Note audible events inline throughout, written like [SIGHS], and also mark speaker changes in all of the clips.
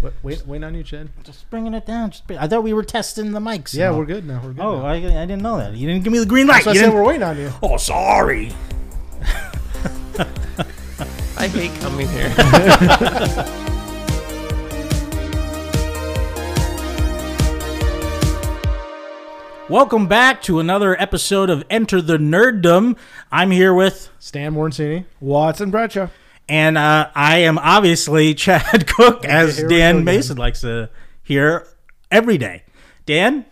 Speaker 1: What, wait, wait on you, Chad.
Speaker 2: Just bringing it down. Just bring, I thought we were testing the mics.
Speaker 1: Yeah,
Speaker 2: and all.
Speaker 1: we're good now. We're good.
Speaker 2: Oh,
Speaker 1: now.
Speaker 2: I, I didn't know that. You didn't give me the green light.
Speaker 1: so I
Speaker 2: You
Speaker 1: said
Speaker 2: didn't-
Speaker 1: we're waiting on you.
Speaker 2: oh, sorry.
Speaker 3: [LAUGHS] I hate coming here.
Speaker 2: [LAUGHS] Welcome back to another episode of Enter the Nerddom. I'm here with,
Speaker 1: Stan Morncini, Watson Bradshaw.
Speaker 2: and uh, I am obviously [LAUGHS] Chad Cook, as
Speaker 1: here we go
Speaker 2: Dan
Speaker 1: again.
Speaker 2: Mason likes to hear every day. Dan,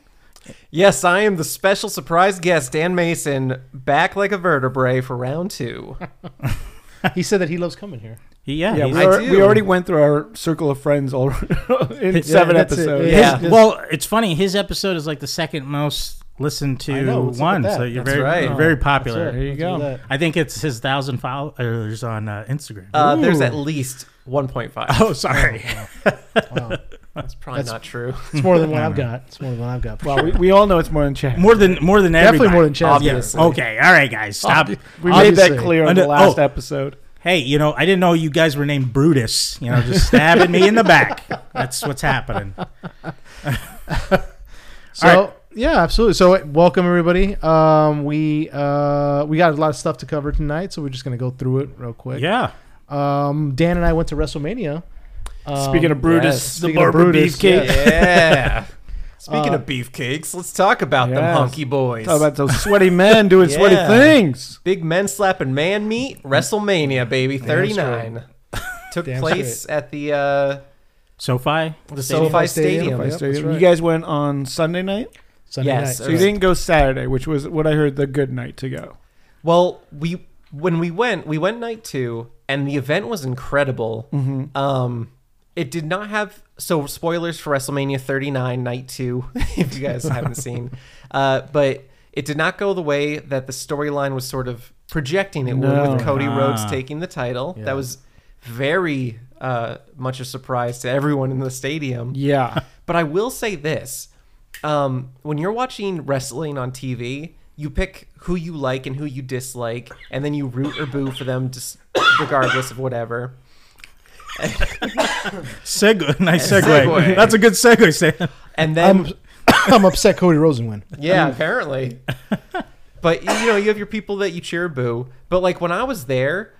Speaker 3: yes, I am the special surprise guest, Dan Mason, back like a vertebrae for round two.
Speaker 1: He said that he loves coming here.
Speaker 2: he, yeah,
Speaker 4: Yeah,
Speaker 2: he's-
Speaker 4: we,
Speaker 3: I
Speaker 4: are,
Speaker 3: do.
Speaker 4: we already went through our circle of friends all [LAUGHS] in seven
Speaker 1: that's it.
Speaker 4: episodes.
Speaker 1: Yeah.
Speaker 2: his-
Speaker 1: Yes.
Speaker 2: well, it's funny. His episode is like the second most listened to
Speaker 1: I know, what's up with
Speaker 2: one,
Speaker 1: that?
Speaker 2: so you're
Speaker 3: That's
Speaker 2: very,
Speaker 3: right.
Speaker 2: you're very
Speaker 1: That's
Speaker 2: popular.
Speaker 1: it. Let's do that.
Speaker 2: I think it's his thousand followers on uh, Instagram.
Speaker 3: Uh, there's
Speaker 1: Ooh.
Speaker 3: at least
Speaker 2: [LAUGHS]
Speaker 3: 1.5.
Speaker 2: oh, sorry. [LAUGHS]
Speaker 1: Wow.
Speaker 3: That's probably
Speaker 1: That's-
Speaker 3: not true.
Speaker 1: It's more than what I've got. It's more than what I've got.
Speaker 4: Well, we, we all know it's more than Chad.
Speaker 2: more than more than
Speaker 1: Definitely
Speaker 2: everybody.
Speaker 1: more than Oh, Chad's.
Speaker 3: Obvious.
Speaker 1: got.
Speaker 3: Obviously.
Speaker 2: Okay, all right, guys, stop.
Speaker 4: we made
Speaker 1: Obviously.
Speaker 4: that clear on
Speaker 2: Under-
Speaker 4: the last
Speaker 2: oh.
Speaker 4: episode.
Speaker 2: Hey, you know, I didn't know you guys were named Brutus. You know, just stabbing me in the back. [LAUGHS] That's what's happening. [LAUGHS]
Speaker 1: So
Speaker 2: All right.
Speaker 1: yeah, absolutely. So welcome everybody. Um, we uh, we got a lot of stuff to cover tonight, so we're just gonna go through it real quick.
Speaker 2: Yeah.
Speaker 1: Um, Dan and I went to WrestleMania. Um,
Speaker 4: Speaking of
Speaker 1: the
Speaker 3: Brutus,
Speaker 4: Brutus, the
Speaker 1: speaking of Barber
Speaker 4: barber
Speaker 1: Brutus,
Speaker 4: beefcake.
Speaker 1: beefcake.
Speaker 3: Yeah. Speaking
Speaker 1: Uh,
Speaker 3: of beefcakes, let's talk about them
Speaker 4: Yes.
Speaker 3: hunky boys.
Speaker 4: Talk about those
Speaker 3: [LAUGHS]
Speaker 4: sweaty men doing
Speaker 3: Yeah.
Speaker 4: sweaty things.
Speaker 3: Big men slapping man meat, WrestleMania, baby, 39. Took
Speaker 1: Damn
Speaker 3: place at the uh,
Speaker 2: SoFi.
Speaker 3: the
Speaker 1: Stadium.
Speaker 3: SoFi Stadium.
Speaker 1: Yep,
Speaker 4: If I
Speaker 1: yep,
Speaker 4: stayed-
Speaker 1: that's right.
Speaker 4: You guys went on Sunday night,
Speaker 1: Sunday
Speaker 3: Yes.
Speaker 1: night.
Speaker 4: so you didn't go Saturday, which was what I heard the good night to go.
Speaker 3: Well, we when we went, we went night two, and the event was incredible. Um, it did not have so spoilers for WrestleMania 39 night two, [LAUGHS] if you guys haven't seen. Uh, but it did not go the way that the storyline was sort of projecting it
Speaker 4: No.
Speaker 3: with Cody Rhodes
Speaker 2: Ah.
Speaker 3: taking the title.
Speaker 1: Yeah.
Speaker 3: That was very uh, much a surprise to everyone in the stadium.
Speaker 4: Yeah,
Speaker 3: But I will say this: um, when you're watching wrestling on TV, you pick who you like and who you dislike, and then you root or boo for them, just regardless of whatever.
Speaker 2: Seg- [LAUGHS] nice segue.
Speaker 3: Segue.
Speaker 2: That's a good segue, Sam. [LAUGHS]
Speaker 3: And then,
Speaker 1: I'm, [COUGHS] I'm upset Cody Rosen win.
Speaker 3: yeah, apparently. but you know, you have your people that you cheer boo. But like when I was there,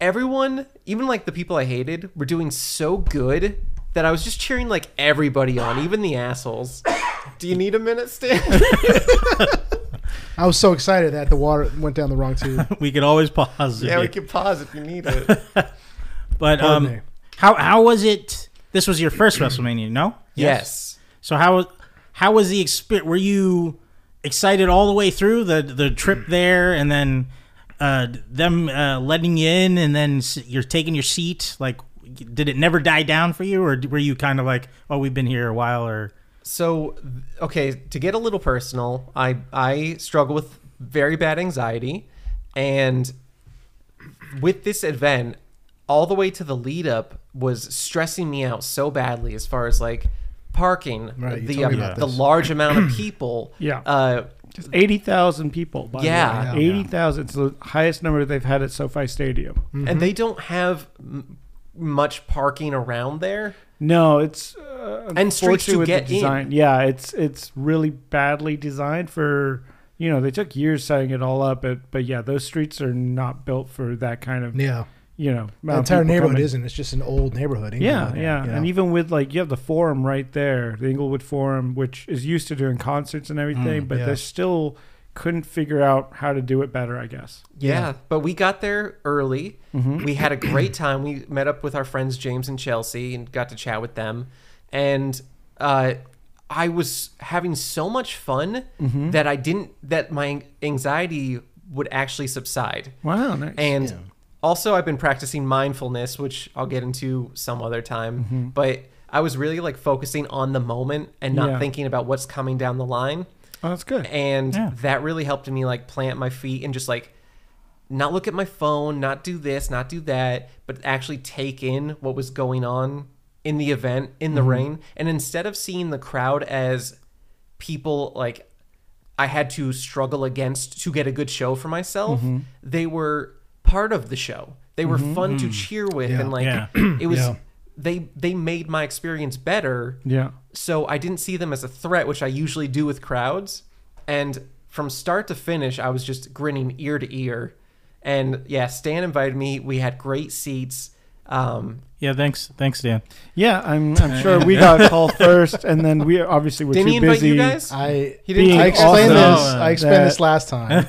Speaker 3: everyone, even like the people I hated, were doing so good that I was just cheering like everybody on, even the assholes. Do you need a minute, Stan?
Speaker 1: I was so excited that the water went down the wrong tube.
Speaker 3: [LAUGHS]
Speaker 2: We could always pause.
Speaker 3: yeah,
Speaker 2: if
Speaker 3: we
Speaker 2: you-
Speaker 3: can pause if you need it.
Speaker 2: But
Speaker 1: Pardon
Speaker 2: um,
Speaker 1: me.
Speaker 2: how how was it? This was your first WrestleMania, no?
Speaker 3: yes.
Speaker 2: So how how was the experience? Were you excited all the way through the the trip there, and then uh, them uh, letting you in, and then s- you're taking your seat? Like, did it never die down for you, or d- were you kind of like, oh, we've been here a while, or
Speaker 3: So, th- okay, to get a little personal, I I struggle with very bad anxiety, and with this event, all the way to the lead up was stressing me out so badly as far as like parking,
Speaker 1: Right, you
Speaker 3: the
Speaker 1: told me
Speaker 3: uh,
Speaker 1: about
Speaker 3: the
Speaker 1: this.
Speaker 3: large
Speaker 1: [CLEARS THROAT]
Speaker 3: amount of people,
Speaker 4: Yeah.
Speaker 3: uh,
Speaker 4: [LAUGHS] just eighty thousand people. By
Speaker 3: Yeah.
Speaker 4: the way. eighty thousand. It's the highest number they've had at SoFi Stadium.
Speaker 1: Mm-hmm.
Speaker 3: and they don't have m- much parking around there.
Speaker 4: No, it's uh,
Speaker 3: And streets to
Speaker 4: unfortunately with the
Speaker 3: get in.
Speaker 4: design. Yeah, it's it's really badly designed for you know they took years setting it all up, but but yeah, those streets are not built for that kind of
Speaker 1: Yeah,
Speaker 4: you know amount
Speaker 1: the
Speaker 4: of
Speaker 1: entire
Speaker 4: people
Speaker 1: neighborhood
Speaker 4: coming.
Speaker 1: isn't. It's just an old neighborhood.
Speaker 4: Yeah,
Speaker 1: Inglewood,
Speaker 4: yeah,
Speaker 1: you know.
Speaker 4: and even with like you have the forum right there, the Inglewood Forum, which is used to doing concerts and everything, but
Speaker 1: yeah.
Speaker 4: they still couldn't figure out how to do it better. I guess.
Speaker 3: Yeah, but we got there early. We had a great [CLEARS THROAT] time. We met up with our friends James and Chelsea and got to chat with them. And uh, I was having so much fun that I didn't that my anxiety would actually subside.
Speaker 4: Wow, nice.
Speaker 3: And also, I've been practicing mindfulness, which I'll get into some other time. But I was really like focusing on the moment and not
Speaker 4: Yeah.
Speaker 3: thinking about what's coming down the line
Speaker 4: oh, that's good.
Speaker 3: and
Speaker 2: Yeah.
Speaker 3: that really helped me like plant my feet and just like not look at my phone, not do this, not do that, but actually take in what was going on in the event in
Speaker 2: Mm-hmm.
Speaker 3: the rain. And instead of seeing the crowd as people like I had to struggle against to get a good show for myself,
Speaker 2: Mm-hmm.
Speaker 3: they were part of the show. They were fun to cheer with and like
Speaker 2: Yeah.
Speaker 3: it was
Speaker 1: Yeah.
Speaker 3: they they made my experience better
Speaker 4: Yeah.
Speaker 3: so I didn't see them as a threat, which I usually do with crowds. And from start to finish, I was just grinning ear to ear. And yeah, Stan invited me. We had great seats. Um,
Speaker 2: Yeah, thanks, thanks, Dan.
Speaker 4: Yeah, I'm, I'm sure we got called first, and then we obviously were
Speaker 3: didn't he
Speaker 4: too
Speaker 3: invite
Speaker 4: busy.
Speaker 3: you guys?
Speaker 1: I
Speaker 3: He didn't
Speaker 4: Being
Speaker 1: I
Speaker 3: take all
Speaker 1: explained
Speaker 2: awesome.
Speaker 3: of them?
Speaker 1: this. I explained
Speaker 4: That-
Speaker 1: this last
Speaker 4: [LAUGHS]
Speaker 1: time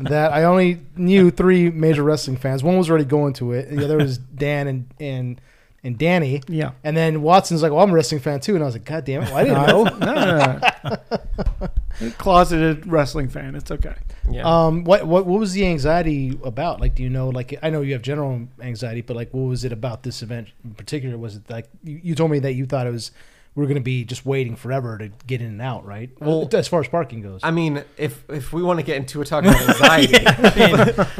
Speaker 1: that I only knew three major wrestling fans. One was already going to it. The other was Dan and and and Danny.
Speaker 4: Yeah.
Speaker 1: And then Watson's like, "Well, I'm a wrestling fan too," and I was like, "God damn it! Well, I didn't
Speaker 3: [LAUGHS]
Speaker 1: know."
Speaker 4: no, no, no. [LAUGHS] Closeted wrestling fan. It's okay.
Speaker 3: Yeah.
Speaker 1: Um, what what what was the anxiety about? Like, do you know? Like, I know you have general anxiety, but like, what was it about this event in particular? Was it like you, you told me that you thought it was we're going to be just waiting forever to get in and out, right?
Speaker 3: Well-
Speaker 1: as far as parking goes,
Speaker 3: I mean, if if we want to get into a talk about
Speaker 4: [LAUGHS]
Speaker 3: anxiety,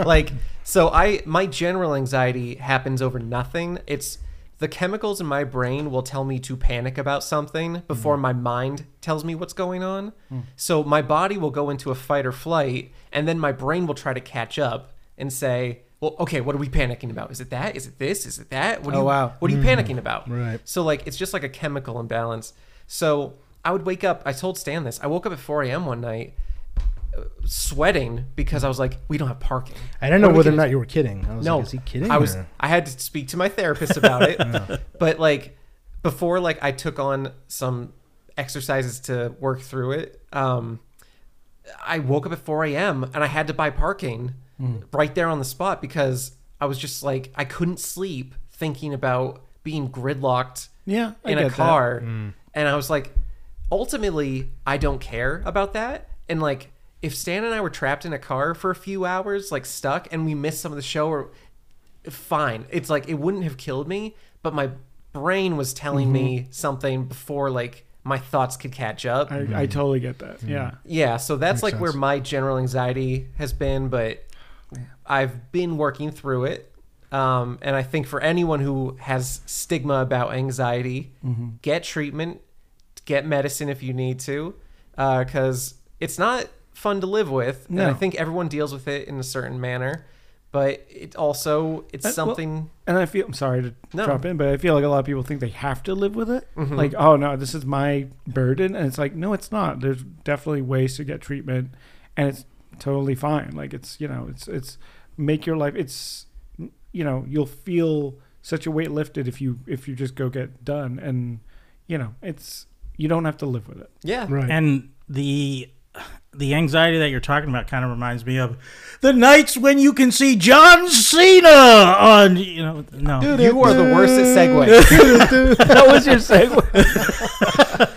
Speaker 3: like so, I my general anxiety happens over nothing. It's the chemicals in my brain will tell me to panic about something before
Speaker 4: Mm-hmm.
Speaker 3: my mind tells me what's going on.
Speaker 4: Mm.
Speaker 3: So my body will go into a fight or flight, and then my brain will try to catch up and say, "Well, okay, what are we panicking about? Is it that? Is it this? Is it that? What are
Speaker 4: Oh,
Speaker 3: you,
Speaker 4: wow.
Speaker 3: What are you panicking about?"
Speaker 1: Right.
Speaker 3: So like it's just like a chemical imbalance. So I would wake up. I told Stan this. I woke up at 4 a.m. one night, uh, sweating because I was like, "We don't have parking."
Speaker 1: I didn't know
Speaker 3: what are we
Speaker 1: whether or
Speaker 3: gonna
Speaker 1: not you were kidding. I was
Speaker 3: No,
Speaker 1: like, is he kidding?
Speaker 3: I was.
Speaker 1: or-
Speaker 3: I had to speak to my therapist about
Speaker 1: [LAUGHS]
Speaker 3: it. But like before, like I took on some exercises to work through it. Um, I woke up at 4 a.m. and I had to buy parking
Speaker 1: Hmm.
Speaker 3: right there on the spot because I was just like I couldn't sleep thinking about being gridlocked
Speaker 4: Yeah, I
Speaker 3: in
Speaker 4: get
Speaker 3: a
Speaker 4: that.
Speaker 3: car. And I was like, ultimately, I don't care about that. And like, if Stan and I were trapped in a car for a few hours, like stuck, and we missed some of the show, or fine, it's like it wouldn't have killed me, but my brain was telling me something before like my thoughts could catch up.
Speaker 4: I, I totally get that. Yeah.
Speaker 3: yeah, so that's
Speaker 1: Makes
Speaker 3: like where
Speaker 1: sense.
Speaker 3: my general anxiety has been, but I've been working through it. Um, and I think for anyone who has stigma about anxiety,
Speaker 4: Mm-hmm.
Speaker 3: get treatment, get medicine if you need to, because it's not fun to live with. And
Speaker 4: No.
Speaker 3: I think everyone deals with it in a certain manner, but it also it's
Speaker 4: Uh, well-
Speaker 3: something.
Speaker 4: And I feel I'm sorry to
Speaker 3: No.
Speaker 4: drop in, but I feel like a lot of people think they have to live with it. Like, oh no, this is my burden, and it's like, no, it's not. There's definitely ways to get treatment, and it's totally fine. Like, it's you know, it's it's make your life. It's you know, you'll feel such a weight lifted if you if you just go get done, and you know, it's you don't have to live with it.
Speaker 3: yeah,
Speaker 1: right.
Speaker 2: And the the anxiety that you're talking about kind of reminds me of the nights when you can see John Cena on you know no
Speaker 3: you are the worst at segue.
Speaker 1: [LAUGHS]
Speaker 4: that was your segue.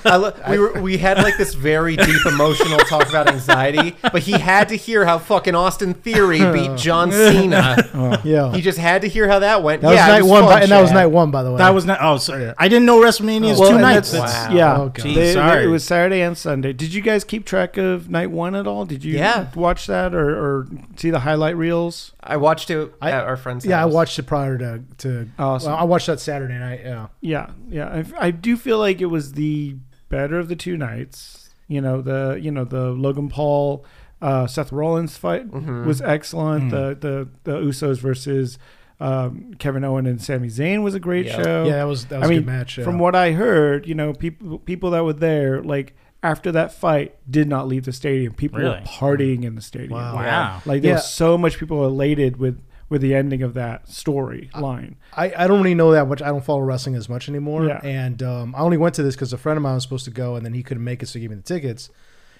Speaker 3: I lo- we were, we had like this very deep emotional talk about anxiety, but he had to hear how fucking Austin Theory beat John Cena.
Speaker 1: [LAUGHS] yeah,
Speaker 3: He just had to hear how that went.
Speaker 1: that was
Speaker 3: yeah, it
Speaker 1: night one,
Speaker 3: fun,
Speaker 1: by, and that was
Speaker 3: Chad.
Speaker 1: night one, by the way.
Speaker 2: that was not oh sorry I didn't know WrestleMania is
Speaker 4: Well,
Speaker 2: two
Speaker 4: and
Speaker 2: nights.
Speaker 4: that's-
Speaker 2: That's-
Speaker 3: Wow.
Speaker 4: Yeah,
Speaker 1: Oh, God.
Speaker 4: They-
Speaker 2: Gee,
Speaker 4: they-
Speaker 2: sorry.
Speaker 4: it was Saturday and Sunday. Did you guys keep track of night one at all? Did you
Speaker 3: Yeah.
Speaker 4: watch that or, or see the highlight reels?
Speaker 3: I watched it
Speaker 1: I-
Speaker 3: at our friend's.
Speaker 1: yeah. I
Speaker 3: house.
Speaker 1: watched it prior to to.
Speaker 4: Awesome.
Speaker 1: Well, I watched that Saturday night. Yeah,
Speaker 4: Yeah, yeah. I, I do feel like it was the better of the two nights. You know the you know the Logan Paul, uh, Seth Rollins fight
Speaker 2: Mm-hmm.
Speaker 4: was excellent.
Speaker 1: Mm.
Speaker 4: The the the Usos versus um, Kevin Owen and Sami Zayn was a great
Speaker 3: Yeah.
Speaker 4: show.
Speaker 1: yeah. That was that was
Speaker 4: I
Speaker 1: a
Speaker 4: mean,
Speaker 1: good match. Yeah.
Speaker 4: from what I heard, you know, people people that were there, like after that fight, did not leave the stadium. People
Speaker 2: Really?
Speaker 4: were partying in the stadium.
Speaker 1: Wow.
Speaker 2: Wow.
Speaker 4: Like there
Speaker 1: Yeah.
Speaker 4: was so much people elated with with the ending of that story
Speaker 1: Uh,
Speaker 4: line.
Speaker 1: I, I don't really know that much. I don't follow wrestling as much anymore.
Speaker 4: Yeah.
Speaker 1: And um, I only went to this because a friend of mine was supposed to go, and then he couldn't make it, so he gave me the tickets.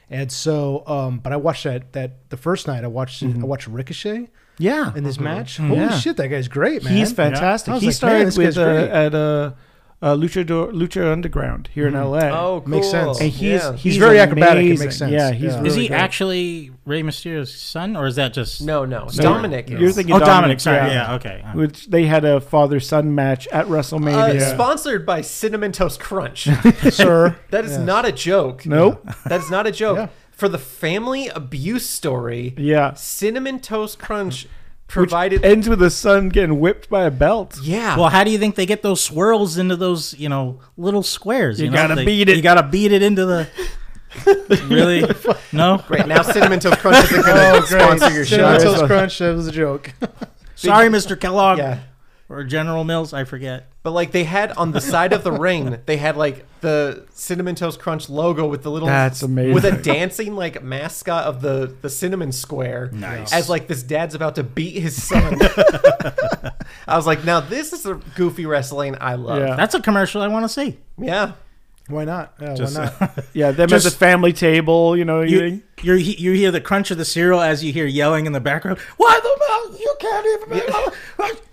Speaker 1: And so, um, but I watched that that the first night I watched I watched Ricochet
Speaker 4: Mm-hmm. Yeah, Mm-hmm.
Speaker 1: in this match. Holy
Speaker 4: Yeah.
Speaker 1: shit, that guy's great, man.
Speaker 4: he's fantastic.
Speaker 1: I was
Speaker 4: He
Speaker 1: like, man,
Speaker 4: started
Speaker 1: this
Speaker 4: with
Speaker 1: guy's
Speaker 4: uh,
Speaker 1: great.
Speaker 3: [LAUGHS]
Speaker 4: at uh, uh, Luchador Lucha Underground here in L.A.
Speaker 3: Oh, cool.
Speaker 1: Makes sense.
Speaker 4: and he's
Speaker 3: Yeah.
Speaker 4: he's,
Speaker 1: Mm. very acrobatic. It
Speaker 4: amazing.
Speaker 1: makes sense.
Speaker 4: Yeah, he's
Speaker 1: Yeah.
Speaker 4: Really
Speaker 2: is he
Speaker 4: great.
Speaker 2: actually Rey Mysterio's son or is that just
Speaker 3: no, no,
Speaker 4: No,
Speaker 3: Dominic.
Speaker 4: You're
Speaker 3: is.
Speaker 4: thinking
Speaker 2: Oh, Dominic. Sorry. Yeah.
Speaker 4: yeah.
Speaker 2: okay. Uh,
Speaker 4: Which they had a father son match at
Speaker 3: Uh,
Speaker 4: WrestleMania.
Speaker 3: Sponsored by Cinnamon
Speaker 1: [LAUGHS]
Speaker 3: Toast Crunch.
Speaker 1: sir.
Speaker 3: That is
Speaker 1: Yes.
Speaker 3: not a joke.
Speaker 4: Nope.
Speaker 3: that is not a
Speaker 1: [LAUGHS]
Speaker 3: joke.
Speaker 1: Yeah.
Speaker 3: For the family abuse story,
Speaker 4: Yeah.
Speaker 3: Cinnamon Toast Crunch
Speaker 4: Which
Speaker 3: provided.
Speaker 4: ends with the son getting whipped by a belt.
Speaker 3: yeah,
Speaker 2: Well, how do you think they get those swirls into those, you know, little squares? You, know?
Speaker 4: gotta
Speaker 2: They-
Speaker 4: beat it.
Speaker 2: You gotta beat it into the. [LAUGHS] really? No.
Speaker 3: Great. Now Cinnamon Toast Crunch
Speaker 4: [LAUGHS]
Speaker 3: isn't going to
Speaker 1: Oh, great.
Speaker 3: sponsor your
Speaker 1: Cinnamon
Speaker 3: show.
Speaker 1: Toast Crunch. That was a joke.
Speaker 2: Sorry, Mr. Kellogg.
Speaker 3: Yeah.
Speaker 2: or General Mills, I forget.
Speaker 3: But like they had on the side of the ring, they had like the cinnamon toast crunch logo with the little
Speaker 4: That's amazing.
Speaker 3: with a dancing like mascot of the the cinnamon square.
Speaker 2: Nice.
Speaker 3: As like this dad's about to beat his son.
Speaker 4: [LAUGHS]
Speaker 3: I was like, now this is the goofy wrestling I love.
Speaker 4: Yeah.
Speaker 2: That's a commercial I want to see.
Speaker 3: Yeah.
Speaker 1: Why not? Yeah,
Speaker 2: Just-
Speaker 1: why
Speaker 4: [LAUGHS]
Speaker 1: not?
Speaker 4: Yeah, them
Speaker 2: Just-
Speaker 4: as a family table, you know.
Speaker 2: You you you hear the crunch of the cereal as you hear yelling in the background. Why the mouse? You can't even. Make [LAUGHS]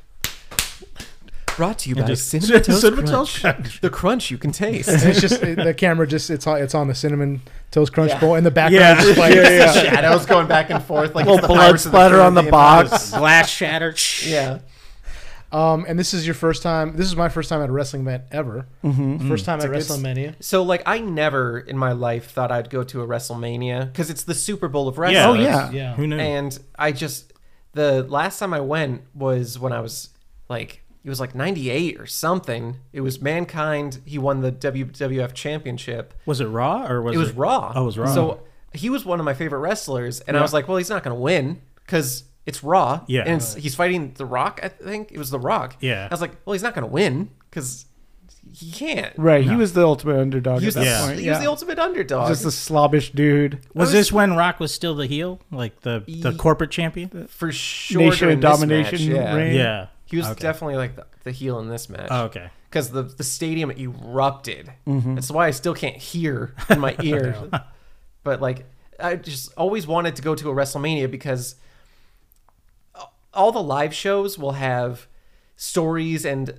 Speaker 3: Brought to you by
Speaker 2: just- [LAUGHS]
Speaker 3: cinnamon toast
Speaker 2: Cinnamon
Speaker 3: crunch.
Speaker 2: Toast Crunch.
Speaker 3: The crunch you can taste.
Speaker 1: And it's just it- the camera just it's on it's on the cinnamon toast crunch
Speaker 3: Yeah.
Speaker 1: bowl in the background.
Speaker 4: Yeah.
Speaker 1: just like-
Speaker 4: [LAUGHS] [LAUGHS] Yeah, yeah.
Speaker 3: Shadows going back and forth like
Speaker 4: little
Speaker 3: it's the
Speaker 4: blood
Speaker 3: Pirates of
Speaker 4: splatter on the
Speaker 3: Caribbean.
Speaker 2: [LAUGHS]
Speaker 4: box.
Speaker 2: Glass shattered.
Speaker 3: Yeah.
Speaker 1: Um, and this is your first time. This is my first time at a wrestling event ever.
Speaker 4: Mm-hmm.
Speaker 1: First time at WrestleMania.
Speaker 3: So like I never in my life thought I'd go to a WrestMania because it's the Super Bowl of wrestling.
Speaker 2: Yeah.
Speaker 4: Oh yeah.
Speaker 1: Yeah.
Speaker 2: Who knew?
Speaker 3: And I just the last time I went was when I was like it was like 98 or something. It was Mankind. He won the WWF championship.
Speaker 2: was it Raw or was
Speaker 3: It was Raw.
Speaker 2: Oh, it was Raw.
Speaker 3: So he was one of my favorite wrestlers and I was like, well, he's not going to win cuz it's Raw.
Speaker 2: Yeah.
Speaker 3: And it's, he's fighting The Rock, I think. It was The Rock.
Speaker 2: Yeah.
Speaker 3: I was like, well, he's not going to win cuz he can't.
Speaker 4: Right, he was the ultimate underdog
Speaker 3: He was,
Speaker 4: at that
Speaker 3: the,
Speaker 4: point.
Speaker 3: he
Speaker 4: yeah.
Speaker 3: was the ultimate underdog.
Speaker 4: Just a slobbish dude.
Speaker 2: Was
Speaker 3: I was-
Speaker 2: this when Rock was still the heel, like the the
Speaker 3: Ye-
Speaker 2: corporate champion?
Speaker 3: for sure
Speaker 4: Nation
Speaker 3: during
Speaker 4: of
Speaker 3: this
Speaker 4: Domination
Speaker 3: match, yeah.
Speaker 4: reign.
Speaker 2: Yeah.
Speaker 3: He was
Speaker 2: Okay.
Speaker 3: definitely like the, the heel in this match.
Speaker 2: Oh, okay.
Speaker 3: Because the, the stadium erupted.
Speaker 4: Mm-hmm.
Speaker 3: That's why I still can't hear in
Speaker 4: [LAUGHS]
Speaker 3: my ear. but like, I just always wanted to go to a WrestleMania because all the live shows will have stories and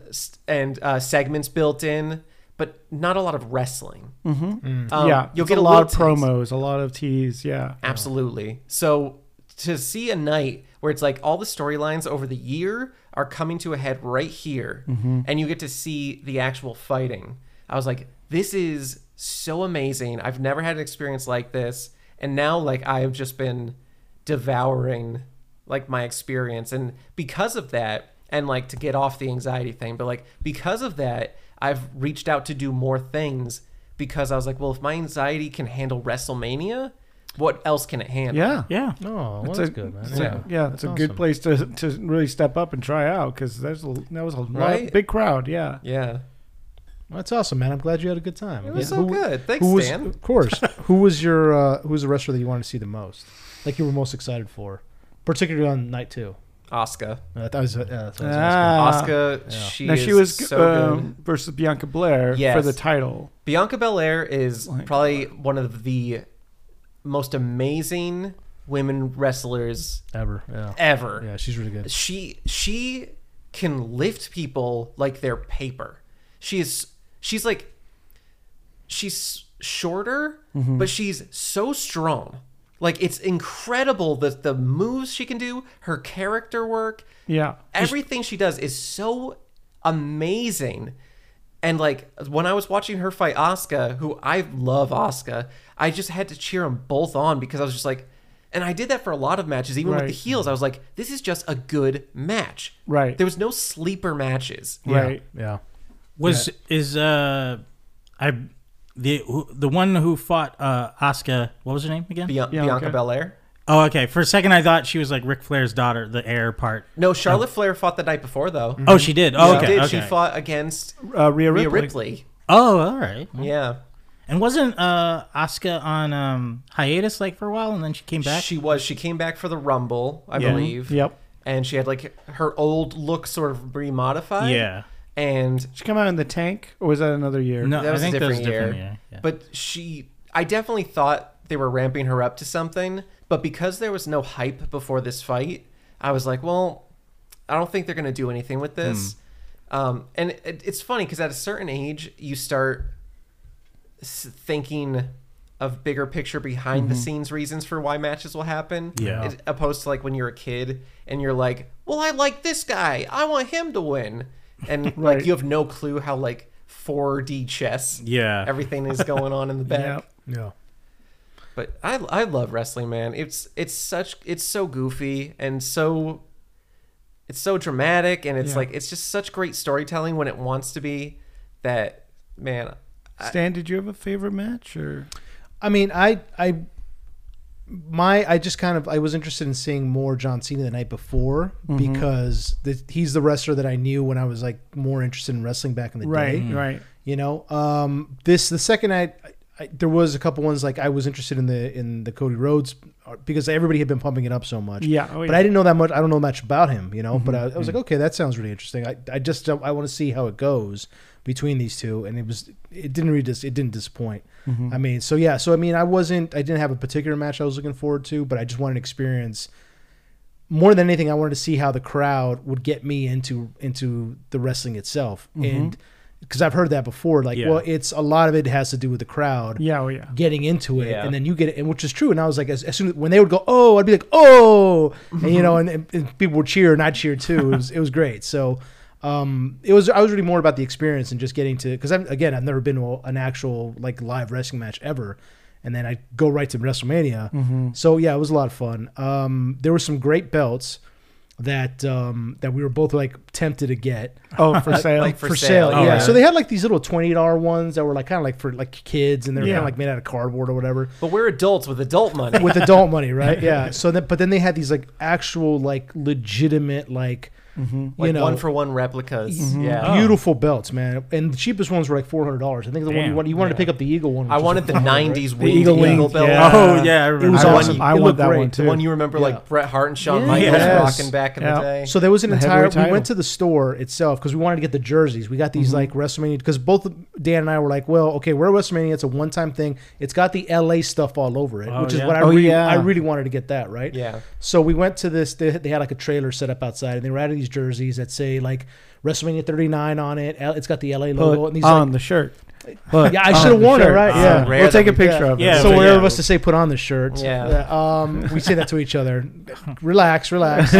Speaker 3: and uh, segments built in, but not a lot of wrestling. Um,
Speaker 4: Mm-hmm. yeah,
Speaker 3: you'll
Speaker 4: it's
Speaker 3: get
Speaker 4: a lot of
Speaker 3: little taste.
Speaker 4: promos, a lot of teas. Yeah,
Speaker 3: Absolutely. So to see a night where it's like all the storylines over the year are coming to a head right here, and you get to see the actual fighting, I was like, this is so amazing. I've never had an experience like this. And now, like, I have just been devouring like my experience. And because of that, and like to get off the anxiety thing, but like because of that, I've reached out to do more things because I was like, well, if my anxiety can handle WrestleMania, what else can it handle?
Speaker 4: yeah,
Speaker 2: Yeah.
Speaker 1: Oh, well,
Speaker 4: It's
Speaker 1: that's,
Speaker 4: a-
Speaker 1: good, man.
Speaker 4: it's a-
Speaker 1: Yeah.
Speaker 4: Yeah, it's a good
Speaker 1: awesome.
Speaker 4: place to, to really step up and try out because there's a, that was a lot-
Speaker 3: Right?
Speaker 4: big crowd. Yeah,
Speaker 3: Yeah.
Speaker 1: Well, that's awesome, man. I'm glad you had a good time.
Speaker 3: It was
Speaker 1: Yeah.
Speaker 3: so
Speaker 1: Who-
Speaker 3: good. Thanks,
Speaker 1: Who was,
Speaker 3: Dan.
Speaker 1: of course. [LAUGHS] who was your uh, who was the wrestler that you wanted to see the most? Like you were most excited for, particularly on night two.
Speaker 3: Oscar.
Speaker 1: Uh, that was, uh, that was
Speaker 4: Ah.
Speaker 3: Oscar. She
Speaker 4: now
Speaker 3: is
Speaker 4: she was
Speaker 3: so
Speaker 4: um,
Speaker 3: good.
Speaker 4: versus Bianca Blair for
Speaker 3: Yes.
Speaker 4: the title.
Speaker 3: Bianca Belair is
Speaker 4: Oh my
Speaker 3: probably one of the most amazing women wrestlers
Speaker 1: ever. Yeah.
Speaker 3: ever.
Speaker 1: Yeah, she's really good.
Speaker 3: she she can lift people like they're paper. She is she's like she's shorter, but she's so strong. Like it's incredible the the moves she can do, her character work,
Speaker 4: Yeah,
Speaker 3: everything she does is so amazing. And like when I was watching her fight Asuka, who I love Asuka, I just had to cheer them both on because I was just like, and I did that for a lot of matches, even with
Speaker 4: Right.
Speaker 3: the heels. I was like, this is just a good match.
Speaker 4: Right.
Speaker 3: There was no sleeper matches.
Speaker 4: right.
Speaker 1: Yeah.
Speaker 2: Was is uh I the who- the one who fought uh Asuka, what was her name again?
Speaker 3: Bian-
Speaker 4: Yeah,
Speaker 3: Bianca
Speaker 4: okay.
Speaker 3: Belair.
Speaker 2: Oh, okay. For a second I thought she was like Ric Flair's daughter, the heir part.
Speaker 3: No, Charlotte Flair fought the night before though.
Speaker 2: Oh, she did. Oh, okay.
Speaker 3: She did.
Speaker 2: okay.
Speaker 3: She fought against
Speaker 4: Uh, Rhea Ripley.
Speaker 3: Rhea Ripley.
Speaker 2: Oh, all right.
Speaker 3: Yeah.
Speaker 2: And wasn't uh Asuka on um hiatus like for a while and then she came back?
Speaker 3: She was. She came back for the Rumble, I
Speaker 2: Yeah.
Speaker 3: believe.
Speaker 4: Yep.
Speaker 3: And she had like her old look sort of remodified.
Speaker 2: yeah.
Speaker 3: And
Speaker 4: She come out in the tank, or was that another year?
Speaker 2: No,
Speaker 3: that was
Speaker 2: I
Speaker 3: a
Speaker 2: think that
Speaker 3: different,
Speaker 2: was a different
Speaker 3: year.
Speaker 2: year. Yeah.
Speaker 3: But she, I definitely thought they were ramping her up to something. But because there was no hype before this fight, I was like, well, I don't think they're going to do anything with this.
Speaker 2: Hmm.
Speaker 3: Um, and it, it's funny because at a certain age, you start s- thinking of bigger picture behind the scenes reasons for why matches will happen.
Speaker 2: Yeah.
Speaker 3: As opposed to like when you're a kid and you're like, well, I like this guy. I want him to win. And
Speaker 4: Right.
Speaker 3: like you have no clue how like 4D chess
Speaker 2: yeah.
Speaker 3: everything is going on in the back.
Speaker 4: Yep.
Speaker 1: Yeah.
Speaker 3: But I I love wrestling, man. It's it's such it's so goofy and so it's so dramatic and it's
Speaker 4: Yeah.
Speaker 3: like it's just such great storytelling when it wants to be that man.
Speaker 4: Stan, did you have a favorite match or?
Speaker 1: I mean, I I my I just kind of I was interested in seeing more John Cena the night before because the, he's the wrestler that I knew when I was like more interested in wrestling back in the
Speaker 4: Right,
Speaker 1: day.
Speaker 4: right.
Speaker 1: You know, um, this the second night I, I, there was a couple ones like I was interested in the in the Cody Rhodes uh, because everybody had been pumping it up so much.
Speaker 4: Yeah, oh,
Speaker 1: but
Speaker 4: yeah. Mm-hmm.
Speaker 1: I didn't know that much. I don't know much about him, you know. But I, I was like, okay, that sounds really interesting. I, I just don't- I want to see how it goes between these two, and it was it didn't really dis, it didn't disappoint.
Speaker 4: Mm-hmm.
Speaker 1: I mean, so yeah, so I mean, I wasn't I didn't have a particular match I was looking forward to, but I just wanted to experience more than anything. I wanted to see how the crowd would get me into into the wrestling itself,
Speaker 4: Mm-hmm.
Speaker 1: and because I've heard that before, like,
Speaker 5: Yeah.
Speaker 1: well, it's a lot of it has to do with the crowd
Speaker 4: Yeah,
Speaker 1: [LAUGHS]
Speaker 4: oh yeah.
Speaker 1: getting into it,
Speaker 3: Yeah.
Speaker 1: and then you get it, and which is true. And I was like, as, as soon as when they would go, oh, I'd be like, oh, and you know, and, and, and people would cheer, and I cheered too. It was it was great. So, um, it was I was really more about the experience and just getting to because I'm again I've never been to a- an actual like live wrestling match ever. And then I go right to WrestleMania. So yeah, it was a lot of fun. Um, there were some great belts that um, that we were both like tempted to get
Speaker 4: Oh, for sale.
Speaker 3: like,
Speaker 1: for, sale.
Speaker 3: sale,
Speaker 1: Yeah.
Speaker 3: yeah.
Speaker 1: So they had like these little twenty dollar ones that were like kind of like for like kids, and they were
Speaker 4: Yeah.
Speaker 1: kind of like made out of cardboard or whatever
Speaker 3: But we're adults with adult money.
Speaker 1: with adult money, right? Yeah. So then, but then they had these like actual like legitimate like you
Speaker 3: like
Speaker 1: know Mm-hmm. Oh.
Speaker 3: one for one replicas. Yeah.
Speaker 1: beautiful belts, man. And the cheapest ones were like four hundred dollars. I think the one you
Speaker 4: Damn.
Speaker 1: wanted, you wanted to pick up the eagle one. which
Speaker 3: I
Speaker 1: was
Speaker 3: wanted the
Speaker 1: $400, right?
Speaker 3: '90s
Speaker 4: The Eagle
Speaker 3: winged eagle
Speaker 4: Wing,
Speaker 3: belt.
Speaker 4: yeah.
Speaker 2: Oh yeah, I remember.
Speaker 1: It was
Speaker 4: I want-
Speaker 1: awesome.
Speaker 4: I
Speaker 1: It
Speaker 4: want
Speaker 1: looked
Speaker 4: that
Speaker 1: great.
Speaker 4: one
Speaker 1: The
Speaker 4: too.
Speaker 3: The one you remember,
Speaker 1: Yeah.
Speaker 3: like Bret Hart and Shawn
Speaker 1: Yeah.
Speaker 3: Michaels
Speaker 1: Yes.
Speaker 3: rocking back in
Speaker 4: Yeah.
Speaker 3: the day.
Speaker 1: So there was an
Speaker 4: The
Speaker 1: entire.
Speaker 4: heavyweight
Speaker 1: We went to
Speaker 4: title.
Speaker 1: the store itself because we wanted to get the jerseys. We got these like WrestleMania because both Dan and I were like, well, okay, we're at WrestleMania. It's a one-time thing. It's got the LA stuff all over it,
Speaker 2: Oh,
Speaker 1: which is
Speaker 2: yeah.
Speaker 1: what I
Speaker 4: Oh,
Speaker 1: really,
Speaker 4: yeah.
Speaker 1: I really wanted to get that right.
Speaker 3: Yeah.
Speaker 1: So we went to this. They, they had like a trailer set up outside, and they were out of these jerseys that say like WrestleMania 39 on it. L- It's got the LA logo, and
Speaker 4: Put
Speaker 1: these
Speaker 4: on
Speaker 1: like.
Speaker 4: the shirt. Put
Speaker 1: Yeah, I
Speaker 4: on
Speaker 1: should have
Speaker 4: the
Speaker 1: worn it,
Speaker 4: shirt.
Speaker 1: right?
Speaker 3: Uh,
Speaker 1: yeah.
Speaker 3: rare
Speaker 4: We'll take a
Speaker 3: that we-
Speaker 4: picture of it.
Speaker 2: Yeah,
Speaker 1: so
Speaker 2: but
Speaker 1: one
Speaker 2: yeah.
Speaker 1: of us to say put on the shirt.
Speaker 3: Yeah.
Speaker 1: um, we say that to each
Speaker 4: [LAUGHS]
Speaker 1: other. Relax, relax.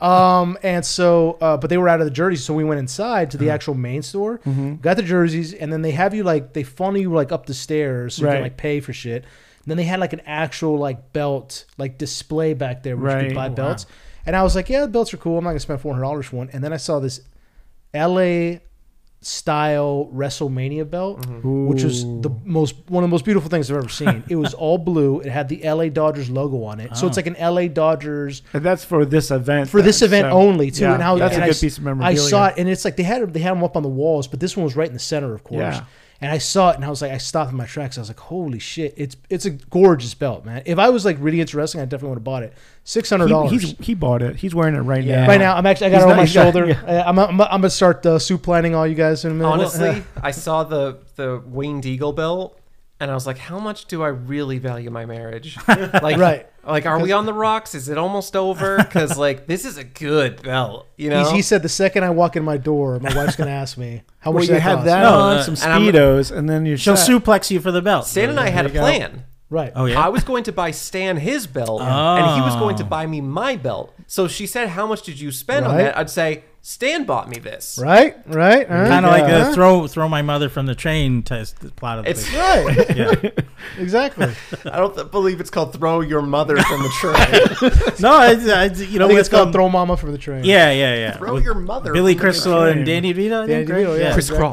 Speaker 1: um, and so, uh, but they were out of the jerseys, so we went inside to the
Speaker 4: Mm-hmm.
Speaker 1: actual main store, got the jerseys, and then they have you like they funnel you like up the stairs, so you can
Speaker 4: Right.
Speaker 1: like pay for shit. And then they had like an actual like belt like display back there where you could buy
Speaker 4: Right. Oh, wow.
Speaker 1: belts. And I was like, yeah, the belts are cool. I'm not gonna spend four hundred dollars for one. And then I saw this L.A. style WrestleMania belt
Speaker 4: Mm-hmm.
Speaker 1: which was the most one of the most beautiful things I've ever
Speaker 4: [LAUGHS]
Speaker 1: seen. It was all blue. It had the LA Dodgers logo on it,
Speaker 4: Ah.
Speaker 1: so it's like an LA Dodgers
Speaker 4: And that's for this event.
Speaker 1: for this
Speaker 4: then,
Speaker 1: event
Speaker 4: so-
Speaker 1: only too.
Speaker 4: Yeah,
Speaker 1: and how
Speaker 4: that's
Speaker 1: and
Speaker 4: a
Speaker 1: I
Speaker 4: good
Speaker 1: s-
Speaker 4: piece of
Speaker 1: I
Speaker 4: memorabilia.
Speaker 1: saw it, and it's like they had they had them up on the walls, but this one was right in the center, of course.
Speaker 4: Yeah.
Speaker 1: And I saw it, and I was like, I stopped in my tracks. I was like, holy shit, it's it's a gorgeous belt, man. If I was like really interesting, I definitely would have bought it. Six hundred
Speaker 4: He,
Speaker 1: dollars.
Speaker 4: he's, he bought it. He's wearing it right
Speaker 3: Yeah.
Speaker 4: now.
Speaker 1: Right now, I'm actually I got it
Speaker 4: He's
Speaker 1: on
Speaker 4: not-
Speaker 1: my
Speaker 4: he's got-
Speaker 1: shoulder. Uh, I'm, I'm, I'm gonna start uh, suplining all you guys in a minute.
Speaker 3: Honestly, I saw the the winged eagle belt, and I was like, how much do I really value my
Speaker 1: [LAUGHS]
Speaker 3: marriage? Like,
Speaker 1: Right.
Speaker 3: Like, are we on the rocks? Is it almost over? Because like, this is a good belt, you know.
Speaker 1: He's- he said the second I walk in my door, my wife's gonna ask me how much
Speaker 4: Well,
Speaker 1: did
Speaker 4: you
Speaker 1: that
Speaker 4: had
Speaker 1: cost?"
Speaker 4: that
Speaker 2: No,
Speaker 4: on,
Speaker 2: uh,
Speaker 4: some
Speaker 3: and I'm-
Speaker 4: speedos, and then you
Speaker 2: She'll
Speaker 4: shot.
Speaker 2: suplex you for the belt.
Speaker 3: Stan and I had a plan.
Speaker 1: Right.
Speaker 2: Oh yeah. Oh.
Speaker 3: I was going to buy Stan his belt, and he was going to buy me my belt. So she said, "How much did you spend on
Speaker 1: Right.
Speaker 3: that?" I'd say, "Stan bought me this."
Speaker 1: Right. Right.
Speaker 2: Kind of like the throw throw my mother from the train test plot of the
Speaker 3: It's [LAUGHS]
Speaker 2: thing.
Speaker 1: right.
Speaker 2: Yeah.
Speaker 1: [LAUGHS]
Speaker 2: [LAUGHS]
Speaker 1: Exactly.
Speaker 3: I don't th- believe it's called throw your mother from the train.
Speaker 2: no, it's, it's, you know
Speaker 1: I think it's
Speaker 2: with,
Speaker 1: called
Speaker 2: um,
Speaker 1: "Throw Mama from the Train."
Speaker 2: Yeah, yeah, yeah.
Speaker 3: throw
Speaker 2: With
Speaker 3: your mother.
Speaker 2: Billy
Speaker 3: from the
Speaker 2: Crystal
Speaker 3: train.
Speaker 2: and Danny DeVito. I
Speaker 1: Danny
Speaker 2: think, right?
Speaker 1: DeVito, yeah.
Speaker 2: Chris,
Speaker 3: Criss
Speaker 1: exactly.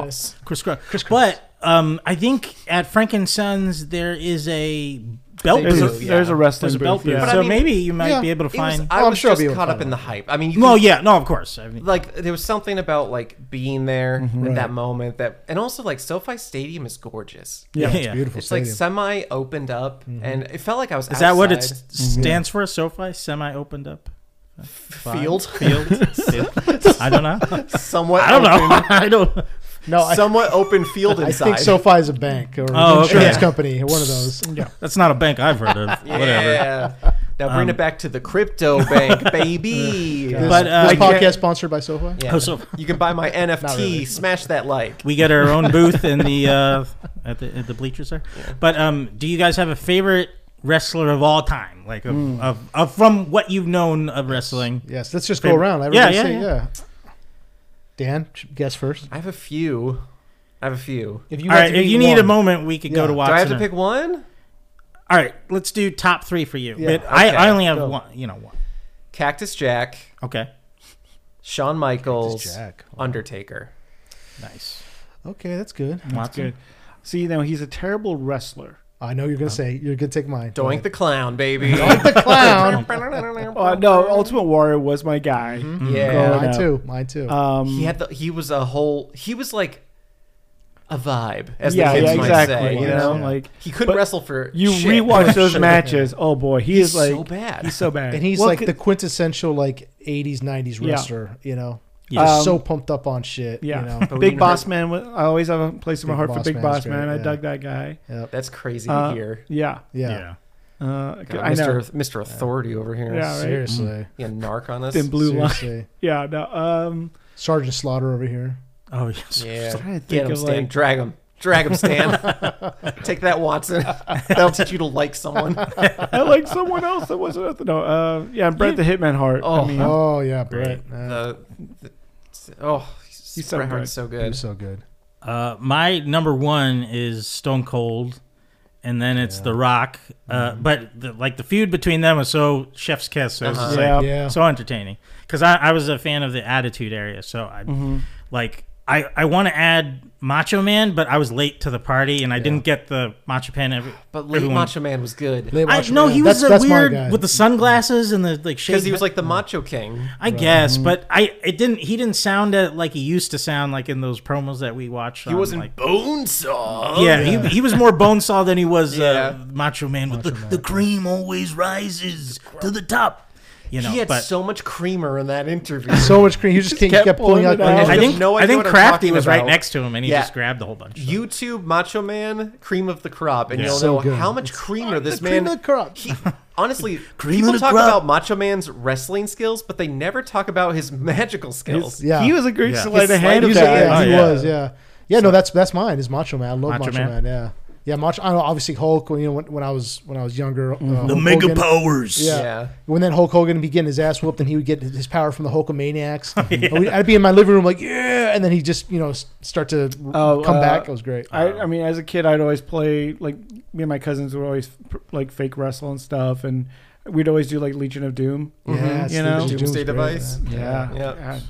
Speaker 3: Cross.
Speaker 2: Chris Cross. But um, I think at Frankenstein's there is a belt
Speaker 4: There's a,
Speaker 2: booth.
Speaker 3: booth, yeah.
Speaker 4: there's a wrestling
Speaker 2: There's a belt
Speaker 4: booth.
Speaker 2: booth.
Speaker 4: Yeah.
Speaker 3: But I
Speaker 2: So
Speaker 3: mean,
Speaker 2: maybe you might
Speaker 1: yeah,
Speaker 2: be able to
Speaker 3: It was-
Speaker 2: find.
Speaker 1: Oh,
Speaker 3: I
Speaker 1: I'm
Speaker 3: was
Speaker 1: sure I'll
Speaker 3: just
Speaker 1: be able to
Speaker 3: caught
Speaker 1: find
Speaker 3: up in
Speaker 1: it.
Speaker 3: the hype. I mean, you
Speaker 2: well,
Speaker 3: could-
Speaker 2: yeah. No, of course. I mean,
Speaker 3: like there was something about like being there
Speaker 2: Mm-hmm.
Speaker 3: at that moment that, and also like SoFi Stadium is gorgeous.
Speaker 1: Yeah.
Speaker 2: Yeah.
Speaker 1: It's a beautiful
Speaker 3: It's
Speaker 1: stadium.
Speaker 3: like semi opened up, and it felt like I was.
Speaker 2: Mm-hmm. is that what it
Speaker 3: outside.
Speaker 2: stands for? SoFi semi opened up.
Speaker 3: Field?
Speaker 2: field, field. [LAUGHS] I don't know.
Speaker 3: [LAUGHS] Somewhat.
Speaker 2: I don't
Speaker 3: open,
Speaker 2: know. [LAUGHS] I don't.
Speaker 1: No, I,
Speaker 3: Somewhat open
Speaker 1: [LAUGHS]
Speaker 3: field
Speaker 1: I
Speaker 3: inside.
Speaker 1: think SoFi is a bank or
Speaker 2: Oh,
Speaker 1: an
Speaker 2: okay.
Speaker 1: insurance
Speaker 2: Yeah.
Speaker 1: company, one of those. Yeah.
Speaker 2: That's not a bank I've heard of. Whatever. Um,
Speaker 3: Yeah. [LAUGHS] Now bring it back to the
Speaker 1: [LAUGHS]
Speaker 3: crypto bank, baby.
Speaker 2: But, uh,
Speaker 1: this
Speaker 2: I
Speaker 1: podcast
Speaker 2: can't-
Speaker 1: sponsored by SoFi.
Speaker 3: Yeah.
Speaker 2: Oh, so-
Speaker 3: you can buy my NFT.
Speaker 1: really.
Speaker 3: Smash that like.
Speaker 2: We get our own booth in the uh, at the at the bleachers there. But um, do you guys have a favorite wrestler of all time? Like of,
Speaker 1: Hmm.
Speaker 2: of, of from what you've known of wrestling?
Speaker 1: Yes. Let's just go
Speaker 2: Favorite-
Speaker 1: around.
Speaker 2: Yeah,
Speaker 1: Everybody
Speaker 2: yeah,
Speaker 1: say,
Speaker 2: yeah.
Speaker 1: Dan, guess first.
Speaker 3: I have a few. I have a few.
Speaker 1: If you
Speaker 2: all right, if you need a moment, we could
Speaker 1: Yeah.
Speaker 2: go to
Speaker 1: Do
Speaker 2: watch.
Speaker 3: Do I have to pick one?
Speaker 2: All right, let's do top three for you.
Speaker 1: Yeah,
Speaker 2: but I,
Speaker 3: okay,
Speaker 2: I only have
Speaker 1: go.
Speaker 2: one. You know one.
Speaker 3: Cactus Jack,
Speaker 2: Okay,
Speaker 3: Shawn Michaels,
Speaker 1: Jack.
Speaker 3: Undertaker.
Speaker 2: nice.
Speaker 1: Okay, that's good.
Speaker 2: Watson.
Speaker 4: Good. See, now he's a terrible wrestler.
Speaker 1: I know you're gonna
Speaker 2: Uh,
Speaker 1: say you're gonna take mine.
Speaker 3: Doink the clown, baby.
Speaker 1: the
Speaker 3: [LAUGHS]
Speaker 1: clown. [LAUGHS] Oh,
Speaker 4: Uh, no, Ultimate Warrior was my guy.
Speaker 2: Mm.
Speaker 3: Oh, yeah.
Speaker 1: mine
Speaker 4: up.
Speaker 1: too. Mine too.
Speaker 4: Um,
Speaker 3: He had the, he was a whole he was like a vibe, as
Speaker 4: yeah,
Speaker 3: the kids
Speaker 4: yeah,
Speaker 3: might
Speaker 4: exactly.
Speaker 3: say. You
Speaker 4: you
Speaker 1: yeah.
Speaker 3: know,
Speaker 4: know, like
Speaker 3: he couldn't
Speaker 4: But
Speaker 3: wrestle for
Speaker 4: you
Speaker 3: shit.
Speaker 4: rewatch those matches. Oh boy, he
Speaker 3: He's
Speaker 4: is like
Speaker 3: so bad.
Speaker 4: He's so bad,
Speaker 1: and he's
Speaker 4: Well,
Speaker 1: like
Speaker 4: c-
Speaker 1: the quintessential like '80s '90s
Speaker 4: Yeah.
Speaker 1: wrestler. You know,
Speaker 2: Yeah.
Speaker 1: just
Speaker 4: Um,
Speaker 1: so pumped up on shit.
Speaker 4: yeah.
Speaker 1: You know?
Speaker 3: But we
Speaker 4: [LAUGHS] Big
Speaker 3: didn't
Speaker 4: Boss
Speaker 3: hurt-
Speaker 4: Man. wa- I always have a place in my
Speaker 1: Big
Speaker 4: heart for
Speaker 1: Boss
Speaker 4: Big
Speaker 1: Man's
Speaker 4: Boss
Speaker 1: great,
Speaker 4: Man. I
Speaker 1: yeah.
Speaker 4: dug that guy.
Speaker 1: Yep.
Speaker 3: [LAUGHS] That's crazy
Speaker 4: Uh,
Speaker 3: to hear.
Speaker 4: Yeah,
Speaker 1: Yeah.
Speaker 4: uh,
Speaker 3: God,
Speaker 4: I
Speaker 3: Mr.
Speaker 4: know.
Speaker 3: Mr. Authority over here.
Speaker 4: Yeah, right.
Speaker 1: Seriously.
Speaker 3: Yeah, narc on us.
Speaker 4: Thin blue line.
Speaker 1: Seriously.
Speaker 4: Yeah, no. Um,
Speaker 1: Sergeant Slaughter over here.
Speaker 2: Oh yes.
Speaker 3: Yeah.
Speaker 4: [LAUGHS] trying to
Speaker 3: Get
Speaker 4: think
Speaker 3: him,
Speaker 4: of,
Speaker 3: Stan.
Speaker 4: like-
Speaker 3: Drag him. Drag him, Stan.
Speaker 4: [LAUGHS]
Speaker 3: [LAUGHS] Take that, Watson. That'll teach you to like someone.
Speaker 4: I like someone else that wasn't at the no. Uh, yeah, Brett the Hitman Hart.
Speaker 3: Oh.
Speaker 4: I mean,
Speaker 1: Oh yeah, Brett. Uh,
Speaker 3: The, the, oh, he's so
Speaker 4: so good.
Speaker 3: so
Speaker 1: he
Speaker 3: good.
Speaker 1: was so good.
Speaker 2: Uh, my number one is Stone Cold, and then it's The Rock. Uh,
Speaker 3: Mm-hmm.
Speaker 2: But the, like the feud between them was so chef's kiss. So it's
Speaker 3: Uh-huh.
Speaker 2: just,
Speaker 4: Yeah.
Speaker 2: like,
Speaker 1: Yeah.
Speaker 2: so entertaining. Because I, I was a fan of the Attitude Area, so I like I I want to add Macho Man, but I was late to the party and I didn't get the Macho Man. Every,
Speaker 3: But late
Speaker 2: everyone-
Speaker 3: Macho Man was good.
Speaker 1: Late
Speaker 2: I
Speaker 1: Watchman.
Speaker 2: no, he was
Speaker 1: That's-
Speaker 2: a
Speaker 1: that's my guy.
Speaker 2: weird with the sunglasses and the like.
Speaker 3: Because
Speaker 2: shaved
Speaker 3: he was
Speaker 2: head.
Speaker 3: like the Macho King.
Speaker 2: I guess, but I it didn't. He didn't sound uh, like he used to sound like in those promos that we watched.
Speaker 3: He wasn't
Speaker 2: like,
Speaker 3: Bonesaw.
Speaker 2: yeah, He, he was more bonesaw than he was
Speaker 3: Oh, Yeah.
Speaker 2: uh, Macho Man. With the, the cream always rises to the top. You know,
Speaker 3: he had
Speaker 2: but
Speaker 3: so much creamer in that interview.
Speaker 1: so much cream. He just, kept,
Speaker 4: kept
Speaker 1: kept pulling out.
Speaker 4: pulling it out.
Speaker 2: I
Speaker 3: have
Speaker 2: think
Speaker 3: no
Speaker 2: I
Speaker 3: idea
Speaker 2: think
Speaker 3: what I'm
Speaker 2: Crafty
Speaker 3: talking
Speaker 2: was right
Speaker 3: about.
Speaker 2: next to him, and he
Speaker 3: Yeah.
Speaker 2: just grabbed a whole bunch.
Speaker 3: YouTube Macho Man, cream of the crop, and
Speaker 2: Yeah.
Speaker 3: you'll
Speaker 1: So
Speaker 3: know
Speaker 1: good.
Speaker 3: how much creamer this
Speaker 1: the cream
Speaker 3: man.
Speaker 1: of the crop.
Speaker 3: He,
Speaker 1: [LAUGHS]
Speaker 3: honestly,
Speaker 2: Cream
Speaker 3: people
Speaker 2: of the
Speaker 3: talk
Speaker 2: crop.
Speaker 3: about Macho Man's wrestling skills, but they never talk about his [LAUGHS] magical skills.
Speaker 1: Yeah.
Speaker 4: he was a great
Speaker 2: Yeah.
Speaker 4: slight
Speaker 3: His
Speaker 4: ahead
Speaker 3: sleight
Speaker 4: of
Speaker 3: of
Speaker 1: He's like,
Speaker 4: that.
Speaker 1: yeah,
Speaker 2: Oh,
Speaker 1: he
Speaker 2: yeah.
Speaker 1: was. Yeah. Yeah. No, that's that's mine. Is Macho Man. I love
Speaker 2: Macho
Speaker 1: Macho,
Speaker 2: Man.
Speaker 1: Man. Yeah. Yeah. Macho. I don't know, obviously Hulk. You know, when, when I was when I was younger, uh,
Speaker 2: the
Speaker 1: Hulk
Speaker 2: mega
Speaker 1: Hogan-
Speaker 2: powers.
Speaker 1: Yeah.
Speaker 3: Yeah.
Speaker 1: When then Hulk Hogan would be getting his ass whooped, and he would get his power from the
Speaker 4: [LAUGHS]
Speaker 1: Hulkamaniacs. And we- I'd be in my living room like, yeah, and then he just you know s- start to r-
Speaker 4: Oh,
Speaker 1: come
Speaker 4: uh,
Speaker 1: back. It was great.
Speaker 4: I,
Speaker 3: Oh.
Speaker 4: I mean, as a kid, I'd always play like me and my cousins would always pr- like fake wrestle and stuff, and we'd always do like Legion of Doom.
Speaker 1: yeah,
Speaker 4: Mm-hmm. you know,
Speaker 1: Doom's
Speaker 3: Doomsday
Speaker 1: great,
Speaker 3: Device.
Speaker 1: man.
Speaker 4: Yeah,
Speaker 3: Yeah.
Speaker 4: God,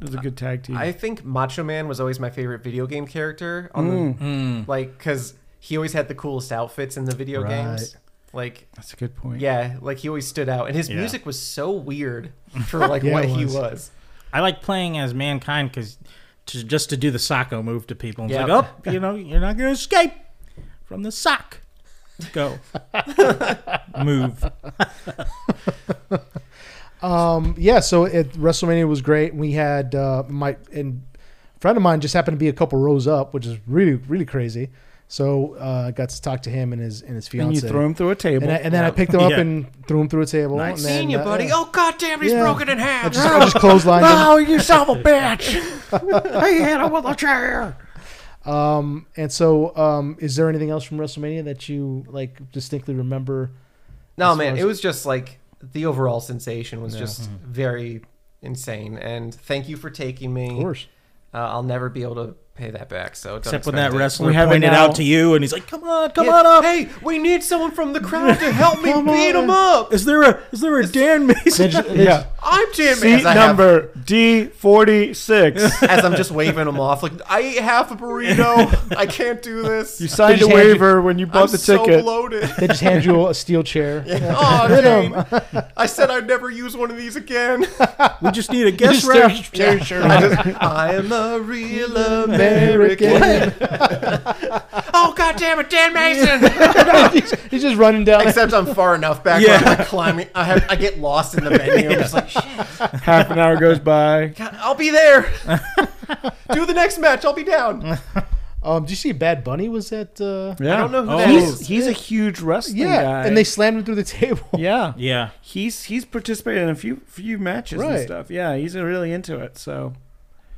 Speaker 4: it was a good tag team.
Speaker 3: I think Macho Man was always my favorite video game character on
Speaker 4: Mm,
Speaker 3: the
Speaker 2: Hmm.
Speaker 3: like because he always had the coolest outfits in the video
Speaker 1: Right.
Speaker 3: games. Like
Speaker 4: that's a good point.
Speaker 3: yeah, like he always stood out, and his
Speaker 2: Yeah.
Speaker 3: music was
Speaker 1: [LAUGHS]
Speaker 3: so weird for like
Speaker 1: Yeah,
Speaker 3: what
Speaker 1: it
Speaker 3: he
Speaker 1: was.
Speaker 3: was.
Speaker 2: I like playing as mankind because to, just to do the socko move to people. It's
Speaker 3: Yeah.
Speaker 2: like, oh, you know, you're not going to escape from the sock.
Speaker 3: [LAUGHS]
Speaker 2: Go. move.
Speaker 1: Um, yeah, so it, WrestleMania was great. We had uh, my and a friend of mine just happened to be a couple rows up, which is really really crazy. So uh, I got to talk to him and his and his
Speaker 4: and
Speaker 1: fiance.
Speaker 4: you throw him through a table.
Speaker 1: And I, and then I picked him up
Speaker 2: Yeah.
Speaker 1: and threw him through a table.
Speaker 2: Nice.
Speaker 1: and then,
Speaker 3: Seeing you,
Speaker 1: uh,
Speaker 3: buddy.
Speaker 1: yeah.
Speaker 3: Oh goddamn, he's
Speaker 1: Yeah.
Speaker 3: broken in
Speaker 1: I
Speaker 3: half. [LAUGHS]
Speaker 1: just, [LAUGHS] I just clotheslined him.
Speaker 4: you son of a bitch!
Speaker 2: I hit him with a chair.
Speaker 1: Um, and so, um, is there anything else from WrestleMania that you like distinctly remember? as
Speaker 3: No
Speaker 1: far
Speaker 3: man,
Speaker 1: as-
Speaker 3: it was just like the overall sensation was just very insane. And thank you for taking me.
Speaker 1: Of course.
Speaker 3: Uh, I'll never be able to pay that back. So don't
Speaker 2: Except when that
Speaker 3: expect it.
Speaker 2: wrestler
Speaker 4: We have it
Speaker 2: pointed
Speaker 4: now.
Speaker 2: out to you and he's like, come on, come
Speaker 3: Yeah,
Speaker 2: on up.
Speaker 3: Hey, we need someone from the crowd to help me beat him up.
Speaker 2: Is there a is there a Dan
Speaker 3: [LAUGHS]
Speaker 2: Mason?
Speaker 4: [LAUGHS] yeah,
Speaker 3: I'm [LAUGHS] Jim.
Speaker 4: seat
Speaker 3: as I have-
Speaker 4: number D forty six.
Speaker 3: as I'm just waving him off, like I ate half a burrito. I can't do this. [LAUGHS]
Speaker 4: You
Speaker 1: They
Speaker 4: signed a
Speaker 1: just hand you-
Speaker 4: waiver when you bought
Speaker 3: I'm
Speaker 4: the
Speaker 3: so
Speaker 4: ticket.
Speaker 3: bloated.
Speaker 1: [LAUGHS] They just hand you a steel
Speaker 3: [LAUGHS]
Speaker 1: chair.
Speaker 3: Oh, Jane, I said I'd never use one of these again.
Speaker 2: we just need a
Speaker 1: You
Speaker 2: guest
Speaker 1: just tear-
Speaker 2: ref.
Speaker 1: tear your shirt
Speaker 3: I,
Speaker 1: off.
Speaker 3: just, [LAUGHS] I am a real [LAUGHS] American.
Speaker 1: American.
Speaker 3: oh, God damn it, Dan Mason!
Speaker 1: he's, he's just running down.
Speaker 3: [LAUGHS] Except I'm far enough back
Speaker 2: Yeah.
Speaker 3: where I'm like climbing. I, have, I get lost in the venue. I'm just like, shit,
Speaker 4: Half an hour goes by.
Speaker 3: God, I'll be there. Do the next match. I'll be down.
Speaker 1: Um, did you see Bad Bunny was at? Uh,
Speaker 4: Yeah.
Speaker 3: I don't know who
Speaker 2: Oh.
Speaker 3: that
Speaker 4: He's,
Speaker 3: is.
Speaker 4: he's a huge wrestling
Speaker 1: yeah,
Speaker 4: guy.
Speaker 1: and they slammed him through the [LAUGHS] table.
Speaker 4: yeah.
Speaker 2: Yeah.
Speaker 4: He's he's participated in a few few matches
Speaker 1: Right.
Speaker 4: and stuff. Yeah, he's really into it. So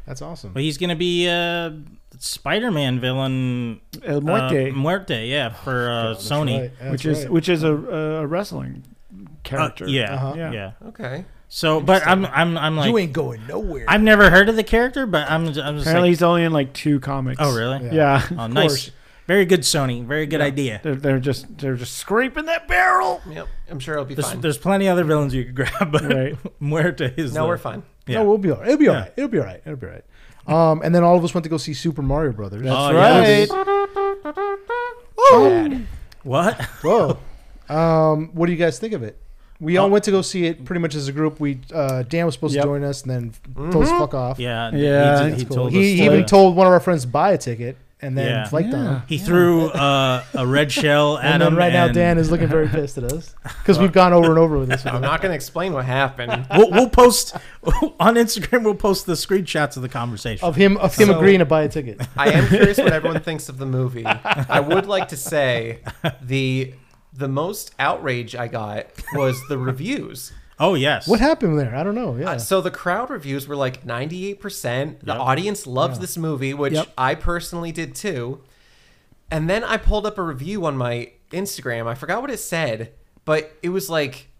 Speaker 1: That's awesome.
Speaker 2: But he's gonna be uh Spider-Man villain
Speaker 4: El
Speaker 2: uh,
Speaker 4: Muerte,
Speaker 2: Muerte, yeah, for uh,
Speaker 1: That's
Speaker 2: Sony.
Speaker 1: right, that's
Speaker 4: which is
Speaker 1: right.
Speaker 4: which is a, a wrestling
Speaker 2: Uh,
Speaker 4: character.
Speaker 2: yeah,
Speaker 1: Uh-huh.
Speaker 4: Yeah.
Speaker 2: yeah.
Speaker 3: Okay.
Speaker 2: So, but I'm I'm I'm like
Speaker 1: you ain't going nowhere.
Speaker 2: I've never heard of the character, but I'm, I'm just
Speaker 4: Apparently,
Speaker 2: like,
Speaker 4: he's only in like two comics.
Speaker 2: oh really?
Speaker 1: Yeah.
Speaker 4: Yeah. [LAUGHS]
Speaker 2: Oh,
Speaker 1: course.
Speaker 2: nice. Very good, Sony. Very good idea.
Speaker 4: They're, they're just they're just scraping that barrel.
Speaker 3: Yep. I'm sure it'll be
Speaker 2: There's,
Speaker 3: fine.
Speaker 2: there's plenty other villains you could grab, but
Speaker 4: Right.
Speaker 2: [LAUGHS] Muerta is
Speaker 3: no,
Speaker 2: the-
Speaker 1: [LAUGHS]
Speaker 3: we're fine.
Speaker 2: Yeah.
Speaker 1: No, we'll be all right. It'll be all right. It'll be all right. It'll be all right. Um, and then Oh, all of us went to go see Super Mario Brothers.
Speaker 2: Oh,
Speaker 4: That's
Speaker 2: yeah.
Speaker 4: right.
Speaker 3: Bad.
Speaker 2: What?
Speaker 1: Whoa. [LAUGHS] um, what do you guys think of it? We all
Speaker 2: Uh,
Speaker 1: went to go see it pretty much as a group. We uh, Dan was supposed
Speaker 4: Yep.
Speaker 1: to join us and then told us fuck off.
Speaker 2: Yeah.
Speaker 4: Yeah,
Speaker 2: He,
Speaker 4: that's
Speaker 2: he
Speaker 4: cool.
Speaker 2: told us
Speaker 1: He
Speaker 2: to-
Speaker 1: even told one of our friends to buy a ticket and then
Speaker 2: Yeah.
Speaker 1: flaked on
Speaker 4: Yeah.
Speaker 1: him.
Speaker 2: He threw uh, a red shell at
Speaker 1: And
Speaker 2: him.
Speaker 1: then right now
Speaker 2: and-
Speaker 1: Dan is looking very pissed at us because we've gone over and over with this.
Speaker 3: I'm not going to explain what happened.
Speaker 2: We'll, we'll post [LAUGHS] on Instagram. We'll post the screenshots of the conversation.
Speaker 1: Of him, of him
Speaker 3: So-
Speaker 1: agreeing to buy a ticket.
Speaker 3: I am curious what everyone thinks of the movie. I would like to say the the most outrage I got was the reviews.
Speaker 2: Oh yes.
Speaker 1: What happened there? I don't know. Yeah,
Speaker 3: Uh, so the crowd reviews were like 98%. The
Speaker 2: Yep.
Speaker 3: audience loves this movie, which
Speaker 1: Yep.
Speaker 3: I personally did too. And then I pulled up a review on my Instagram. I forgot what it said, but it was like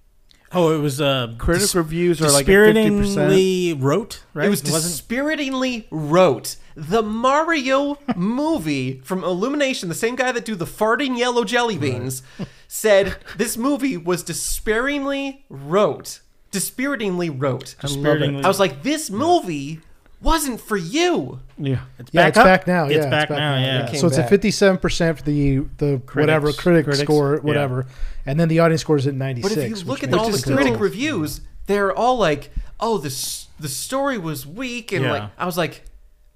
Speaker 2: Oh, it was uh,
Speaker 4: Critic
Speaker 2: dis-
Speaker 4: reviews are like fifty percent.
Speaker 2: dispiritingly wrote. Right.
Speaker 3: it was
Speaker 2: wasn't-
Speaker 3: dispiritingly wrote
Speaker 2: [LAUGHS]
Speaker 3: the Mario movie from Illumination, the same guy that do the farting yellow jelly beans, said this movie was despairingly wrote. Dispiritingly wrote.
Speaker 2: dispiritingly.
Speaker 3: I was like, this movie wasn't for you.
Speaker 4: Yeah,
Speaker 2: it's
Speaker 1: yeah,
Speaker 2: back
Speaker 1: it's
Speaker 2: up.
Speaker 1: back now.
Speaker 2: It's
Speaker 1: yeah,
Speaker 2: back now, yeah. It
Speaker 3: came
Speaker 1: So it's
Speaker 3: back.
Speaker 1: at fifty-seven percent for the the whatever critic
Speaker 4: Critics,
Speaker 1: score,
Speaker 4: yeah.
Speaker 1: whatever, and then the audience scores at
Speaker 3: But
Speaker 1: ninety-six.
Speaker 3: if you look
Speaker 1: which
Speaker 3: at
Speaker 1: makes
Speaker 3: all the
Speaker 1: it
Speaker 4: still-
Speaker 3: critic reviews, they're all like, "Oh, the s- the story was weak," and
Speaker 2: Yeah.
Speaker 3: like I was like,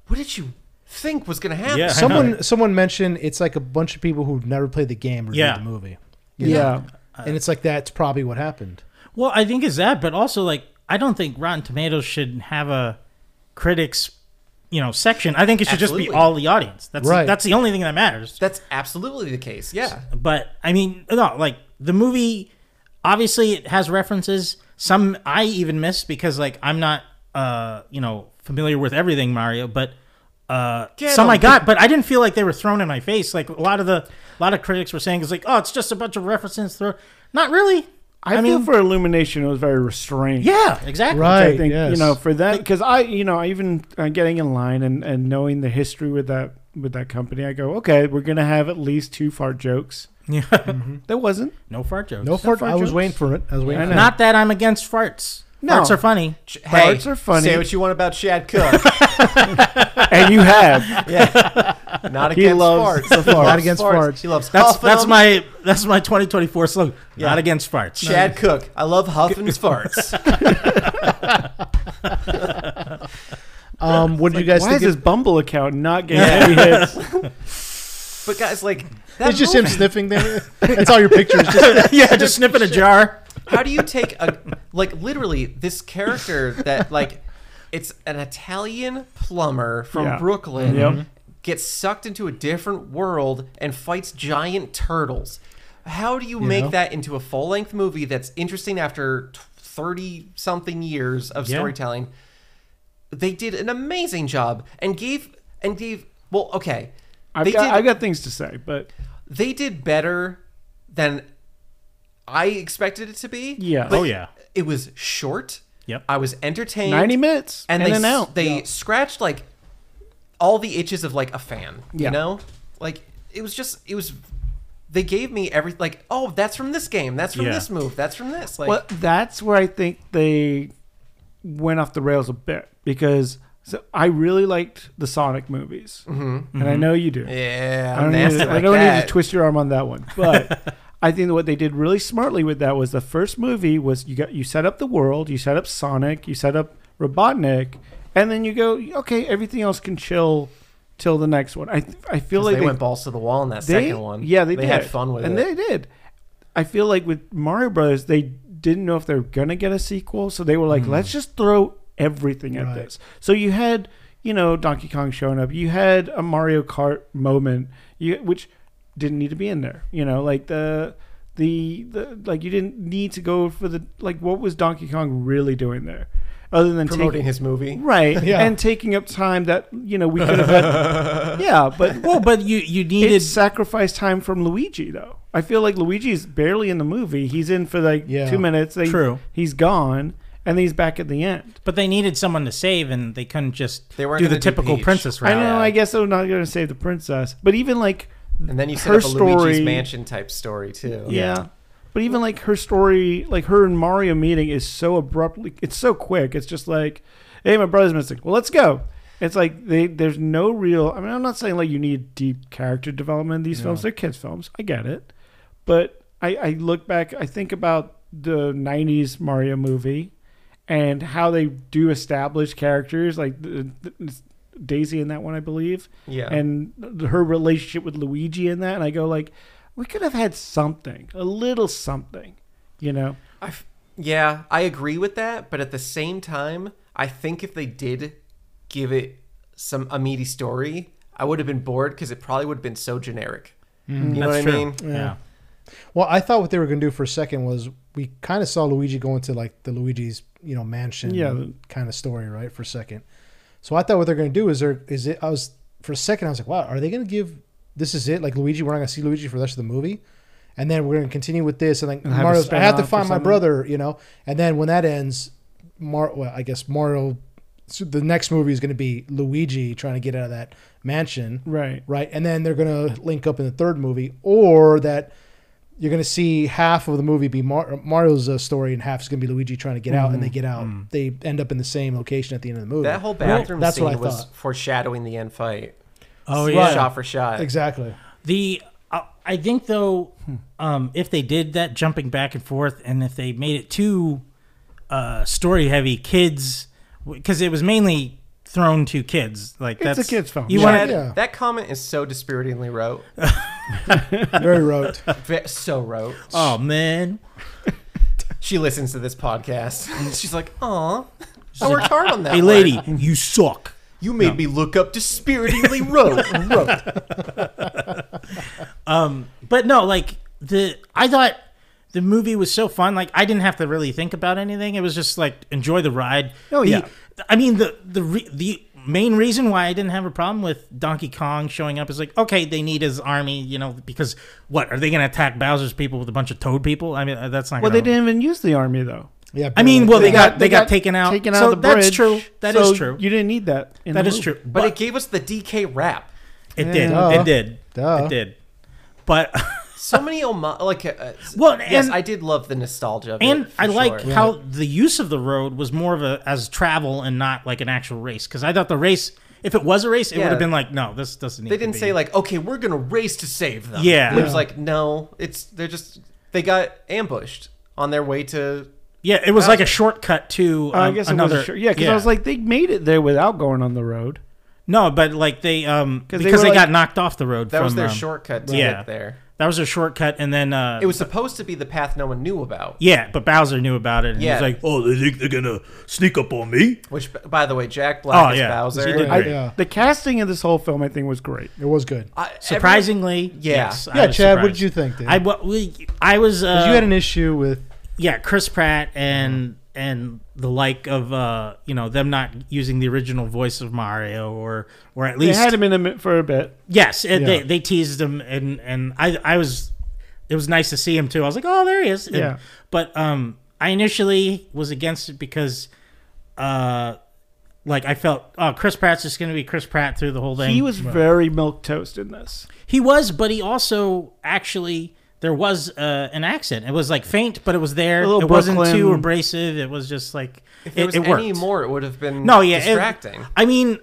Speaker 3: "What did you think was gonna happen?"
Speaker 2: Yeah.
Speaker 1: someone someone mentioned it's like a bunch of people who've never played the game reviewed
Speaker 2: Yeah.
Speaker 1: the movie,
Speaker 4: yeah.
Speaker 1: and it's like that's probably what happened.
Speaker 2: Well, I think it's that, but also like I don't think Rotten Tomatoes should have a critics, you know, section. I think it should just be
Speaker 3: Absolutely.
Speaker 2: all the audience. That's
Speaker 1: Right.
Speaker 2: that's the only thing that matters.
Speaker 3: [LAUGHS] That's absolutely the case. Yeah,
Speaker 2: But I mean, no, like the movie obviously it has references. Some I even missed because like I'm not uh, you know, familiar with everything Mario, but uh,
Speaker 3: Get
Speaker 2: some I
Speaker 3: 'em.
Speaker 2: got, but I didn't feel like they were thrown in my face. Like a lot of the a lot of critics were saying it's like, "Oh, it's just a bunch of references thrown." Not really.
Speaker 4: I, feel for Illumination, it was very restrained.
Speaker 2: Yeah, exactly.
Speaker 1: Right.
Speaker 4: I think
Speaker 1: yes.
Speaker 4: you know for that because I you know I even uh, getting in line and, and knowing the history with that with that company, I go okay, we're gonna have at least two fart jokes.
Speaker 2: Yeah.
Speaker 4: There wasn't.
Speaker 2: No fart jokes.
Speaker 1: No fart.
Speaker 4: fart
Speaker 1: I was
Speaker 4: jokes?
Speaker 1: waiting for it. I was waiting.
Speaker 4: I
Speaker 1: for
Speaker 4: know.
Speaker 1: it.
Speaker 2: Not that I'm against farts.
Speaker 4: No.
Speaker 2: Farts are funny.
Speaker 3: Ch-
Speaker 4: Parts are funny.
Speaker 3: Say what you want about Chad
Speaker 4: [LAUGHS]
Speaker 3: Cook.
Speaker 4: and you have
Speaker 3: Not
Speaker 4: he
Speaker 3: against farts.
Speaker 4: loves the farts.
Speaker 1: Not against farts.
Speaker 3: He loves
Speaker 2: That's
Speaker 3: huffing
Speaker 2: that's
Speaker 3: 'em.
Speaker 2: my that's my 2024 slogan. Not against farts.
Speaker 3: Chad Cook. I love Huffman's farts.
Speaker 1: Um, what do you guys
Speaker 4: Why is
Speaker 1: think?
Speaker 4: his
Speaker 1: of-
Speaker 4: Bumble account not getting any hits?
Speaker 3: But guys, like that
Speaker 1: It's just
Speaker 3: movie,
Speaker 1: him sniffing. There. That's all your pictures. Just
Speaker 2: [LAUGHS] yeah, just sniffing a
Speaker 4: [LAUGHS]
Speaker 2: jar.
Speaker 3: How do you take a like literally this character that like it's an Italian plumber from
Speaker 4: Yeah.
Speaker 3: Brooklyn
Speaker 4: Yep.
Speaker 3: gets sucked into a different world and fights giant turtles. How do you, make
Speaker 1: know?
Speaker 3: that into a full-length movie that's interesting after 30 something years of
Speaker 2: Yeah.
Speaker 3: storytelling? They did an amazing job and gave and gave well okay.
Speaker 4: I've
Speaker 3: they
Speaker 4: got,
Speaker 3: did-
Speaker 4: I've got things to say, but
Speaker 3: they did better than I expected it to be.
Speaker 4: Yeah.
Speaker 3: But
Speaker 2: Oh, yeah.
Speaker 3: It was short.
Speaker 2: Yep.
Speaker 3: I was entertained.
Speaker 4: ninety minutes
Speaker 3: and
Speaker 4: and
Speaker 3: they
Speaker 4: in and
Speaker 3: s-
Speaker 4: out.
Speaker 3: They scratched like all the itches of like a fan.
Speaker 4: Yeah.
Speaker 3: You know, like it was just it was. They gave me every like oh that's from this game that's from
Speaker 2: Yeah.
Speaker 3: this move that's from this like
Speaker 4: well, that's where I think they went off the rails a bit because so I really liked the Sonic movies, and I know you do.
Speaker 3: yeah
Speaker 4: I don't,
Speaker 3: nasty
Speaker 4: need to, I
Speaker 3: like
Speaker 4: don't need to
Speaker 3: that.
Speaker 4: twist your arm on that one,
Speaker 3: [LAUGHS]
Speaker 4: but I think that what they did really smartly with that was the first movie was you got you set up the world, you set up Sonic, you set up Robotnik, and then you go okay, everything else can chill till the next one. I I feel
Speaker 3: 'Cause
Speaker 4: like
Speaker 3: they, went balls to the wall in that
Speaker 4: they-
Speaker 3: second one
Speaker 4: Yeah, they,
Speaker 3: they
Speaker 4: did.
Speaker 3: had fun with
Speaker 4: and
Speaker 3: it
Speaker 4: they did. I feel like with Mario Brothers, they didn't know if they were gonna get a sequel, so they were
Speaker 3: Hmm.
Speaker 4: like, let's just throw everything at
Speaker 1: Right.
Speaker 4: this. So you had, you know, Donkey Kong showing up. You had a Mario Kart moment, you which didn't need to be in there. You know, like the. The, the like you didn't need to go for the like what was Donkey Kong really doing there, other than taking-
Speaker 3: promoting his movie
Speaker 4: right
Speaker 1: Yeah.
Speaker 4: and taking up time that you know we could have
Speaker 3: [LAUGHS]
Speaker 4: had yeah but
Speaker 2: Well, but you you needed
Speaker 4: it's sacrifice time from Luigi though. I feel like Luigi's barely in the movie. He's in for like
Speaker 1: Yeah.
Speaker 4: two minutes. They,
Speaker 2: True.
Speaker 4: He's gone, and then he's back at the end.
Speaker 2: but they needed someone to save and they couldn't just
Speaker 3: They weren't
Speaker 2: do the
Speaker 3: gonna do
Speaker 2: typical
Speaker 3: Peach.
Speaker 2: princess route.
Speaker 4: I know.
Speaker 3: Yeah.
Speaker 4: I guess they're not going to save the princess, but even like
Speaker 3: and then you set
Speaker 4: her
Speaker 3: up a Luigi's
Speaker 4: story-
Speaker 3: Mansion type story too
Speaker 4: yeah. But even like her story, like her and Mario meeting is so abruptly, it's so quick. It's just like, hey, my brother's missing. Well, let's go. It's like they there's no real. I mean, I'm not saying like you need deep character development in these films. They're kids films. I get it, But I, I look back, I think about the 90s Mario movie and how they do establish characters like the, the, Daisy in that one, I believe.
Speaker 3: Yeah.
Speaker 4: And th- her relationship with Luigi in that. And I go, like, we could have had something, a little something, you know?
Speaker 3: I f- yeah, I agree with that, but at the same time, I think if they did give it some a meaty story, I would have been bored because it probably would have been so generic. you know
Speaker 2: That's
Speaker 3: what
Speaker 2: true.
Speaker 3: I mean?
Speaker 2: Yeah.
Speaker 1: Well, I thought what they were going to do for a second was we kind of saw Luigi go into like the Luigi's you know mansion
Speaker 4: Yeah, the-
Speaker 1: kind of story, right? For a second, so I thought what they're going to do is they're is it I was for a second I was like, wow, are they going to give this is it like Luigi? We're not going to see Luigi for the rest of the movie, and then we're going to continue with this and like
Speaker 4: have a
Speaker 1: Mario's. I have to
Speaker 4: spin-off or
Speaker 1: find my
Speaker 4: something.
Speaker 1: brother, you know, and then when that ends, Mar well, I guess Mario. So the next movie is going to be Luigi trying to get out of that mansion,
Speaker 4: Right.
Speaker 1: right? And then they're going to link up in the third movie, or that you're going to see half of the movie be Mar- Mario's uh, story and half is going to be Luigi trying to get out, and they get out, they end up in the same location at the end of the movie.
Speaker 3: That whole bathroom
Speaker 1: That's
Speaker 3: scene
Speaker 1: what I
Speaker 3: was
Speaker 1: thought.
Speaker 3: foreshadowing the end fight.
Speaker 2: Oh
Speaker 1: Right.
Speaker 2: yeah.
Speaker 3: Shot for shot. [LAUGHS]
Speaker 1: exactly.
Speaker 2: The uh, I think though,
Speaker 4: Hmm.
Speaker 2: um, if they did that jumping back and forth, and if they made it too uh, story heavy, kids, because it was mainly thrown to kids. Like
Speaker 4: It's a
Speaker 2: that's
Speaker 4: kid's film.
Speaker 2: You
Speaker 4: Yeah.
Speaker 2: want
Speaker 3: Chad,
Speaker 2: to
Speaker 1: Yeah.
Speaker 3: That comment is so dispiritingly rote.
Speaker 1: Very rote.
Speaker 3: Ve- so rote.
Speaker 2: Oh man,
Speaker 3: She listens to this podcast. [LAUGHS] She's like, "Aw, I worked hard on that."
Speaker 2: hey
Speaker 3: one.
Speaker 2: lady, you suck.
Speaker 3: you made me look up dispiritingly rote. rote.
Speaker 2: But no, like the I thought the movie was so fun. Like I didn't have to really think about anything. It was just like enjoy the ride.
Speaker 4: Oh,
Speaker 2: The-
Speaker 4: yeah.
Speaker 2: I mean the the re- the main reason why I didn't have a problem with Donkey Kong showing up is like okay they need his army you know because what are they gonna attack Bowser's people with a bunch of Toad people? I mean uh, that's not
Speaker 4: Well,
Speaker 2: gonna
Speaker 4: they didn't even use the army, though.
Speaker 1: Yeah.
Speaker 2: I mean, well, they,
Speaker 1: barely.
Speaker 2: got, they got, taken out.
Speaker 4: Taken out
Speaker 2: so
Speaker 4: of the bridge.
Speaker 2: That's true. That is
Speaker 4: so
Speaker 2: true.
Speaker 4: You didn't need that. in
Speaker 2: that
Speaker 4: the
Speaker 2: is
Speaker 4: movie.
Speaker 2: true.
Speaker 3: But
Speaker 2: But,
Speaker 3: it gave us the DK rap.
Speaker 2: it, did.
Speaker 1: Duh.
Speaker 2: It did.
Speaker 1: Duh.
Speaker 2: It did. But [LAUGHS]
Speaker 3: So many homage. Like, uh, s-
Speaker 2: Well,
Speaker 3: yes,
Speaker 2: and-
Speaker 3: I did love the nostalgia. Of
Speaker 2: and
Speaker 3: it, for
Speaker 2: I like
Speaker 3: sure.
Speaker 2: how the use of the road was more of a as travel and not like an actual race. Because I thought the race, if it was a race, it
Speaker 3: Yeah.
Speaker 2: would have been like, no, this doesn't. Need
Speaker 3: they
Speaker 2: to
Speaker 3: didn't
Speaker 2: be.
Speaker 3: say like, "Okay, we're gonna race to save them."
Speaker 2: Yeah.
Speaker 3: it was
Speaker 1: Yeah.
Speaker 3: like, no, it's they're just they got ambushed on their way to.
Speaker 2: Yeah, it was
Speaker 3: uh,
Speaker 2: like a shortcut to.
Speaker 3: Oh,
Speaker 4: Uh, I
Speaker 2: um,
Speaker 4: guess
Speaker 2: another.
Speaker 4: it was. a Sure. Yeah, because I was like, they made it there without going on the road.
Speaker 2: no, but like they um
Speaker 4: 'Cause
Speaker 2: because
Speaker 4: they
Speaker 2: they,
Speaker 4: were like-
Speaker 2: got knocked off the road.
Speaker 3: That
Speaker 2: from,
Speaker 3: was their
Speaker 2: um,
Speaker 3: shortcut to
Speaker 2: yeah.
Speaker 3: get there.
Speaker 2: That was their shortcut, and then uh,
Speaker 3: It was supposed to be the path no one knew about.
Speaker 2: yeah, but Bowser knew about it, and
Speaker 3: Yeah.
Speaker 2: he was like, oh, they think they're gonna sneak up on me.
Speaker 3: Which, b- by the way, Jack Black
Speaker 2: Oh,
Speaker 3: is
Speaker 2: yeah.
Speaker 3: Bowser.
Speaker 2: He did
Speaker 4: I,
Speaker 2: Great.
Speaker 1: Yeah.
Speaker 4: The casting of this whole film, I think, was great.
Speaker 1: It was good.
Speaker 3: I- every-
Speaker 2: Surprisingly,
Speaker 3: Yeah.
Speaker 2: yes. I
Speaker 1: yeah,
Speaker 2: was
Speaker 1: Chad, what
Speaker 2: surprised.
Speaker 1: did you think? Dude?
Speaker 2: I wa- we- I was. Uh,
Speaker 1: 'Cause you had an issue with
Speaker 2: yeah, Chris Pratt and and the like of uh, you know them not using the original voice of Mario or or at
Speaker 4: They
Speaker 2: least
Speaker 4: had him in a mi- for a bit.
Speaker 2: yes, and they
Speaker 1: Yeah.
Speaker 2: they teased him and and I I was it was nice to see him too. I was like, oh, there he is. And-
Speaker 4: Yeah.
Speaker 2: But um, I initially was against it because uh, like I felt oh, Chris Pratt's just gonna be Chris Pratt through the whole thing.
Speaker 4: He was very milk toast in this.
Speaker 2: He was, but he also actually there was uh, an accent. It was like faint, but it was there.
Speaker 4: A little
Speaker 2: It wasn't too
Speaker 4: Brooklyn-
Speaker 2: abrasive. It was just like
Speaker 3: If there
Speaker 2: it,
Speaker 3: was
Speaker 2: it worked.
Speaker 3: any more, it would have been
Speaker 2: no, yeah, it-
Speaker 3: distracting.
Speaker 2: I mean,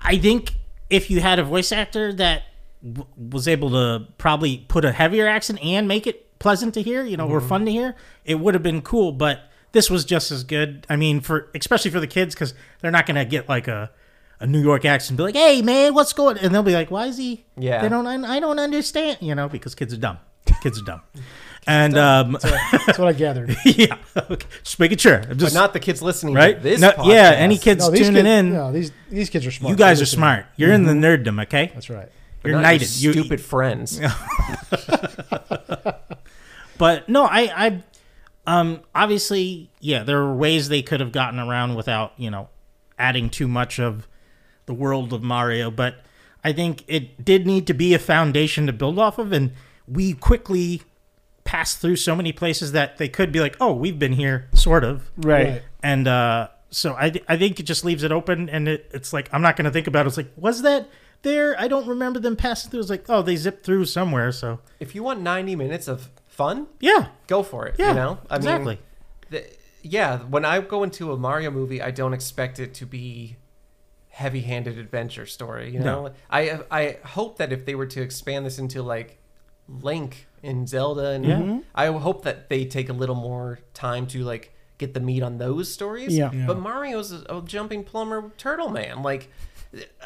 Speaker 2: I think if you had a voice actor that w- was able to probably put a heavier accent and make it pleasant to hear, you know,
Speaker 3: Mm-hmm.
Speaker 2: or fun to hear, it would have been cool. But this was just as good. I mean, for especially for the kids because they're not gonna get like a. A New York accent, and be like, "Hey, man, what's going?" And they'll be like, "Why is he?"
Speaker 3: Yeah.
Speaker 2: they don't. I, I don't understand. You know, because kids are dumb. Kids
Speaker 3: [LAUGHS]
Speaker 2: are dumb. and um,
Speaker 1: that's what I gathered.
Speaker 2: [LAUGHS] yeah, okay. just making sure. I'm
Speaker 3: but
Speaker 2: just
Speaker 3: not the kids listening
Speaker 2: right.
Speaker 3: to this
Speaker 2: No,
Speaker 3: podcast.
Speaker 2: yeah, any kids tuning
Speaker 1: kids,
Speaker 2: in,
Speaker 1: No, these these kids are smart.
Speaker 2: you guys
Speaker 1: They're
Speaker 2: are
Speaker 1: listening.
Speaker 2: smart. You're in the nerddom, okay?
Speaker 1: That's right.
Speaker 3: They're
Speaker 2: You're
Speaker 3: not your
Speaker 2: knighted. You-
Speaker 3: stupid friends.
Speaker 2: But no, I, I, um, obviously, yeah, there are ways they could have gotten around without, you know, adding too much of the world of Mario. But I think it did need to be a foundation to build off of, and we quickly passed through so many places that they could be like, oh, we've been here, sort of.
Speaker 4: Right.
Speaker 1: Right.
Speaker 2: and uh, so I, I think it just leaves it open and it, it's like i'm not going to think about it it's like was that there i don't remember them passing through it's like oh they zipped through somewhere so
Speaker 3: if you want 90 minutes of fun,
Speaker 2: yeah
Speaker 3: go for it.
Speaker 2: yeah
Speaker 3: you know, I
Speaker 2: exactly
Speaker 3: Mean, the, yeah, when I go into a Mario movie, I don't expect it to be heavy-handed adventure story. You know,
Speaker 2: No.
Speaker 3: I I hope that if they were to expand this into like Link and Zelda, and
Speaker 4: Yeah. Mhm.
Speaker 3: I hope that they take a little more time to like get the meat on those stories.
Speaker 4: Yeah.
Speaker 1: Yeah.
Speaker 3: But Mario's a, a jumping plumber turtle man. Like,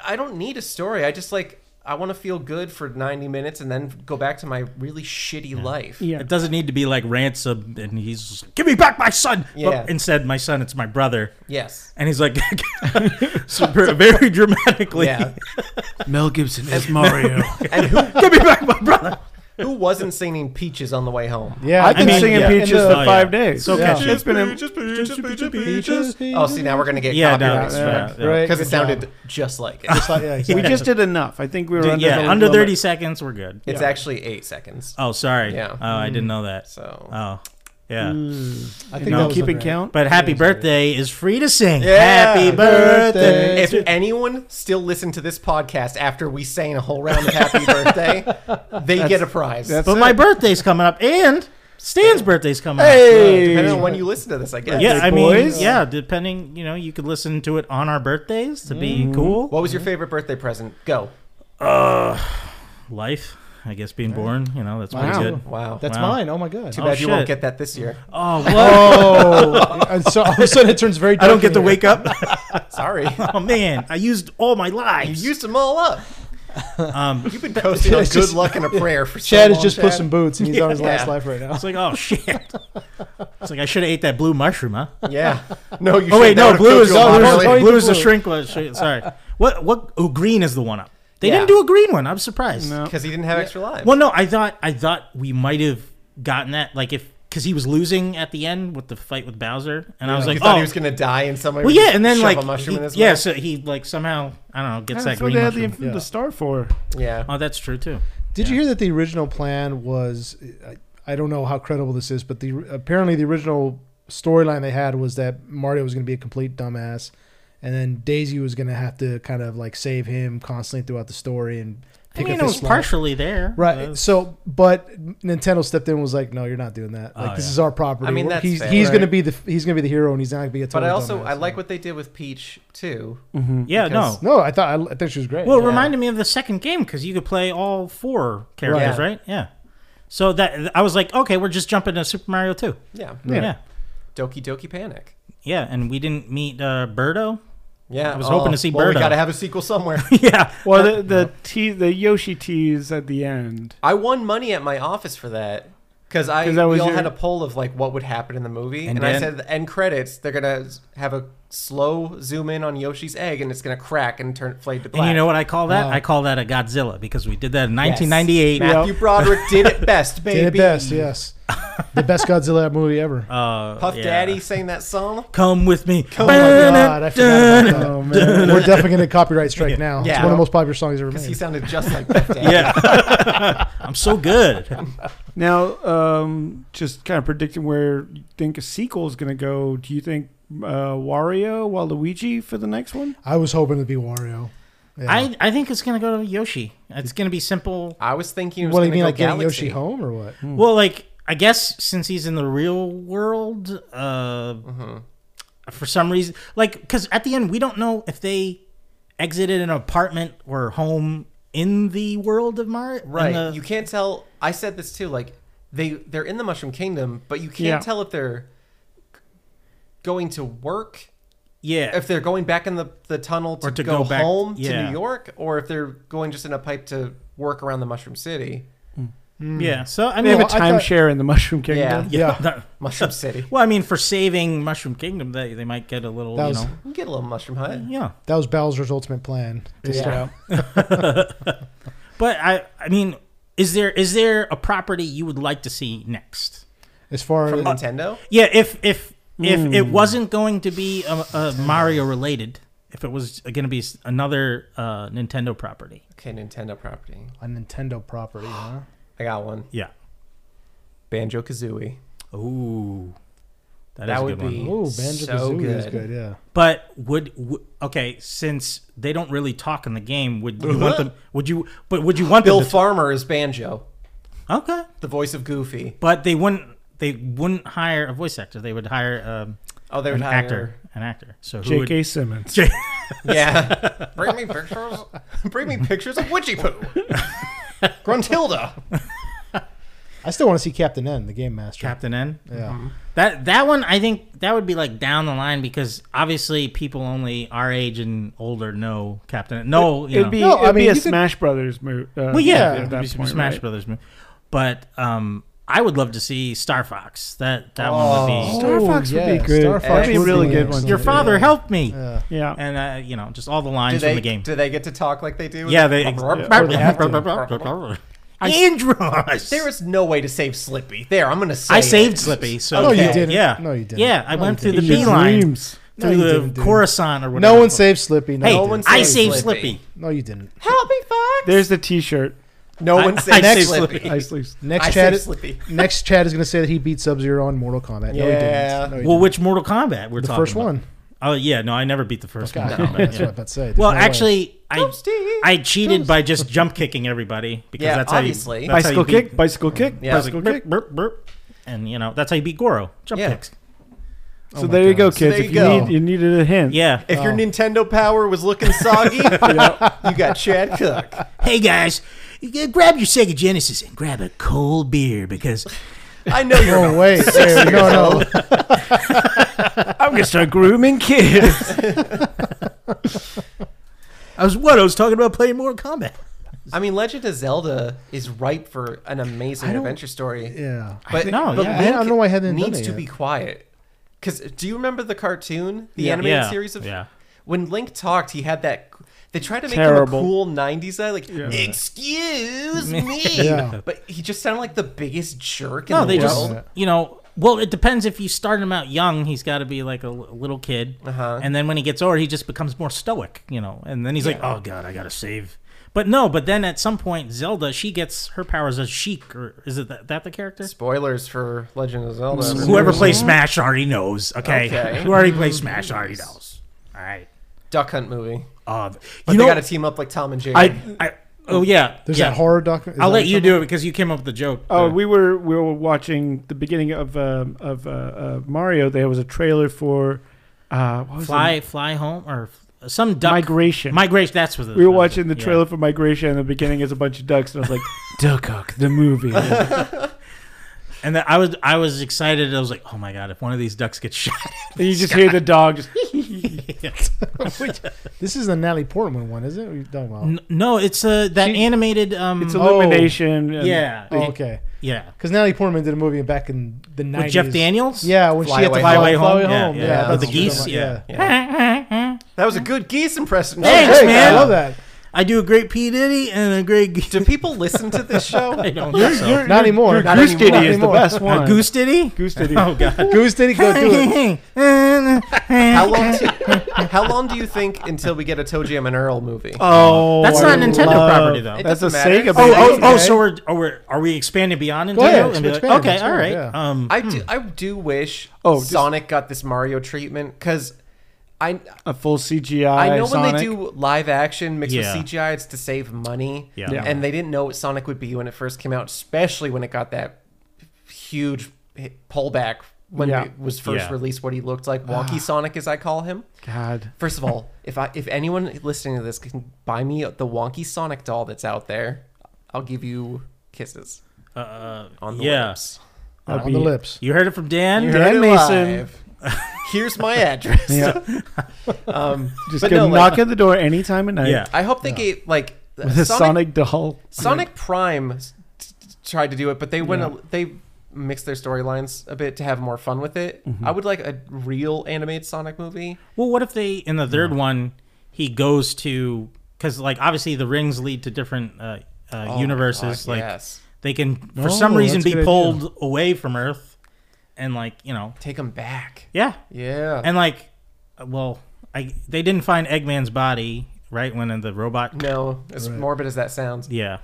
Speaker 3: I don't need a story. I just like I want to feel good for ninety minutes and then go back to my really shitty life.
Speaker 4: Yeah.
Speaker 2: It doesn't need to be like ransom, and he's just, give me back my son.
Speaker 3: Yeah.
Speaker 2: But instead, my son, it's my brother,
Speaker 3: Yes.
Speaker 2: and
Speaker 3: [LAUGHS]
Speaker 2: he's like, [LAUGHS] so very, very dramatically,
Speaker 3: Yeah.
Speaker 5: Mel Gibson as
Speaker 4: [LAUGHS]
Speaker 5: Mario.
Speaker 3: and
Speaker 2: [LAUGHS]
Speaker 3: who
Speaker 2: give me back my brother.
Speaker 3: who wasn't singing Peaches on the way home?
Speaker 1: Yeah,
Speaker 4: I've been
Speaker 2: mean,
Speaker 4: singing
Speaker 2: yeah.
Speaker 4: Peaches
Speaker 1: In
Speaker 4: for
Speaker 1: the-
Speaker 2: Oh, yeah.
Speaker 4: five days.
Speaker 2: So
Speaker 4: yeah.
Speaker 2: catchy.
Speaker 4: It's been a,
Speaker 3: Oh, see, now we're gonna
Speaker 2: [LAUGHS]
Speaker 3: get
Speaker 2: Yeah,
Speaker 3: yeah,
Speaker 2: no,
Speaker 3: copyright
Speaker 2: it's
Speaker 4: yeah,
Speaker 2: yeah.
Speaker 1: right.
Speaker 3: because it
Speaker 1: Good
Speaker 3: sounded
Speaker 1: job.
Speaker 3: just like it.
Speaker 1: It's like- yeah,
Speaker 4: we
Speaker 1: exactly.
Speaker 4: just did enough. I think we were under
Speaker 2: yeah,
Speaker 4: the
Speaker 2: under
Speaker 4: limit.
Speaker 2: thirty seconds, we're good.
Speaker 3: It's
Speaker 4: Yeah.
Speaker 3: actually eight seconds.
Speaker 2: Oh, sorry.
Speaker 3: Yeah.
Speaker 2: Oh, I didn't know that.
Speaker 3: So
Speaker 2: Oh,
Speaker 1: I
Speaker 2: yeah.
Speaker 4: You
Speaker 1: that
Speaker 4: know,
Speaker 1: was
Speaker 4: keeping
Speaker 1: underrated.
Speaker 4: count.
Speaker 2: But happy birthday is free to sing.
Speaker 3: Yeah.
Speaker 2: Happy birthday.
Speaker 1: Birthday.
Speaker 3: if anyone still listened to this podcast after we sang a whole round of happy birthday, they get a prize.
Speaker 4: that's-
Speaker 2: But my birthday's coming up, and Stan's birthday's coming up.
Speaker 3: Depending on when you listen to this, I guess.
Speaker 2: Yeah, I
Speaker 4: boys.
Speaker 2: mean, yeah, depending, you know, you could listen to it on our birthdays to be cool.
Speaker 3: What was your favorite birthday present? Go.
Speaker 2: Life, I guess, being born, you know, that's
Speaker 1: Wow.
Speaker 3: [LAUGHS]
Speaker 2: pretty good.
Speaker 3: Wow.
Speaker 1: That's
Speaker 2: Wow.
Speaker 1: mine. Oh my god.
Speaker 3: Too
Speaker 2: Oh,
Speaker 3: bad you won't
Speaker 2: shit.
Speaker 3: get that this year.
Speaker 2: Oh, what?
Speaker 1: Oh, [LAUGHS] and so all of a sudden it turns very. Dark
Speaker 2: I don't get
Speaker 1: in
Speaker 2: to
Speaker 1: here.
Speaker 2: wake up.
Speaker 3: Sorry.
Speaker 2: [LAUGHS] Oh man, I used all my
Speaker 3: [LAUGHS] You
Speaker 2: lives.
Speaker 3: used them all up.
Speaker 2: Um,
Speaker 3: You've been posting on
Speaker 1: It's
Speaker 3: good
Speaker 1: just-
Speaker 3: luck and a prayer for so
Speaker 1: Chad
Speaker 3: long,
Speaker 1: is just
Speaker 3: Chad.
Speaker 1: pussing boots, and he's on his last
Speaker 3: Yeah.
Speaker 1: life right now.
Speaker 2: it's like, oh shit. It's like I should have ate that blue mushroom, huh?
Speaker 3: Yeah. No, you
Speaker 2: Oh wait,
Speaker 3: shouldn't. That
Speaker 2: no,
Speaker 3: would've
Speaker 2: blue
Speaker 3: killed
Speaker 2: is
Speaker 3: you a
Speaker 1: oh,
Speaker 2: blue
Speaker 3: lot
Speaker 2: is-
Speaker 1: really.
Speaker 3: earlier.
Speaker 1: oh,
Speaker 2: blue is the
Speaker 1: blue.
Speaker 2: shrink one. Sh- Sorry, what? What? Oh, green is the one up. They
Speaker 3: Yeah.
Speaker 2: didn't do a green one. I'm surprised.
Speaker 4: No.
Speaker 3: Because he didn't have extra lives.
Speaker 2: Well, no, I thought I thought we might have gotten that, like if because he was losing at the end with the fight with Bowser, and I was
Speaker 3: you
Speaker 2: like,
Speaker 3: thought
Speaker 2: oh,
Speaker 3: he was gonna die and somebody
Speaker 2: well,
Speaker 3: would
Speaker 2: yeah, and then
Speaker 3: shove
Speaker 2: like,
Speaker 3: a mushroom
Speaker 2: he-
Speaker 3: in his
Speaker 2: yeah,
Speaker 3: mouth?
Speaker 2: so he like somehow I don't know gets that
Speaker 4: That's what
Speaker 2: green
Speaker 4: they had the,
Speaker 2: mushroom.
Speaker 1: Yeah.
Speaker 4: the star for.
Speaker 3: yeah
Speaker 2: Oh, that's true too.
Speaker 1: Did you hear that the original plan was? I, I don't know how credible this is, but the apparently the original storyline they had was that Mario was going to be a complete dumbass, and then Daisy was going to have to kind of like save him constantly throughout the story and
Speaker 2: I
Speaker 1: pick
Speaker 2: mean,
Speaker 1: up
Speaker 2: it
Speaker 1: his
Speaker 2: was
Speaker 1: slack.
Speaker 2: partially there,
Speaker 1: Right.
Speaker 2: Uh,
Speaker 1: So, but Nintendo stepped in and was like, "No, you're not doing that. Like,
Speaker 2: Oh,
Speaker 1: this
Speaker 2: yeah.
Speaker 1: is our property.
Speaker 3: I mean, that's
Speaker 1: he's
Speaker 3: fair.
Speaker 1: he's
Speaker 4: Right.
Speaker 1: gonna be the he's gonna be the hero, and he's not gonna be a total."
Speaker 3: but I also
Speaker 1: dumbass.
Speaker 3: I like what they did with Peach too.
Speaker 2: yeah, no.
Speaker 3: because-
Speaker 1: No, I thought I, I think she was great.
Speaker 2: Well, it
Speaker 3: Yeah.
Speaker 2: reminded me of the second game because you could play all four characters,
Speaker 3: Right.
Speaker 2: right? Yeah. So that I was like, okay, we're just jumping to Super Mario Two.
Speaker 3: Yeah.
Speaker 1: Yeah.
Speaker 2: Yeah,
Speaker 3: Doki Doki Panic.
Speaker 2: yeah, and we didn't meet uh, Birdo. [LAUGHS]
Speaker 3: Yeah, Oh,
Speaker 2: I was hoping to see
Speaker 3: well, We
Speaker 2: Birdo.
Speaker 3: gotta have a
Speaker 2: [LAUGHS]
Speaker 3: sequel somewhere.
Speaker 2: yeah,
Speaker 4: Well, the the, tea, the Yoshi tease at the end.
Speaker 3: I won money at my office for that because I
Speaker 4: 'Cause that
Speaker 3: we
Speaker 4: was
Speaker 3: all
Speaker 4: your-
Speaker 3: had a poll of like what would happen in the movie,
Speaker 2: And
Speaker 3: and, I
Speaker 2: then-
Speaker 3: said the end credits they're gonna have a slow zoom in on Yoshi's egg, and it's gonna crack and turn fade to black.
Speaker 2: And you know what I call that?
Speaker 1: Wow.
Speaker 2: I call that a Godzilla because we did that in 1998.
Speaker 3: Matthew Broderick did it best, baby.
Speaker 1: did it best. Yes, the best Godzilla movie ever.
Speaker 2: Uh,
Speaker 3: Puff
Speaker 2: yeah.
Speaker 3: Daddy sang that song.
Speaker 2: come with me.
Speaker 1: Oh my god, I forgot
Speaker 2: [LAUGHS]
Speaker 1: about that.
Speaker 4: Oh man.
Speaker 1: We're definitely gonna copyright strike now.
Speaker 3: Yeah.
Speaker 1: It's one of the most popular songs ever made.
Speaker 3: Because he sounded just like
Speaker 2: [LAUGHS]
Speaker 3: Puff Daddy.
Speaker 2: Yeah, I'm so good.
Speaker 4: Now, um, just kind of predicting where you think a sequel is going to go. Do you think uh, Wario, Waluigi for the next one?
Speaker 1: I was hoping it'd be Wario. Yeah.
Speaker 2: I, I think it's gonna go to Yoshi. It's gonna be simple.
Speaker 3: I was thinking. It was
Speaker 1: what do you
Speaker 3: gonna
Speaker 1: mean,
Speaker 3: go
Speaker 1: like getting
Speaker 3: Galaxy.
Speaker 1: Yoshi home or what?
Speaker 2: Well, like I guess since he's in the real world, uh, for some reason, like because at the end we don't know if they exited an apartment or home in the world of Mario. in
Speaker 3: Right.
Speaker 2: the-
Speaker 3: you can't tell. I said this too. Like they they're in the Mushroom Kingdom, but you can't
Speaker 4: Yeah.
Speaker 3: tell if they're going to work,
Speaker 2: yeah.
Speaker 3: if they're going back in the, the tunnel to,
Speaker 2: Or to
Speaker 3: go,
Speaker 2: go back-
Speaker 3: home to
Speaker 2: yeah.
Speaker 3: New York, or if they're going just in a pipe to work around the Mushroom City.
Speaker 2: yeah. So I
Speaker 4: They
Speaker 2: mean,
Speaker 4: have a
Speaker 1: Well, I thought-
Speaker 4: timeshare in the [LAUGHS] Mushroom Kingdom.
Speaker 2: yeah.
Speaker 3: [LAUGHS] Mushroom City.
Speaker 2: Well, I mean, for saving Mushroom Kingdom, they they might get a little,
Speaker 1: That
Speaker 2: you
Speaker 1: was-
Speaker 2: know,
Speaker 3: You Get a little Mushroom Hut.
Speaker 2: yeah.
Speaker 1: That was Bowser's ultimate plan. to
Speaker 3: Yeah.
Speaker 1: stop-
Speaker 2: But I, I mean, is there is there a property you would like to see next?
Speaker 1: As far
Speaker 3: From
Speaker 1: as
Speaker 3: Nintendo.
Speaker 2: Yeah, if if if it wasn't going to be a, a Mario related, if it was going to be s- another uh, Nintendo property,
Speaker 3: Okay, Nintendo property.
Speaker 1: a Nintendo property, huh?
Speaker 3: I got one.
Speaker 2: yeah.
Speaker 3: Banjo Kazooie.
Speaker 2: Ooh,
Speaker 3: That
Speaker 2: is a
Speaker 3: would
Speaker 2: good one.
Speaker 3: be-
Speaker 1: Oh, Banjo
Speaker 3: So
Speaker 1: Kazooie is
Speaker 3: good.
Speaker 1: good. Yeah.
Speaker 2: But would, would okay? Since they don't really talk in the game, would you want them? Would you? But would you want
Speaker 3: Bill
Speaker 2: them? To,
Speaker 3: Farmer is Banjo,
Speaker 2: okay.
Speaker 3: the voice of Goofy.
Speaker 2: But they wouldn't. They wouldn't hire a voice actor. They would hire um,
Speaker 3: Oh, they
Speaker 2: an
Speaker 3: would hire-
Speaker 2: actor. An actor. So who
Speaker 4: J.K.
Speaker 2: would,
Speaker 4: Simmons.
Speaker 3: Yeah. [LAUGHS] Bring me pictures. Bring me pictures of Witchy Poo. Gruntilda.
Speaker 1: I still want to see Captain N, the Game Master.
Speaker 2: Captain N.
Speaker 1: yeah.
Speaker 2: That that one, I think that would be like down the line because obviously people only our age and older know Captain N. No, you know.
Speaker 4: It'd be,
Speaker 1: No, I
Speaker 4: it'd be
Speaker 1: mean,
Speaker 4: a
Speaker 1: you could-
Speaker 4: Smash Brothers move. Uh,
Speaker 2: well, yeah,
Speaker 4: at
Speaker 2: it'd
Speaker 4: that
Speaker 2: be some
Speaker 4: point,
Speaker 2: Smash
Speaker 4: right?
Speaker 2: Brothers movie. But um, I would love to see Star Fox. That that one
Speaker 3: Oh.
Speaker 2: would be.
Speaker 1: Oh,
Speaker 4: Star Fox would be good.
Speaker 2: That'd be a
Speaker 1: would
Speaker 4: really good
Speaker 1: excellent.
Speaker 4: one.
Speaker 2: Your father helped me,
Speaker 1: Yeah.
Speaker 4: Yeah.
Speaker 2: and uh, you know, just all the
Speaker 3: Do
Speaker 2: lines
Speaker 3: they,
Speaker 2: from the game.
Speaker 3: do they get to talk like they do?
Speaker 2: yeah, they. [LAUGHS]
Speaker 3: [LAUGHS]
Speaker 2: Andros.
Speaker 3: There is no way to save Slippy. There, I'm gonna save.
Speaker 2: I saved
Speaker 3: it.
Speaker 2: Slippy. So
Speaker 1: No, Oh, you
Speaker 3: Okay.
Speaker 1: didn't.
Speaker 2: Yeah.
Speaker 1: No, you didn't.
Speaker 2: Yeah, I
Speaker 1: No,
Speaker 2: went
Speaker 1: you
Speaker 2: through the
Speaker 1: didn't.
Speaker 2: B line,
Speaker 1: No,
Speaker 2: through
Speaker 1: you
Speaker 2: the
Speaker 1: didn't, dude.
Speaker 2: Coruscant or whatever.
Speaker 1: No one saved Slippy. No,
Speaker 2: Hey,
Speaker 1: you
Speaker 3: No one
Speaker 1: didn't.
Speaker 2: I
Speaker 3: saved
Speaker 2: saved
Speaker 3: Slippy.
Speaker 2: Slippy.
Speaker 1: no, you didn't.
Speaker 3: Help me, Fox.
Speaker 4: There's
Speaker 2: [LAUGHS]
Speaker 4: the T-shirt.
Speaker 3: no
Speaker 2: I-
Speaker 3: one
Speaker 2: I
Speaker 3: saved
Speaker 2: saved
Speaker 3: Slippy.
Speaker 2: Slippy.
Speaker 4: I sleep.
Speaker 1: Next
Speaker 3: I
Speaker 1: chat
Speaker 3: saved
Speaker 1: is [LAUGHS]
Speaker 3: Slippy.
Speaker 1: next chat is going to say that he beat Sub Zero on Mortal Kombat. No, he
Speaker 3: Yeah.
Speaker 1: didn't. No, he
Speaker 2: Well,
Speaker 1: didn't.
Speaker 2: which Mortal Kombat we're
Speaker 1: the
Speaker 2: talking
Speaker 1: first
Speaker 2: about?
Speaker 1: one.
Speaker 2: Oh yeah, no, I never beat the first
Speaker 1: God,
Speaker 2: Mortal Kombat.
Speaker 1: that's
Speaker 2: yeah.
Speaker 1: what I'm about to say. There's
Speaker 2: [LAUGHS] Well,
Speaker 1: no way.
Speaker 2: actually, I
Speaker 3: Toasty.
Speaker 2: I cheated by just jump kicking everybody because
Speaker 3: Yeah,
Speaker 2: that's how
Speaker 3: obviously.
Speaker 2: you that's how
Speaker 4: Bicycle
Speaker 2: you beat-
Speaker 4: kick. Bicycle kick.
Speaker 3: Yeah.
Speaker 4: Bicycle
Speaker 2: burp,
Speaker 4: kick.
Speaker 2: burp, burp. and you know that's how you beat Goro. Jump
Speaker 3: Yeah.
Speaker 2: kicks.
Speaker 1: Oh
Speaker 4: So
Speaker 1: my
Speaker 4: there you go,
Speaker 1: God.
Speaker 4: kids.
Speaker 3: there you
Speaker 4: if you,
Speaker 3: go.
Speaker 4: Need, you needed a hint.
Speaker 2: Yeah.
Speaker 3: If
Speaker 1: Oh.
Speaker 3: your Nintendo Power was looking
Speaker 1: [LAUGHS]
Speaker 3: soggy, you got Chad Cook.
Speaker 2: Hey guys, you g- grab your Sega Genesis and grab a cold beer because
Speaker 3: I know you're.
Speaker 2: um,
Speaker 1: Oh
Speaker 2: [LAUGHS]
Speaker 1: wait, wait, no, no.
Speaker 4: I'm gonna start grooming kids.
Speaker 2: I was what I was talking about playing Mortal Kombat.
Speaker 3: I mean, Legend of Zelda is ripe for an amazing adventure story.
Speaker 1: Yeah.
Speaker 3: But,
Speaker 2: No,
Speaker 3: but
Speaker 2: yeah.
Speaker 1: I don't know why I hadn't done
Speaker 3: needs
Speaker 1: it
Speaker 3: to
Speaker 1: yet.
Speaker 3: be quiet. Because do you remember the cartoon, the
Speaker 2: Yeah.
Speaker 3: animated
Speaker 2: Yeah.
Speaker 3: series of?
Speaker 2: Yeah.
Speaker 3: When Link talked, he had that. They tried to make
Speaker 4: Terrible.
Speaker 3: him a cool '90s guy, like "Excuse me,"
Speaker 1: Yeah.
Speaker 3: but he just sounded like the biggest jerk. In
Speaker 2: No,
Speaker 3: the
Speaker 2: they
Speaker 3: world.
Speaker 2: just you know. Well, it depends. If you start him out young, he's got to be like a l- little kid,
Speaker 3: Uh-huh.
Speaker 2: and then when he gets older, he just becomes more stoic, you know. And then he's like, "Oh God, I gotta save." But no, but then at some point, Zelda she gets her powers as Sheik, or is it that, that the character?
Speaker 3: spoilers for Legend of Zelda.
Speaker 2: Mm-hmm. Whoever plays Smash already knows. Okay,
Speaker 3: Okay.
Speaker 2: [LAUGHS] who already plays Smash already knows. All right.
Speaker 3: Duck Hunt movie.
Speaker 2: Uh,
Speaker 3: But
Speaker 2: you
Speaker 3: they
Speaker 2: know,
Speaker 3: got to team up like Tom and Jerry.
Speaker 2: I, I, oh yeah,
Speaker 1: There's
Speaker 2: yeah.
Speaker 1: that horror document.
Speaker 2: I'll let you do it because you came up with the joke.
Speaker 4: [LAUGHS] Oh,
Speaker 2: there.
Speaker 4: we were we were watching the beginning of um, of uh, uh, Mario. There was a trailer for uh, what was it?
Speaker 2: fly, fly home or f- some duck
Speaker 4: Migration.
Speaker 2: Migration. That's what it
Speaker 4: we were
Speaker 2: was.
Speaker 4: watching the
Speaker 2: Yeah.
Speaker 4: trailer for Migration, and the beginning is a bunch of ducks, and I
Speaker 2: [LAUGHS]
Speaker 4: was like,
Speaker 5: Duck Huck, the movie.
Speaker 2: and then I was, I was excited. I was like, oh my god, if one of these ducks gets [LAUGHS] shot,
Speaker 4: and you just hear the dog just.
Speaker 2: Mm.
Speaker 1: This is the Natalie Portman one, is it? What are you talking about?
Speaker 2: N- no, it's uh, that animated. Um,
Speaker 4: It's
Speaker 1: Oh.
Speaker 4: illumination. and-
Speaker 2: yeah,
Speaker 1: Oh, okay.
Speaker 2: yeah,
Speaker 1: Because Natalie Portman did a movie back in the 90s.
Speaker 2: with Jeff Daniels.
Speaker 1: Yeah, when
Speaker 3: Fly
Speaker 1: she had
Speaker 3: Away
Speaker 1: to fly
Speaker 3: Home.
Speaker 1: away home.
Speaker 2: Fly Away Home, yeah,
Speaker 1: that's
Speaker 3: yeah.
Speaker 1: what
Speaker 3: With the
Speaker 1: I'm
Speaker 2: geese,
Speaker 1: talking
Speaker 2: yeah.
Speaker 1: about,
Speaker 3: that was a good geese impression.
Speaker 2: Thanks,
Speaker 1: Hey,
Speaker 2: man.
Speaker 1: I love that.
Speaker 2: I do a great P Diddy and a great
Speaker 3: [LAUGHS]
Speaker 2: G-
Speaker 3: Do people listen to this show?
Speaker 2: [LAUGHS] I don't know. So.
Speaker 1: Not anymore.
Speaker 4: Your
Speaker 1: Not
Speaker 4: Goose
Speaker 1: anymore.
Speaker 4: Diddy is the
Speaker 1: Not
Speaker 4: best one.
Speaker 2: A goose Diddy.
Speaker 4: Goose Diddy.
Speaker 2: Oh god.
Speaker 1: Goose Diddy, go do
Speaker 2: [LAUGHS]
Speaker 1: it.
Speaker 3: How long? how long do you think until we get a Toe Jam and Earl movie?
Speaker 4: [LAUGHS] Oh,
Speaker 2: That's not
Speaker 4: I
Speaker 2: Nintendo
Speaker 4: love-
Speaker 2: property, though. It
Speaker 4: That's a
Speaker 3: doesn't matter.
Speaker 2: Oh,
Speaker 4: Sega. baby.
Speaker 2: oh, oh,
Speaker 1: Okay.
Speaker 2: so we're are, we, are we expanding beyond Nintendo?
Speaker 1: ahead,
Speaker 2: And be like,
Speaker 1: expand,
Speaker 2: okay,
Speaker 1: expand,
Speaker 2: all right.
Speaker 1: yeah.
Speaker 2: Um,
Speaker 3: I do. I do wish
Speaker 4: Oh, just-
Speaker 3: Sonic got this Mario treatment because I
Speaker 4: a full CGI.
Speaker 3: I know when
Speaker 4: Sonic.
Speaker 3: they do live action mixed
Speaker 2: Yeah.
Speaker 3: with CGI, it's to save money.
Speaker 2: Yeah.
Speaker 4: Yeah.
Speaker 3: And they didn't know what Sonic would be when it first came out, especially when it got that huge hit- pullback when
Speaker 4: Yeah.
Speaker 3: it was first
Speaker 2: Yeah.
Speaker 3: released. What he looked
Speaker 2: [SIGHS]
Speaker 3: like, wonky Sonic, as I call him.
Speaker 4: God.
Speaker 3: First
Speaker 2: [LAUGHS]
Speaker 3: of all, if I if anyone listening to this can buy me the wonky Sonic doll that's out there, I'll give you kisses
Speaker 2: uh,
Speaker 3: on the
Speaker 2: yeah.
Speaker 3: lips.
Speaker 4: That'd
Speaker 1: On the
Speaker 4: be-
Speaker 1: lips.
Speaker 2: You heard it from Dan.
Speaker 3: You
Speaker 4: Dan
Speaker 3: heard it
Speaker 4: Mason.
Speaker 3: live. [LAUGHS] Here's my address.
Speaker 4: Yeah.
Speaker 3: [LAUGHS] Um,
Speaker 4: Just
Speaker 3: but no,
Speaker 4: go knock
Speaker 3: like,
Speaker 4: at the door any time of night.
Speaker 2: Yeah.
Speaker 3: I hope they gave like
Speaker 4: With a
Speaker 3: Sonic
Speaker 4: Sonic doll.
Speaker 3: Sonic Prime s- t- t- tried to do it, but they went a, they mixed their storylines a bit to have more fun with it. I would like a real animated Sonic movie.
Speaker 2: Well, what if they in the third one he goes to because like obviously the rings lead to different uh, uh,
Speaker 3: Oh my
Speaker 2: universes.
Speaker 3: God,
Speaker 2: like
Speaker 3: yes.
Speaker 2: they can for
Speaker 1: Oh,
Speaker 2: some reason
Speaker 1: that's a
Speaker 2: be
Speaker 1: good
Speaker 2: pulled away from Earth, and like you know,
Speaker 3: Take them back.
Speaker 2: yeah,
Speaker 3: Yeah.
Speaker 2: and like, uh, well, I they didn't find Eggman's body right when uh, the robot.
Speaker 3: no, as morbid as that sounds.
Speaker 2: [LAUGHS] Yeah,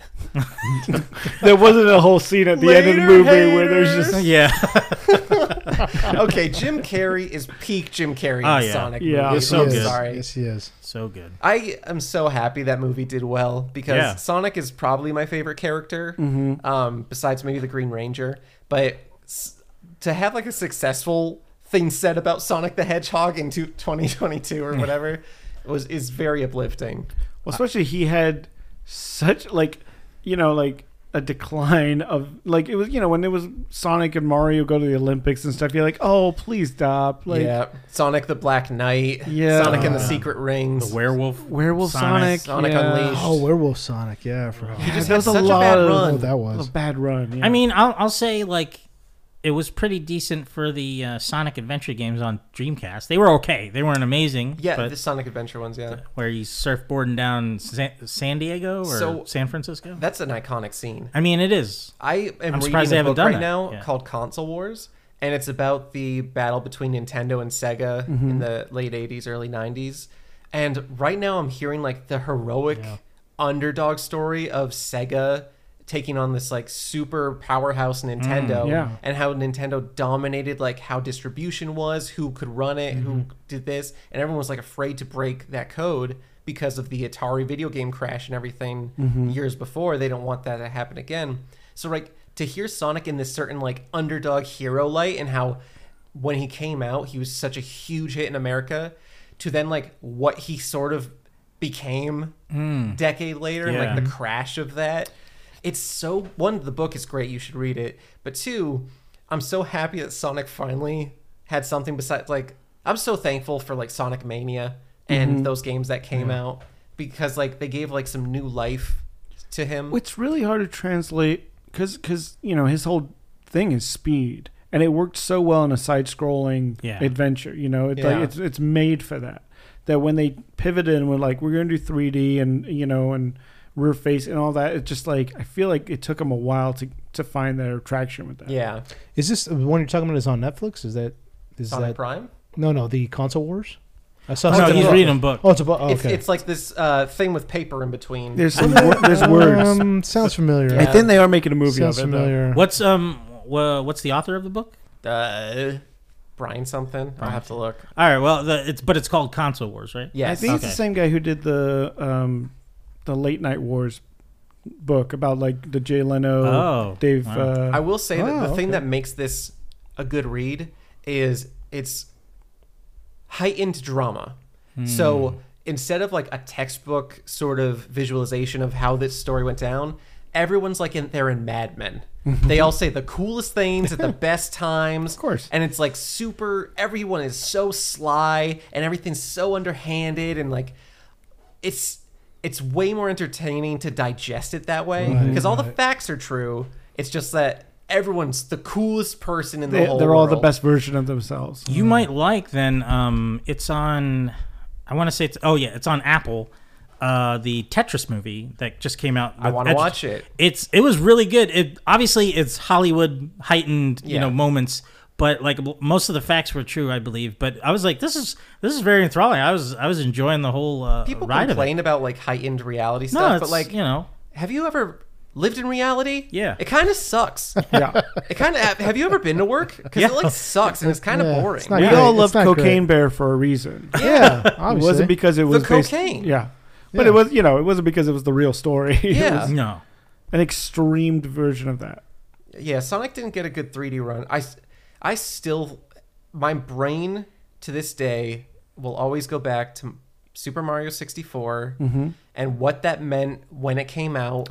Speaker 4: There wasn't a whole scene at the end of the
Speaker 3: Later,
Speaker 4: movie where there's
Speaker 3: haters.
Speaker 4: just
Speaker 2: yeah. [LAUGHS]
Speaker 3: okay, Jim Carrey is peak Jim Carrey in
Speaker 2: Oh,
Speaker 3: the
Speaker 2: yeah.
Speaker 3: Sonic
Speaker 4: Yeah.
Speaker 3: movie.
Speaker 4: Yes,
Speaker 1: he
Speaker 2: so
Speaker 3: I'm
Speaker 1: is.
Speaker 2: good.
Speaker 3: sorry.
Speaker 1: Yes, he is.
Speaker 2: so good.
Speaker 3: I am so happy that movie did well because
Speaker 2: Yeah.
Speaker 3: Sonic is probably my favorite character,
Speaker 4: Mm-hmm.
Speaker 3: um, besides maybe the Green Ranger. But s- to have like a successful thing said about Sonic the Hedgehog in two- 2022 or whatever was is very uplifting.
Speaker 4: Well, especially he had such like, you know, like a decline of like it was you know when it was Sonic and Mario go to the Olympics and stuff. You're like, oh please stop. Like
Speaker 3: yeah, Sonic the Black Knight,
Speaker 4: Yeah.
Speaker 3: Sonic and the
Speaker 1: Uh,
Speaker 3: Secret Rings,
Speaker 2: The werewolf.
Speaker 4: Werewolf Sonic,
Speaker 2: Sonic.
Speaker 3: Sonic
Speaker 4: yeah.
Speaker 3: Unleashed.
Speaker 1: Oh, Werewolf Sonic. Yeah, I forgot.
Speaker 3: He just
Speaker 4: That
Speaker 3: had
Speaker 4: was a
Speaker 3: such a,
Speaker 4: lot
Speaker 3: bad
Speaker 1: I
Speaker 4: of-
Speaker 1: don't know
Speaker 3: run.
Speaker 1: what that
Speaker 4: A
Speaker 1: was.
Speaker 4: bad run. yeah.
Speaker 2: I mean, I'll, I'll say like it was pretty decent for the uh, Sonic Adventure games on Dreamcast. They were okay. They weren't amazing.
Speaker 3: yeah,
Speaker 2: but
Speaker 3: the Sonic Adventure ones. Yeah,
Speaker 2: where you surfboarding down San, San Diego or
Speaker 3: So-
Speaker 2: San Francisco.
Speaker 3: that's an iconic scene.
Speaker 2: I mean, it is.
Speaker 3: I am
Speaker 2: I'm surprised
Speaker 3: reading
Speaker 2: they
Speaker 3: a
Speaker 2: haven't
Speaker 3: book
Speaker 2: done
Speaker 3: right
Speaker 2: that.
Speaker 3: now
Speaker 2: Yeah.
Speaker 3: called Console Wars, and it's about the battle between Nintendo and Sega
Speaker 2: Mm-hmm.
Speaker 3: in the late '80s, early '90s. And right now, I'm hearing like the heroic underdog story of Sega taking on this like super powerhouse
Speaker 2: Mm,
Speaker 3: Nintendo,
Speaker 4: yeah.
Speaker 3: and how Nintendo dominated like how distribution was, who could run it, who did this, and everyone was like afraid to break that code because of the Atari video game crash and everything years before. They don't want that to happen again. So like to hear Sonic in this certain like underdog hero light and how when he came out he was such a huge hit in America to then like what he sort of became decade later and
Speaker 2: Yeah.
Speaker 3: like the crash of that. It's so one, the book is great, you should read it. But two, I'm so happy that Sonic finally had something besides like I'm so thankful for like Sonic Mania and
Speaker 1: Mm-hmm.
Speaker 3: those games that came out because like they gave like some new life to him.
Speaker 4: it's really hard to translate because you know his whole thing is speed and it worked so well in a side-scrolling
Speaker 2: Yeah.
Speaker 4: adventure you know it, like,
Speaker 3: Yeah.
Speaker 4: it's it's made for that that when they pivoted and were like we're gonna do 3d and you know and rear face and all that it's just like i feel like it took them a while to to find their traction with that
Speaker 3: yeah.
Speaker 1: Is this the one you're talking about? Is on Netflix? Is that? Is
Speaker 3: Sonic
Speaker 1: that?
Speaker 3: Prime?
Speaker 1: No, no. The Console Wars. I saw
Speaker 2: no,
Speaker 1: something
Speaker 2: he's
Speaker 1: about-
Speaker 2: reading a book.
Speaker 1: Oh, it's a book. Oh,
Speaker 3: It's,
Speaker 1: okay.
Speaker 3: it's like this uh, thing with paper in between.
Speaker 4: there's some wor- there's words
Speaker 3: [LAUGHS]
Speaker 1: Um, [LAUGHS] sounds familiar.
Speaker 3: Yeah.
Speaker 4: i think they are making a movie
Speaker 1: Sounds
Speaker 4: of it though.
Speaker 1: familiar.
Speaker 2: What's um, wha- what's the author of the book?
Speaker 3: uh, Brian something. I'll have to look.
Speaker 2: All right, well, the, it's but it's called Console Wars, right?
Speaker 3: Yes.
Speaker 4: I think it's the
Speaker 2: Okay.
Speaker 4: same guy who did the um, the late night wars book about like the Jay Leno,
Speaker 2: Oh,
Speaker 4: Dave.
Speaker 2: wow.
Speaker 4: Uh,
Speaker 3: I will say that the
Speaker 1: Oh,
Speaker 3: thing
Speaker 1: okay.
Speaker 3: that makes this a good read is it's heightened drama. So instead of like a textbook sort of visualization of how this story went down, everyone's like in they're in Mad Men. they all say the coolest things at the best times. Of
Speaker 4: course.
Speaker 3: And it's like super everyone is so sly and everything's so underhanded and like it's it's way more entertaining to digest it that way because all the facts are true. It's just that everyone's the coolest person in the
Speaker 4: they,
Speaker 3: whole.
Speaker 4: they're all the
Speaker 3: world.
Speaker 4: best version
Speaker 1: [LAUGHS]
Speaker 4: of themselves.
Speaker 3: Hmm.
Speaker 2: You might like then. Um, it's on. I want to say it's. Oh yeah, it's on Apple. Uh, the Tetris movie that just came out.
Speaker 3: I want to watch it.
Speaker 2: It's it was really good. It obviously it's Hollywood heightened, you
Speaker 3: Yeah.
Speaker 2: know, moments. But like m- most of the facts were true, I believe. But I was like, this is this is very enthralling. I was I was enjoying the whole uh,
Speaker 3: People
Speaker 2: ride of it.
Speaker 3: complain about like heightened reality
Speaker 2: No,
Speaker 3: stuff,
Speaker 2: it's
Speaker 3: but
Speaker 2: like
Speaker 3: like,
Speaker 2: you know,
Speaker 3: have you ever lived in reality?
Speaker 2: Yeah.
Speaker 3: it kind of
Speaker 4: [LAUGHS]
Speaker 3: sucks.
Speaker 4: yeah,
Speaker 3: it kind of have you ever been to work? Because
Speaker 2: Yeah.
Speaker 3: it like sucks and it's kind of
Speaker 1: Yeah,
Speaker 3: boring.
Speaker 1: it's not
Speaker 4: we
Speaker 1: great.
Speaker 4: all
Speaker 1: It's
Speaker 4: love
Speaker 1: not great.
Speaker 4: Cocaine Bear for a reason.
Speaker 1: Yeah,
Speaker 4: It
Speaker 1: obviously.
Speaker 4: wasn't because it was based-
Speaker 3: cocaine.
Speaker 4: yeah, but
Speaker 1: Yeah.
Speaker 4: it was you know it wasn't because it was the real story. [LAUGHS] it
Speaker 3: Yeah.
Speaker 4: was
Speaker 2: no.
Speaker 4: an extremed version of that.
Speaker 3: yeah, Sonic didn't get a good 3D run. I, s- I still, my brain to this day will always go back to Super Mario 64
Speaker 1: Mm-hmm.
Speaker 3: and what that meant when it came out.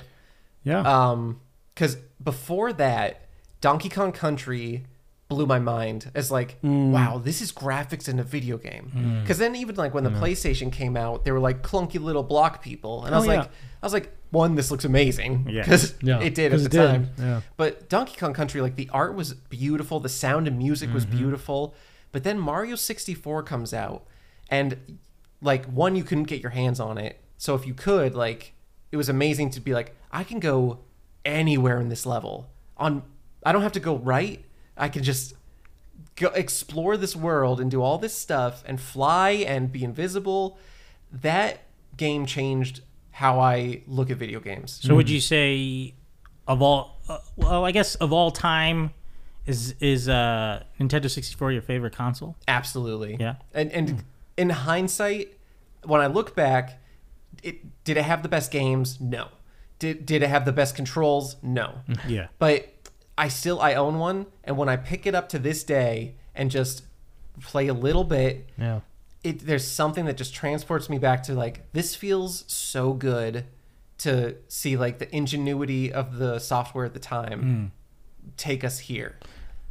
Speaker 4: Yeah,
Speaker 1: Uh,
Speaker 3: Um, because before that, Donkey Kong Country blew my mind as like,
Speaker 1: Mm.
Speaker 3: wow, this is graphics in a video game. Because then even like when the PlayStation came out, they were like clunky little block people, and I
Speaker 4: Oh,
Speaker 3: was
Speaker 4: yeah.
Speaker 3: like, I was like, one, this looks amazing
Speaker 2: Yeah.
Speaker 3: because
Speaker 1: Yeah,
Speaker 3: it did at
Speaker 1: 'cause
Speaker 3: the
Speaker 1: it did,
Speaker 3: time.
Speaker 1: yeah.
Speaker 3: But Donkey Kong Country, like the art was beautiful, the sound and music was beautiful. But then Mario 64 comes out, and like one, you couldn't get your hands on it. So if you could, like, it was amazing to be like, I can go anywhere in this level. On, I don't have to go right. I can just go explore this world and do all this stuff and fly and be invisible. That game changed how I look at video games.
Speaker 2: So would you say of all uh, well I guess of all time is is uh Nintendo 64 your favorite console?
Speaker 3: Absolutely.
Speaker 2: Yeah.
Speaker 3: And and in hindsight, when I look back, it did it have the best games? No. Did did it have the best controls? No.
Speaker 1: Mm.
Speaker 2: Yeah.
Speaker 3: But I still I own one, and when I pick it up to this day and just play a little bit,
Speaker 1: yeah.
Speaker 3: it there's something that just transports me back to like this feels so good to see like the ingenuity of the software at the time take us here.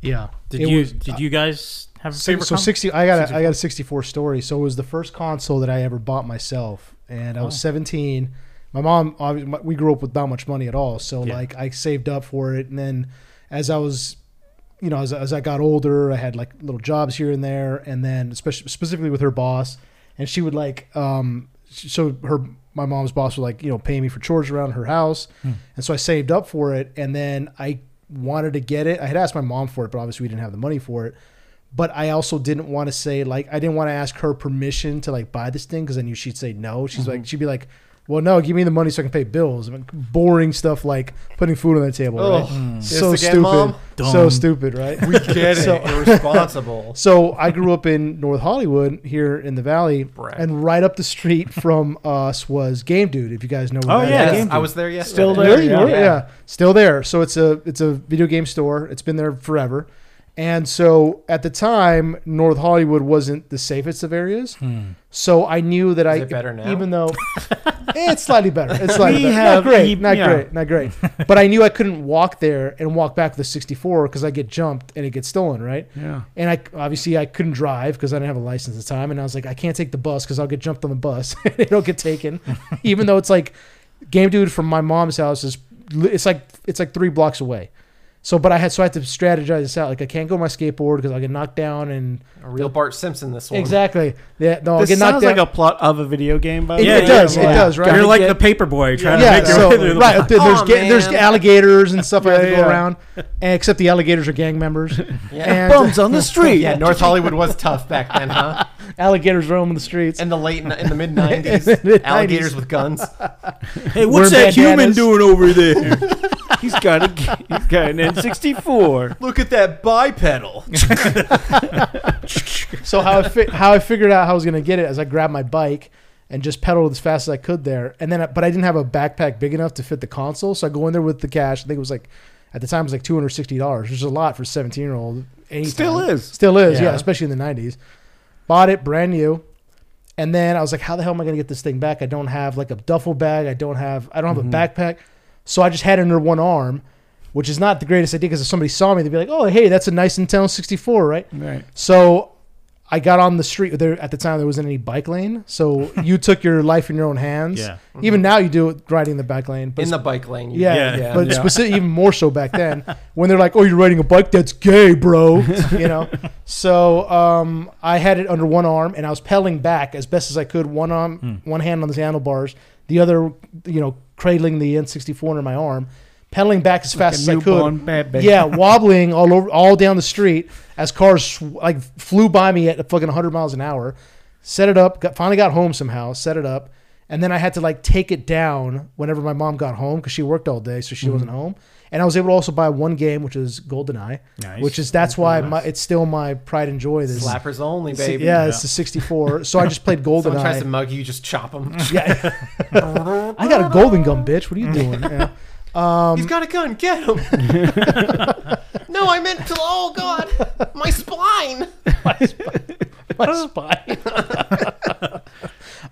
Speaker 1: Yeah.
Speaker 2: Did
Speaker 1: It
Speaker 2: you
Speaker 1: was-
Speaker 2: did you guys have a
Speaker 1: So,
Speaker 2: favorite
Speaker 1: so
Speaker 2: console?
Speaker 1: sixty. I got a, I got a sixty-four story. So it was the first console that I ever bought myself, and
Speaker 2: Oh.
Speaker 1: I was seventeen. My mom, obvi- my- we grew up with not much money at all, so
Speaker 2: Yeah.
Speaker 1: like I saved up for it, and then as I was, you know, as, as I got older, I had like little jobs here and there, and then especially specifically with her boss, and she would like, um, so her my mom's boss would like you know pay me for chores around her house, and so I saved up for it, and then I wanted to get it. I had asked my mom for it, but obviously we didn't have the money for it but I also didn't want to say like I didn't want to ask her permission to like buy this thing because I knew she'd say no. She's like she'd be like, "Well, no, give me the money so I can pay bills." I mean, boring stuff like putting food on the table.
Speaker 3: Ugh.
Speaker 1: right?
Speaker 3: Mm.
Speaker 1: So
Speaker 3: Yes, again,
Speaker 1: stupid.
Speaker 3: Mom.
Speaker 1: So
Speaker 2: Dumb.
Speaker 1: stupid, right? [LAUGHS]
Speaker 3: We get
Speaker 1: So-
Speaker 3: it. [LAUGHS] Irresponsible.
Speaker 1: So I grew up in North Hollywood here in the Valley,
Speaker 3: Brag.
Speaker 1: and right up the street from us was Game Dude. If you guys know. Where
Speaker 2: Oh,
Speaker 1: that
Speaker 2: yeah,
Speaker 1: is.
Speaker 3: Yes,
Speaker 2: Game
Speaker 3: I
Speaker 2: Dude.
Speaker 3: was there yesterday.
Speaker 4: Still there?
Speaker 1: Really?
Speaker 4: yeah.
Speaker 1: You were? Yeah.
Speaker 3: Yeah.
Speaker 1: Still there. So it's a it's a video game store. It's been there forever. And so at the time, North Hollywood wasn't the safest of areas. So I knew that I
Speaker 3: it better now?
Speaker 1: even though Eh, it's slightly better. It's slightly
Speaker 4: We
Speaker 1: better.
Speaker 4: have
Speaker 1: not great,
Speaker 4: e-
Speaker 1: not
Speaker 4: yeah.
Speaker 1: great, not great. But I knew I couldn't walk there and walk back with the 64 because I get jumped and it gets stolen, right?
Speaker 4: Yeah.
Speaker 1: And I obviously I couldn't drive because I didn't have a license at the time, and I was like, I can't take the bus because I'll get jumped on the bus. [LAUGHS] It'll get
Speaker 3: [LAUGHS]
Speaker 1: taken, even though it's like game dude from my mom's house is li- it's like it's like three blocks away. So, but I had so I had to strategize this out. Like I can't go on my skateboard because I'll get knocked down and
Speaker 3: A real Bart Simpson. This one.
Speaker 1: exactly. Yeah, no, I'll
Speaker 4: This
Speaker 1: get knocked
Speaker 4: sounds
Speaker 1: down.
Speaker 4: like a plot of a video game, by
Speaker 1: It-
Speaker 4: the
Speaker 1: it
Speaker 4: way.
Speaker 1: does, it
Speaker 4: Like,
Speaker 1: does, right?
Speaker 2: You're
Speaker 1: gotta
Speaker 2: like
Speaker 4: get-
Speaker 2: the paper boy
Speaker 4: [LAUGHS]
Speaker 2: trying
Speaker 1: yeah,
Speaker 2: to make your
Speaker 1: so,
Speaker 2: way through the
Speaker 1: right. up there- There's,
Speaker 3: Aw,
Speaker 1: ga- there's
Speaker 3: man.
Speaker 1: alligators and stuff like that
Speaker 4: Yeah,
Speaker 1: to go
Speaker 3: [LAUGHS]
Speaker 4: yeah.
Speaker 1: around, and, except the alligators are gang members.
Speaker 3: Yeah.
Speaker 1: And
Speaker 5: Bums on the
Speaker 4: [LAUGHS]
Speaker 5: street.
Speaker 1: [LAUGHS]
Speaker 3: yeah. North Hollywood was tough back then, huh?
Speaker 1: alligators roaming the streets.
Speaker 3: [LAUGHS] In the late
Speaker 1: [LAUGHS]
Speaker 3: in the mid nineties,
Speaker 1: In the mid- 90s.
Speaker 3: alligators
Speaker 1: [LAUGHS]
Speaker 3: with guns.
Speaker 2: Hey,
Speaker 1: Wearing
Speaker 2: what's that human
Speaker 1: bandanas.
Speaker 2: doing over there?
Speaker 4: [LAUGHS] He's got a he's got an N64.
Speaker 3: Look at that bipedal.
Speaker 1: So how I fi- how I figured out how I was gonna get it is I grabbed my bike and just pedaled as fast as I could there, and then I, but I didn't have a backpack big enough to fit the console, so I go in there with the cash. I think it was like at the time it was like two hundred sixty dollars, which is a lot for a seventeen year old.
Speaker 4: Still is.
Speaker 1: still is, yeah.
Speaker 3: Yeah.
Speaker 1: especially in the nineties. Bought it brand new, and then I was like, how the hell am I gonna get this thing back? I don't have like a duffel bag. I don't have I don't have a backpack, so I just had it under one arm. Which is not the greatest idea because if somebody saw me, they'd be like, "Oh, hey, that's a nice Nintendo 64, right?"
Speaker 4: Right.
Speaker 1: So I got on the street there at the time there wasn't any bike lane. So you took your life in your own hands.
Speaker 2: Yeah.
Speaker 1: Even now you do it riding the back lane. But
Speaker 3: Mm-hmm. in the bike lane. you-
Speaker 1: yeah,
Speaker 2: Yeah.
Speaker 1: but
Speaker 4: Yeah.
Speaker 1: specific, even more so back then when they're like, "Oh, you're riding a bike? That's gay, bro." You know. So um, I had it under one arm and I was pedaling back as best as I could, one arm, one hand on the handlebars, the other, you know, cradling the N64 under my arm, pedaling back as fast as I could.
Speaker 4: newborn baby.
Speaker 1: Yeah, wobbling all over, all down the street as cars sw- like flew by me at fucking 100 miles an hour. Set it up. Got, finally got home somehow. Set it up, and then I had to like take it down whenever my mom got home because she worked all day, so she wasn't home. And I was able to also buy one game, which is GoldenEye,
Speaker 2: Nice.
Speaker 1: which is that's why my, it's still my pride and joy. This
Speaker 3: Slappers only,
Speaker 1: Si-
Speaker 3: baby.
Speaker 1: yeah, it's the 64. So I just played
Speaker 3: Someone tries to
Speaker 1: GoldenEye.
Speaker 3: mug you, just chop them.
Speaker 1: [LAUGHS] yeah, I
Speaker 3: [LAUGHS]
Speaker 1: got a golden gum, bitch. What are you doing? Yeah.
Speaker 3: He's got a gun. Get him.
Speaker 1: um,
Speaker 3: [LAUGHS] no, I meant to. Oh God,
Speaker 1: [LAUGHS]
Speaker 3: my spine.
Speaker 1: my spine.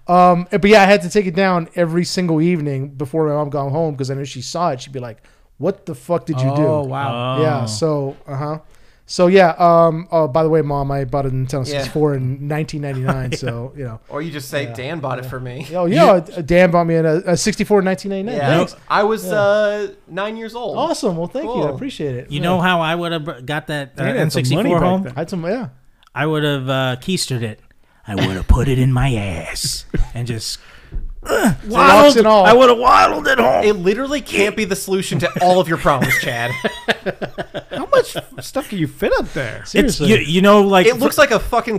Speaker 1: um, but yeah, I had to take it down every single evening before my mom got home because I knew she saw it. She'd be like, "What the fuck did you
Speaker 4: Oh
Speaker 1: do?" Uh,
Speaker 4: wow.
Speaker 1: Yeah. So, uh huh. So yeah. Um. Oh, by the way, mom, I bought a Nintendo
Speaker 3: Yeah.
Speaker 1: 64 in 1999.
Speaker 3: [LAUGHS]
Speaker 1: So you know.
Speaker 3: Or you just say Dan bought it for me.
Speaker 1: Oh yeah, Dan bought me a, a 64 in 1999.
Speaker 3: Yeah.
Speaker 1: Thanks. Oh,
Speaker 3: I was uh, nine years old.
Speaker 1: Awesome. Well, thank you. I
Speaker 3: Cool.
Speaker 1: appreciate it.
Speaker 2: You
Speaker 1: Yeah.
Speaker 2: know how I would have got that uh,
Speaker 4: They had some money
Speaker 2: N64
Speaker 4: back
Speaker 2: home?
Speaker 4: then.
Speaker 1: I had some. Yeah.
Speaker 2: I would have uh, keistered it. I would have put it in my ass and just uh,
Speaker 1: Rocks and all.
Speaker 2: I would have waddled it home.
Speaker 3: It literally can't be the solution to all of your problems, Chad.
Speaker 4: How much stuff can you fit up [LAUGHS] there? Oh
Speaker 2: it's
Speaker 1: Seriously.
Speaker 2: you, you know like
Speaker 3: It looks like a fucking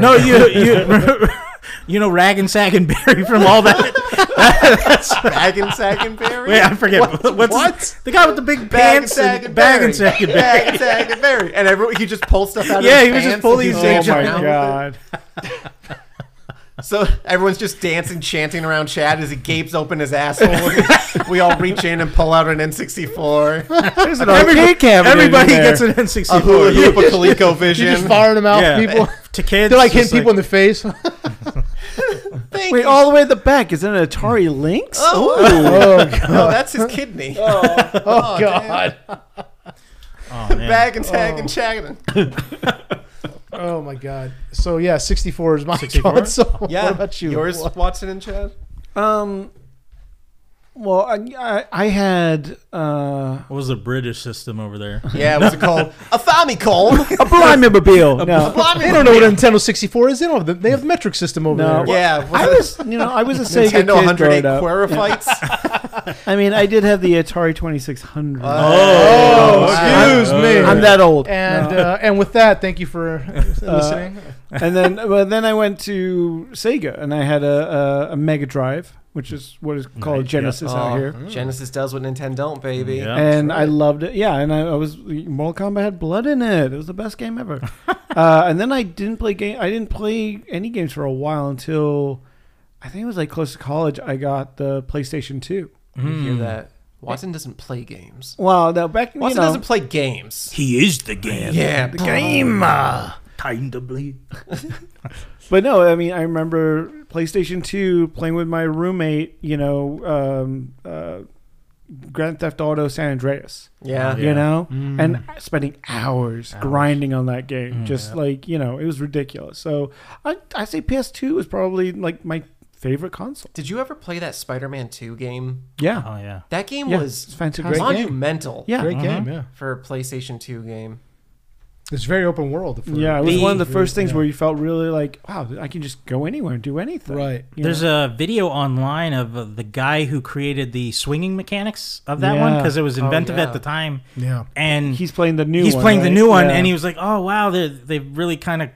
Speaker 2: [LAUGHS] no you you [LAUGHS] you know rag and sack and berry from all that. [LAUGHS]
Speaker 3: bag and sack and berry.
Speaker 2: Wait, I forget what, what's his-
Speaker 3: what?
Speaker 2: the guy with the big
Speaker 3: Bag and
Speaker 2: pants and-
Speaker 3: sack and
Speaker 2: bag
Speaker 3: berry.
Speaker 2: and sack and berry.
Speaker 3: Bag and sack and berry. And everyone, he just pulled stuff out
Speaker 2: Yeah,
Speaker 3: of his
Speaker 2: he was just
Speaker 3: pants and
Speaker 2: pulling
Speaker 3: he's
Speaker 2: his
Speaker 4: Oh
Speaker 2: Change
Speaker 3: dancing
Speaker 4: my
Speaker 3: around with it.
Speaker 4: god.
Speaker 3: So everyone's just dancing, chanting around Chad as he gapes open
Speaker 2: [LAUGHS]
Speaker 3: his asshole. we all reach in and pull out an N64,
Speaker 4: There's an arcade cabinet.
Speaker 2: Everybody gets
Speaker 4: it.
Speaker 2: an
Speaker 3: a
Speaker 2: N64.
Speaker 3: hula hoop, a
Speaker 1: You're just
Speaker 3: ColecoVision.
Speaker 1: firing them out.
Speaker 2: Yeah.
Speaker 1: People.
Speaker 2: to kids,
Speaker 1: They're like
Speaker 2: just
Speaker 1: hitting people in the face.
Speaker 3: Thank
Speaker 4: [LAUGHS] Wait,
Speaker 3: you.
Speaker 2: oh,
Speaker 4: all the way at the back. Is it an Atari Lynx?
Speaker 3: Oh,
Speaker 1: Oh,
Speaker 3: no, that's his kidney.
Speaker 1: oh God.
Speaker 2: Oh, man.
Speaker 3: [LAUGHS] Bag and tag and chagging.
Speaker 1: Oh my God. So yeah, 64 is my
Speaker 2: 64?
Speaker 1: console.
Speaker 3: Yeah.
Speaker 1: What about you?
Speaker 3: Yours, Watson and Chad?
Speaker 4: Um. Well, I I, I had uh,
Speaker 2: What was the British system over there?
Speaker 3: Yeah, what's it called?
Speaker 4: [LAUGHS]
Speaker 3: A Famicom.
Speaker 4: a
Speaker 2: Oh,
Speaker 4: Blimey-mobile.
Speaker 2: [LAUGHS]
Speaker 4: no,
Speaker 3: Blimey.
Speaker 1: They don't know what a Nintendo 64 is. They don't have the, they have metric system over
Speaker 4: no.
Speaker 1: there.
Speaker 3: Yeah,
Speaker 4: I was you know I [LAUGHS] was a Sega kid
Speaker 3: Nintendo 108
Speaker 4: growing up. [LAUGHS]
Speaker 3: Querifites.
Speaker 4: I mean, I did have the Atari Twenty Six Hundred.
Speaker 1: Oh,
Speaker 3: wow.
Speaker 1: excuse me.
Speaker 4: I'm that old.
Speaker 1: And
Speaker 4: No.
Speaker 1: uh, and with that, thank you for [LAUGHS] listening.
Speaker 4: and then well, then I went to Sega and I had a, a, a Mega Drive, which is what is called
Speaker 2: Right,
Speaker 4: Genesis out
Speaker 3: Oh,
Speaker 4: here.
Speaker 3: Genesis does what Nintendo don't, baby.
Speaker 2: Yeah.
Speaker 4: and I loved it. Yeah, and I, I was Mortal Kombat had blood in it. It was the best game ever. [LAUGHS] uh, and then I didn't play game. I didn't play any games for a while until I think it was like close to college. I got the PlayStation Two.
Speaker 2: Hmm.
Speaker 3: You hear that? Watson doesn't play games.
Speaker 4: Well, now back you
Speaker 3: Watson
Speaker 4: know,
Speaker 3: doesn't play games.
Speaker 5: He is the game.
Speaker 3: Yeah, the game.
Speaker 5: Kind of bleed.
Speaker 4: But no, I mean, I remember PlayStation 2 playing with my roommate, you know, um, uh, Grand Theft Auto San Andreas,
Speaker 3: Yeah.
Speaker 4: you
Speaker 2: Yeah.
Speaker 4: know,
Speaker 1: Mm.
Speaker 4: and spending hours, grinding on that game. just like, you know, it was ridiculous. So I, I say PS2 was probably like my favorite console.
Speaker 3: Did you ever play that Spider-Man 2 game?
Speaker 4: Yeah.
Speaker 1: Uh,
Speaker 2: Oh yeah.
Speaker 3: That game
Speaker 4: Yeah,
Speaker 3: was
Speaker 4: it's fantastic. Great game.
Speaker 3: monumental
Speaker 4: Yeah.
Speaker 1: Great game, Mm-hmm. yeah.
Speaker 3: for a PlayStation 2 game.
Speaker 1: It's very open world. for-
Speaker 4: Yeah, it was
Speaker 2: The-
Speaker 4: one of the first things
Speaker 1: yeah.
Speaker 4: where you felt really like, wow, I can just go anywhere and do anything.
Speaker 1: Right.
Speaker 4: You
Speaker 2: There's
Speaker 4: know?
Speaker 2: a video online of uh, the guy who created the swinging mechanics of that
Speaker 4: Yeah. Oh,
Speaker 2: one because it was inventive
Speaker 3: yeah.
Speaker 2: at the time,
Speaker 1: Yeah.
Speaker 2: and
Speaker 4: he's playing the new
Speaker 2: he's
Speaker 4: one,
Speaker 2: playing the
Speaker 4: right?
Speaker 2: new one,
Speaker 4: Yeah.
Speaker 2: and he was like, "Oh wow, they they really kind of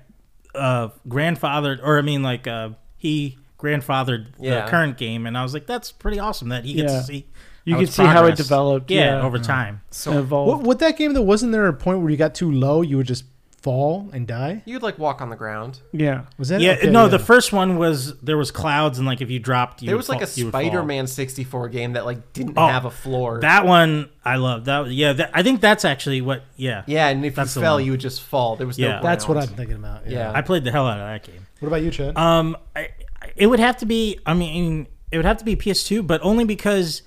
Speaker 2: uh, grandfathered, or I mean, like uh, he grandfathered
Speaker 3: Yeah.
Speaker 2: the current game." And I was like, "That's pretty awesome that he gets
Speaker 4: Yeah.
Speaker 2: to see
Speaker 4: You
Speaker 2: how
Speaker 4: can
Speaker 2: it's
Speaker 4: see how it
Speaker 2: progressed."
Speaker 4: developed,
Speaker 2: yeah,
Speaker 4: yeah. Uh-huh.
Speaker 2: over time."
Speaker 3: So
Speaker 4: and evolved.
Speaker 1: What, what that game though? Wasn't there a point where you got too low, you would just fall and die?
Speaker 3: you'd like walk on the ground.
Speaker 4: yeah. [LAUGHS]
Speaker 1: Was that?
Speaker 2: Yeah,
Speaker 1: okay,
Speaker 2: no, the first one was there was clouds, and like if you dropped, you
Speaker 3: There
Speaker 2: would
Speaker 3: was like a
Speaker 2: fall- you would fall.
Speaker 3: Spider-Man 64 game that like didn't
Speaker 2: Oh,
Speaker 3: have a floor.
Speaker 2: That one I love. That was- yeah, that, I think that's actually what yeah.
Speaker 3: yeah, and if you
Speaker 2: That's the
Speaker 3: fell,
Speaker 2: one.
Speaker 3: you would just fall. There was no
Speaker 2: Yeah.
Speaker 1: That's what I'm
Speaker 3: ground.
Speaker 1: thinking about.
Speaker 3: Yeah.
Speaker 2: I played the hell out of that game.
Speaker 1: What about you, Chad?
Speaker 2: Um, I, I- it would have to be. I mean, it would have to be PS2, but only because,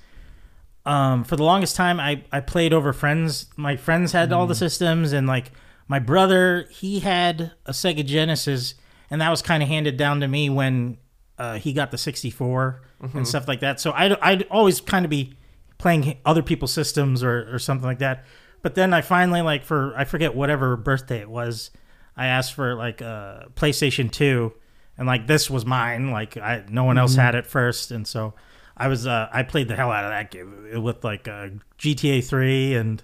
Speaker 2: um, for the longest time, I I played over friends. My friends had all the systems, and like my brother, he had a Sega Genesis, and that was kind of handed down to me when uh, he got the 64 and stuff like that. So I'd I'd always kind of be playing other people's systems or or something like that. But then I finally like for I forget whatever birthday it was, I asked for like a PlayStation 2 and like this was mine, like I no one else had it first and so I was uh, I played the hell out of that game with like uh, GTA 3 and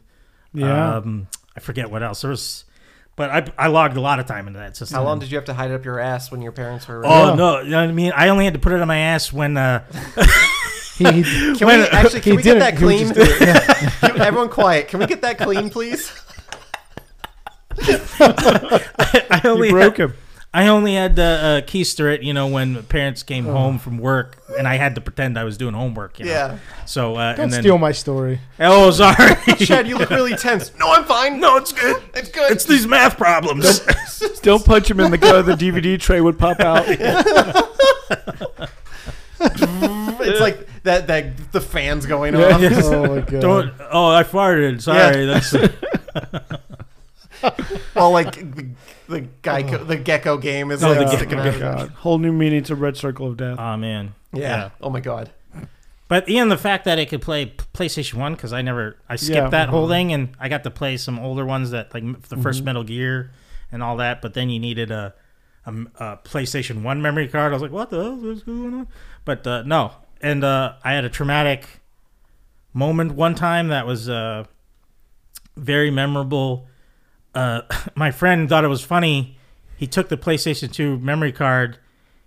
Speaker 4: Yeah.
Speaker 2: um I forget what else. There was but I I logged a lot of time into that system.
Speaker 3: How long did you have to hide it up your ass when your parents were?
Speaker 2: Oh no! You know what I mean, I only had to put it on my ass when uh,
Speaker 1: he, he,
Speaker 3: Can we actually can
Speaker 1: he
Speaker 3: we
Speaker 1: didn't.
Speaker 3: get that
Speaker 1: He was
Speaker 3: clean? [LAUGHS] Can- Everyone quiet. Can we get that clean, please?
Speaker 2: I only
Speaker 4: You
Speaker 1: [LAUGHS]
Speaker 4: broke
Speaker 2: had,
Speaker 4: him.
Speaker 2: I only had to uh, keister it, you know, when parents came home from work, and I had to pretend I was doing homework. You know?
Speaker 3: [LAUGHS] Yeah.
Speaker 2: So uh,
Speaker 1: Don't
Speaker 2: and then
Speaker 1: steal my story.
Speaker 2: oh sorry, [LAUGHS]
Speaker 3: Chad, you look really tense. No, I'm fine. No, it's good. It's good.
Speaker 2: it's these math problems.
Speaker 4: Don't punch him in the gut. The DVD tray would pop out.
Speaker 1: [LAUGHS]
Speaker 3: It's like that that the fans going on.
Speaker 1: Oh my god.
Speaker 2: Don't oh I farted. Sorry, that's
Speaker 3: [LAUGHS] Well, like the, the gecko the gecko game is
Speaker 2: No,
Speaker 3: like
Speaker 2: the
Speaker 3: sticking
Speaker 4: Oh,
Speaker 3: out.
Speaker 4: God. Whole new meaning to Red Circle of Death.
Speaker 2: oh man.
Speaker 3: Yeah. Oh my god.
Speaker 2: But and the fact that I could play P- PlayStation One because I never I skipped
Speaker 4: Yeah.
Speaker 2: that whole thing and I got to play some older ones that like m- the 1st Metal Gear and all that. But then you needed a, a m- a PlayStation One memory card. I was like, what the hell is going on? But uh, no, and uh, I had a traumatic moment one time that was uh, very memorable. Uh, [LAUGHS] my friend thought it was funny. He took the PlayStation 2 memory card,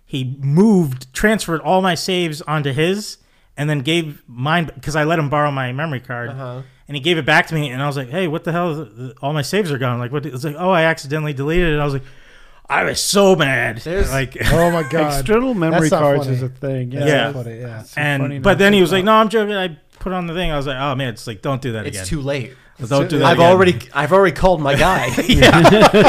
Speaker 2: he moved, transferred all my saves onto his, and then gave mine because I let him borrow my memory card.
Speaker 3: Uh-huh.
Speaker 2: And he gave it back to me, and I was like, "Hey, what the hell? All my saves are gone." Like, what? It's like, oh, I accidentally deleted it. I was like, I was so mad.
Speaker 3: There's- [LAUGHS]
Speaker 2: like,
Speaker 1: Oh my god.
Speaker 4: External memory
Speaker 1: not
Speaker 4: cards
Speaker 1: funny.
Speaker 4: is a thing. Yeah.
Speaker 1: That's
Speaker 2: Yeah.
Speaker 1: funny, yeah.
Speaker 4: It's so
Speaker 2: [LAUGHS] and
Speaker 4: funny now.
Speaker 2: but then he was like, "No, I'm joking." I put on the thing. I was like, "Oh man, it's like don't do that again.
Speaker 3: It's too late. [LAUGHS]
Speaker 2: don't do that."
Speaker 3: I've
Speaker 2: again. [LAUGHS]
Speaker 3: already I've already called my guy. [LAUGHS]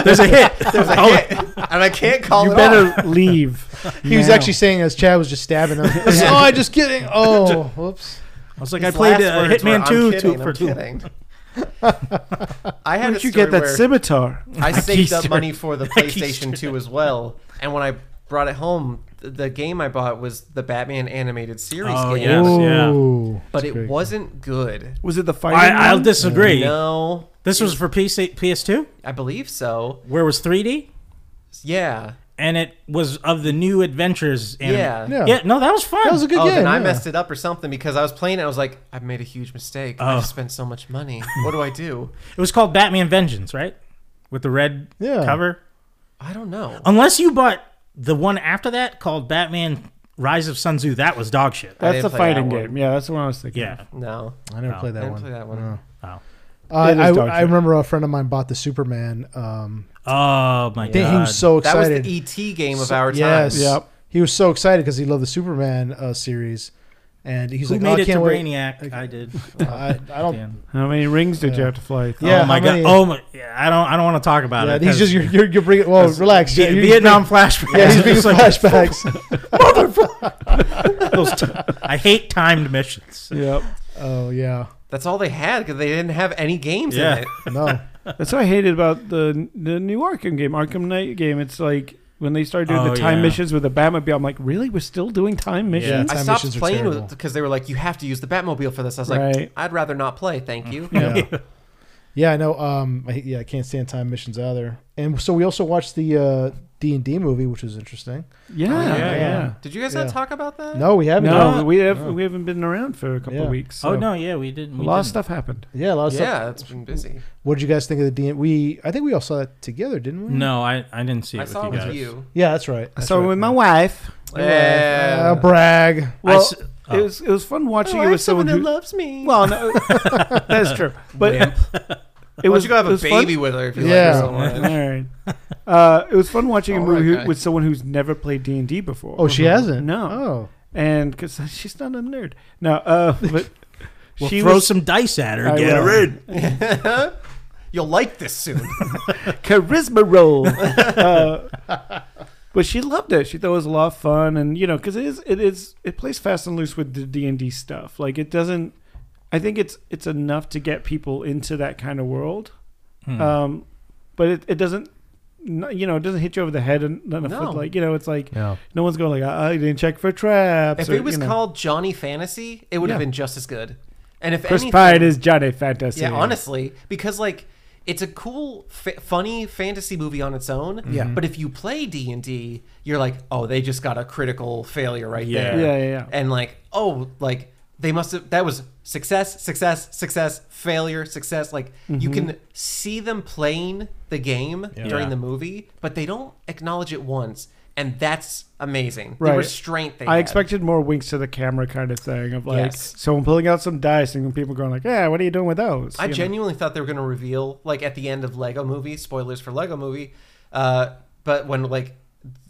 Speaker 2: there's a hit.
Speaker 3: There's a hit, and I can't call
Speaker 4: you
Speaker 3: it
Speaker 4: better
Speaker 3: off.
Speaker 4: leave.
Speaker 1: He was
Speaker 4: now.
Speaker 1: actually saying as Chad was just stabbing him. [LAUGHS] Oh, I just kidding. Oh, whoops.
Speaker 2: I was like,
Speaker 3: His
Speaker 2: I played
Speaker 3: last
Speaker 2: uh,
Speaker 3: words were,
Speaker 2: Hitman
Speaker 3: "I'm
Speaker 2: Two
Speaker 3: kidding,
Speaker 2: too,
Speaker 3: I'm
Speaker 2: for too. long."
Speaker 3: kidding." I had
Speaker 4: Where
Speaker 3: a
Speaker 4: did you
Speaker 3: story
Speaker 4: get that
Speaker 3: where
Speaker 4: scimitar?
Speaker 2: [LAUGHS]
Speaker 3: I saved up
Speaker 2: keister.
Speaker 3: money for the
Speaker 2: A
Speaker 3: PlayStation
Speaker 2: keister.
Speaker 3: 2 as well, and when I brought it home, th- the game I bought was the Batman animated series
Speaker 2: Oh,
Speaker 3: game,
Speaker 2: yes. yeah.
Speaker 1: Ooh.
Speaker 3: but it
Speaker 1: great.
Speaker 3: wasn't good.
Speaker 4: Was it the fighting?
Speaker 2: I, I'll
Speaker 4: one?
Speaker 2: disagree.
Speaker 3: No,
Speaker 2: This was for PC, PS2,
Speaker 3: I believe so.
Speaker 2: where it was 3D,
Speaker 3: Yeah.
Speaker 2: and it was of the new adventures. anim-
Speaker 3: Yeah.
Speaker 1: Yeah.
Speaker 2: yeah. No, that was fun.
Speaker 1: That was a good
Speaker 3: oh,
Speaker 1: game.
Speaker 3: then I
Speaker 1: yeah.
Speaker 3: messed it up or something because I was playing it. I was like, I've made a huge mistake.
Speaker 2: Oh.
Speaker 3: I've spent so
Speaker 2: [LAUGHS]
Speaker 3: much money. What do I do?
Speaker 2: It was called Batman Vengeance, right? With the red
Speaker 1: Yeah.
Speaker 2: cover.
Speaker 3: I don't know.
Speaker 2: Unless you bought the one after that called Batman Rise of Sun Tzu. That was dog shit.
Speaker 3: I
Speaker 4: That's
Speaker 3: didn't
Speaker 4: the
Speaker 3: play that
Speaker 4: fighting
Speaker 3: one.
Speaker 4: game. Yeah, that's the one I was thinking.
Speaker 2: Yeah.
Speaker 3: No.
Speaker 1: I never
Speaker 2: Oh,
Speaker 1: played that
Speaker 3: didn't
Speaker 1: one.
Speaker 3: play that one.
Speaker 1: No.
Speaker 2: Oh.
Speaker 1: Uh, I,
Speaker 4: It is dog
Speaker 1: I
Speaker 4: shit.
Speaker 1: remember a friend of mine bought the Superman. Um,
Speaker 2: Oh my
Speaker 1: th- He
Speaker 2: god.
Speaker 1: was so
Speaker 3: That was
Speaker 1: excited.
Speaker 3: the ET game of our time.
Speaker 1: Yes.
Speaker 4: Yep.
Speaker 1: He was so excited because he loved the Superman uh, series, and he's
Speaker 2: Who
Speaker 1: like,
Speaker 2: made
Speaker 1: oh, I
Speaker 2: it to
Speaker 1: can't wait.
Speaker 2: Brainiac? I did.
Speaker 1: I, I don't. Yeah,
Speaker 2: Dan.
Speaker 4: How many rings did you
Speaker 1: Yeah.
Speaker 4: have to fly? through?
Speaker 1: Yeah,
Speaker 2: oh my
Speaker 1: how
Speaker 2: god.
Speaker 1: many-
Speaker 2: Oh my. yeah, I don't. I don't want to talk about it.
Speaker 1: he's
Speaker 2: 'cause
Speaker 1: just you're you're, you're bringing.
Speaker 4: Oh,
Speaker 1: Well, relax.
Speaker 2: Vi-
Speaker 1: yeah, you're-
Speaker 4: [LAUGHS]
Speaker 2: Vietnam
Speaker 1: [LAUGHS]
Speaker 2: flashbacks.
Speaker 1: Yeah,
Speaker 2: [LAUGHS]
Speaker 1: he's being
Speaker 2: Just like
Speaker 1: flashbacks.
Speaker 2: those t- I hate timed missions.
Speaker 4: Yep.
Speaker 1: oh yeah.
Speaker 3: That's all they had because they didn't have any games
Speaker 2: Yeah.
Speaker 3: in it.
Speaker 1: No.
Speaker 4: That's what I hated about the the new Arkham game, Arkham Knight game. It's like when they started doing
Speaker 2: Oh,
Speaker 4: the time
Speaker 2: yeah.
Speaker 4: missions with the Batmobile. I'm like, really? We're still doing time missions?
Speaker 1: Time
Speaker 3: I stopped
Speaker 1: missions are
Speaker 3: playing with
Speaker 1: terrible.
Speaker 3: because they were like, you have to use the Batmobile for this. I was like,
Speaker 4: Right. Mm,
Speaker 3: I'd rather not play. Thank you.
Speaker 1: Yeah. yeah, I know. Um, I, yeah, I can't stand time missions either. And so we also watched the uh, D and D movie, which was interesting.
Speaker 4: Yeah.
Speaker 3: Yeah,
Speaker 4: Yeah.
Speaker 1: yeah.
Speaker 3: Did you guys
Speaker 1: Yeah.
Speaker 3: not talk about that?
Speaker 1: No, we haven't.
Speaker 4: No,
Speaker 2: No.
Speaker 4: we have we haven't been around for a couple
Speaker 1: Yeah.
Speaker 4: of weeks.
Speaker 2: Oh
Speaker 4: so
Speaker 2: no, yeah, we didn't.
Speaker 4: a
Speaker 2: We
Speaker 4: lot of
Speaker 2: didn't.
Speaker 4: stuff happened.
Speaker 1: Yeah, a lot of stuff.
Speaker 3: Yeah, it's been busy.
Speaker 1: What did you guys think of the D? We I think we all saw that together, didn't we?
Speaker 2: No, I, I didn't see it
Speaker 3: I
Speaker 2: with
Speaker 3: saw
Speaker 2: you
Speaker 3: it with
Speaker 2: guys.
Speaker 3: you.
Speaker 1: Yeah, that's right.
Speaker 4: I
Speaker 1: That's
Speaker 4: saw it
Speaker 1: right.
Speaker 4: with my wife.
Speaker 1: Uh,
Speaker 3: Yeah.
Speaker 1: brag.
Speaker 4: Well,
Speaker 2: s- oh.
Speaker 4: it was it was fun watching
Speaker 3: I
Speaker 4: it
Speaker 3: have
Speaker 4: with someone
Speaker 3: someone
Speaker 4: who.
Speaker 3: that loves me.
Speaker 4: well, no, [LAUGHS] that's true. But
Speaker 3: Wimp.
Speaker 4: [LAUGHS]
Speaker 3: Why
Speaker 4: it
Speaker 3: don't
Speaker 4: was
Speaker 3: you go have
Speaker 4: it
Speaker 3: a
Speaker 4: was fun-
Speaker 3: baby with her if you
Speaker 1: Yeah.
Speaker 3: like her so
Speaker 4: All
Speaker 3: much? [LAUGHS]
Speaker 4: right. Uh, it was fun watching a
Speaker 3: All
Speaker 4: movie
Speaker 3: right, Mm-hmm. guy.
Speaker 4: with someone who's never played D and D before.
Speaker 1: Oh, she hasn't.
Speaker 4: Mm-hmm.
Speaker 1: Oh,
Speaker 4: No. and because [LAUGHS] she's not a nerd. No, uh, but
Speaker 2: We'll
Speaker 4: she
Speaker 2: throw
Speaker 4: was
Speaker 2: some dice at her.
Speaker 4: I
Speaker 2: Get
Speaker 4: will.
Speaker 2: her in.
Speaker 4: [LAUGHS]
Speaker 3: [LAUGHS] You'll like this soon.
Speaker 4: charisma roll. [LAUGHS] uh, but she loved it. She thought it was a lot of fun, and you know, because it is, it is, it plays fast and loose with the D and D stuff. Like it doesn't. I think it's it's enough to get people into that kind of world, um, but it, it doesn't. n- You know, it doesn't hit you over the head and enough.
Speaker 3: No.
Speaker 4: with, Like you know, it's like
Speaker 1: yeah.
Speaker 4: no one's going like I, I didn't check for traps.
Speaker 3: if
Speaker 4: or,
Speaker 3: it was
Speaker 4: you know,
Speaker 3: called Johnny Fantasy, it would have
Speaker 4: Yeah.
Speaker 3: been just as good. And if
Speaker 4: Chris
Speaker 3: anything,
Speaker 4: Pine is Johnny Fantasy.
Speaker 3: Yeah, honestly, because like it's a cool, fa- funny fantasy movie on its own.
Speaker 4: Yeah.
Speaker 2: Mm-hmm.
Speaker 3: But if you play D and D, you're like, oh, they just got a critical failure right
Speaker 2: Yeah.
Speaker 4: Yeah,
Speaker 3: there.
Speaker 4: yeah, yeah.
Speaker 3: And like, oh, like they must have. That was success, success, success, failure, success. Like you
Speaker 4: Mm-hmm.
Speaker 3: can see them playing the game during
Speaker 2: Yeah.
Speaker 3: the movie, but they don't acknowledge it once, and that's amazing. The
Speaker 4: Right.
Speaker 3: restraint they.
Speaker 4: I
Speaker 3: had.
Speaker 4: expected more winks to the camera kind of thing of like
Speaker 3: Yes.
Speaker 4: someone pulling out some dice and people going like, "Yeah, what are you doing with those?"
Speaker 3: I
Speaker 4: You know?
Speaker 3: genuinely thought they were going to reveal, like at the end of Lego Movie, spoilers for Lego Movie, uh, but when like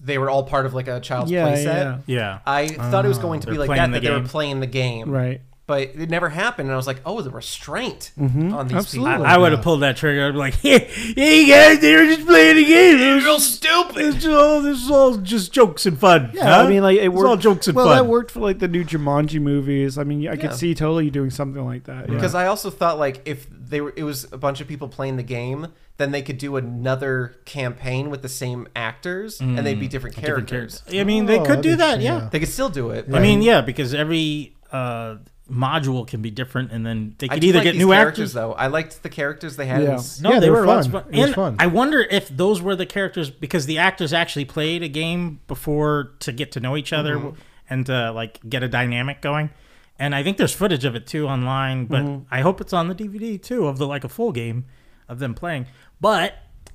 Speaker 3: they were all part of like a child's
Speaker 4: Yeah,
Speaker 3: play set,
Speaker 4: yeah.
Speaker 2: Yeah.
Speaker 3: I thought it was going to
Speaker 2: they're
Speaker 3: be like
Speaker 2: playing
Speaker 3: that
Speaker 2: the
Speaker 3: that they were
Speaker 2: game.
Speaker 3: playing the game,
Speaker 4: right.
Speaker 3: But it never happened, and I was like, oh, the restraint on these
Speaker 4: Absolutely.
Speaker 3: people.
Speaker 2: I would have pulled that trigger. I'd be like, [LAUGHS] yeah, yeah, you guys, they were just playing a game. It was real stupid. It's just all, this is all just jokes and fun.
Speaker 4: Yeah, I mean, like it worked.
Speaker 2: was all jokes and
Speaker 4: well,
Speaker 2: fun.
Speaker 4: that worked for like the new Jumanji movies. I mean, I
Speaker 3: Yeah.
Speaker 4: could see totally doing something like that. yeah.
Speaker 3: Because I also thought like if they were, it was a bunch of people playing the game, then they could do another campaign with the same actors, and they'd be different characters.
Speaker 2: I mean, they
Speaker 1: Oh,
Speaker 2: could
Speaker 1: that'd
Speaker 2: do
Speaker 1: be
Speaker 2: that.
Speaker 1: interesting,
Speaker 2: Yeah.
Speaker 1: yeah.
Speaker 3: They could still do it.
Speaker 2: I
Speaker 3: but
Speaker 2: mean, yeah, because every uh, module can be different, and then they
Speaker 3: I
Speaker 2: could
Speaker 3: did
Speaker 2: either
Speaker 3: like
Speaker 2: get
Speaker 3: these
Speaker 2: new
Speaker 3: characters
Speaker 2: actors.
Speaker 3: though. I liked the characters they had.
Speaker 4: Yeah.
Speaker 3: Yeah.
Speaker 2: No,
Speaker 1: Yeah,
Speaker 2: they,
Speaker 1: they
Speaker 2: were,
Speaker 1: were
Speaker 2: a lot of
Speaker 1: fun.
Speaker 2: fun.
Speaker 1: It was
Speaker 2: And
Speaker 1: fun.
Speaker 2: I wonder if those were the characters because the actors actually played a game before to get to know each other and to like get a dynamic going. And I think there's footage of it too online, but I hope it's on the DVD too of the like a full game of them playing. But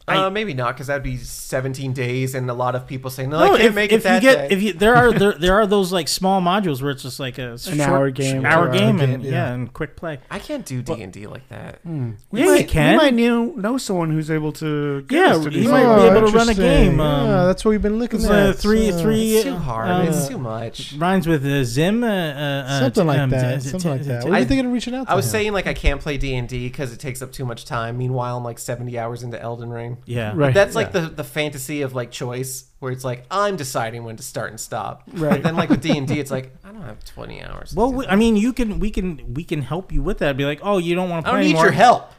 Speaker 3: uh, maybe not, because that'd be 17 days, and a lot of people saying, "No,
Speaker 2: No,
Speaker 3: I can't
Speaker 2: if,
Speaker 3: make
Speaker 2: if
Speaker 3: it that
Speaker 2: you get
Speaker 3: day."
Speaker 2: if you there are there, there are those like small modules where it's just like a short,
Speaker 4: hour game
Speaker 2: hour
Speaker 4: or-
Speaker 2: game, and
Speaker 1: Game, yeah.
Speaker 2: yeah. and quick play.
Speaker 3: I can't do D and D like that.
Speaker 4: We
Speaker 2: Yeah, you
Speaker 4: might,
Speaker 2: can.
Speaker 4: We might know, know someone who's able to. Get
Speaker 2: Yeah,
Speaker 4: us to do
Speaker 2: you
Speaker 4: something.
Speaker 2: might be
Speaker 1: Oh,
Speaker 2: able to run a
Speaker 1: interesting.
Speaker 2: game,
Speaker 1: yeah,
Speaker 2: um,
Speaker 1: that's what we've been looking
Speaker 2: It's,
Speaker 1: at.
Speaker 2: uh, three
Speaker 1: so-
Speaker 2: three
Speaker 3: It's too hard.
Speaker 2: uh,
Speaker 3: it's too much.
Speaker 2: rhymes with uh, Zim. Uh, uh,
Speaker 1: something like
Speaker 2: um,
Speaker 1: that.
Speaker 2: is it-
Speaker 1: something like
Speaker 2: is it-
Speaker 1: that. What are
Speaker 3: I-
Speaker 1: you thinking of reaching out? to
Speaker 3: I was
Speaker 1: him?
Speaker 3: saying like I can't play D and D because it takes up too much time. Meanwhile, I'm like 70 hours into Elden Ring.
Speaker 2: Yeah,
Speaker 4: Right.
Speaker 3: That's like the, the fantasy of like choice, where it's like I'm deciding when to start and stop. But
Speaker 4: Right.
Speaker 2: [LAUGHS]
Speaker 3: then like with D and D, it's like I don't have 20 hours.
Speaker 2: Well,
Speaker 3: to do
Speaker 2: we,
Speaker 3: that.
Speaker 2: I mean, you can we can we can help you with that. Be like, oh, you don't want to
Speaker 3: I
Speaker 2: play
Speaker 3: don't need
Speaker 2: anymore.
Speaker 3: your help.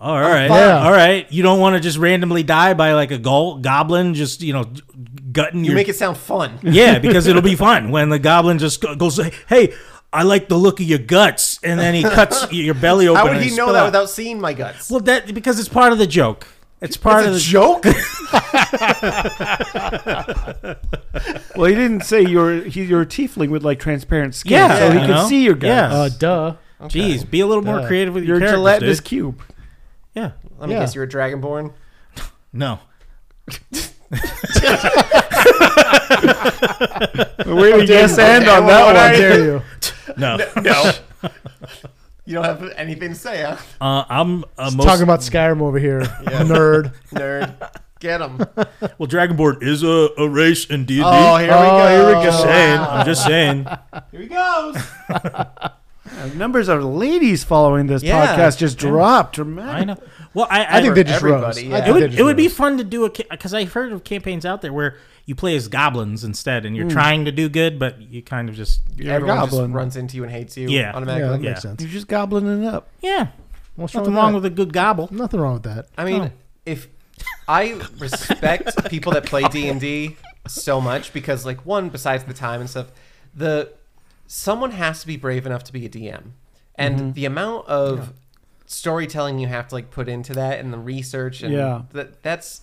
Speaker 2: Oh, all right,
Speaker 1: fine.
Speaker 2: all right. You don't want to just randomly die by like a gol- goblin, just you know, gutting
Speaker 3: You
Speaker 2: your
Speaker 3: make it sound fun.
Speaker 2: [LAUGHS] yeah, because it'll be fun when the goblin just go- goes, hey. I like the look of your guts, and then he
Speaker 3: [LAUGHS]
Speaker 2: cuts your belly open.
Speaker 3: How would
Speaker 2: and
Speaker 3: he
Speaker 2: they
Speaker 3: know
Speaker 2: spill
Speaker 3: that
Speaker 2: out.
Speaker 3: without seeing my guts?
Speaker 2: Well, that because it's part of the joke. It's part of the
Speaker 3: it's a
Speaker 2: [LAUGHS]
Speaker 3: joke.
Speaker 4: Well, he didn't say your he, your tiefling with like transparent skin,
Speaker 2: Yeah,
Speaker 4: so he
Speaker 2: you
Speaker 4: could
Speaker 2: know?
Speaker 4: see your guts.
Speaker 2: Yeah.
Speaker 4: Oh,
Speaker 1: uh, duh.
Speaker 2: Jeez, be a little more
Speaker 1: Yeah.
Speaker 2: creative with your,
Speaker 4: Your
Speaker 2: characters,
Speaker 4: gelatinous
Speaker 2: dude.
Speaker 4: cube.
Speaker 2: Yeah.
Speaker 3: Let me
Speaker 1: Yeah.
Speaker 3: guess, you're a dragonborn.
Speaker 2: No.
Speaker 4: We're
Speaker 1: Oh,
Speaker 4: gonna yes and on
Speaker 3: well,
Speaker 1: How
Speaker 4: that
Speaker 1: dare you?
Speaker 2: No.
Speaker 3: [LAUGHS] No. you don't have anything to say, huh?
Speaker 2: Uh, I'm uh, [LAUGHS] most,
Speaker 1: Talking about Skyrim over here, nerd.
Speaker 3: Nerd. Get him.
Speaker 2: Well, Dragonborn is a, a race in D&D.
Speaker 3: Oh, here
Speaker 1: Oh,
Speaker 3: we go.
Speaker 1: here we go.
Speaker 2: just saying. I'm just saying.
Speaker 3: Here he goes.
Speaker 4: one. Numbers of ladies following this
Speaker 3: Yeah.
Speaker 4: podcast just dropped
Speaker 2: [LAUGHS] I
Speaker 4: dramatically.
Speaker 2: know. Well, I, I,
Speaker 1: I think they just
Speaker 3: everybody,
Speaker 1: rose. I
Speaker 3: yeah.
Speaker 1: think
Speaker 2: it
Speaker 1: they
Speaker 2: would
Speaker 1: just
Speaker 2: it would be
Speaker 1: rose.
Speaker 2: fun to do a because I've heard of campaigns out there where you play as goblins instead, and
Speaker 1: Mm.
Speaker 2: you're trying to do good, but you kind of just
Speaker 4: You're a
Speaker 3: Everyone
Speaker 4: goblin.
Speaker 3: just runs into you and hates you
Speaker 2: Yeah.
Speaker 1: Yeah, that
Speaker 3: automatically.
Speaker 2: Yeah.
Speaker 1: makes sense.
Speaker 4: You're just gobbling it up.
Speaker 2: yeah.
Speaker 1: What's
Speaker 2: Nothing wrong with a good gobble.
Speaker 1: that? Nothing wrong with that.
Speaker 3: I
Speaker 4: Oh.
Speaker 3: mean, if I respect people that play D and D so much because, like, one besides the time and stuff, the someone has to be brave enough to be a DM, and
Speaker 4: Mm-hmm.
Speaker 3: the amount of storytelling you have to like put into that and the research and
Speaker 4: Yeah.
Speaker 3: that that's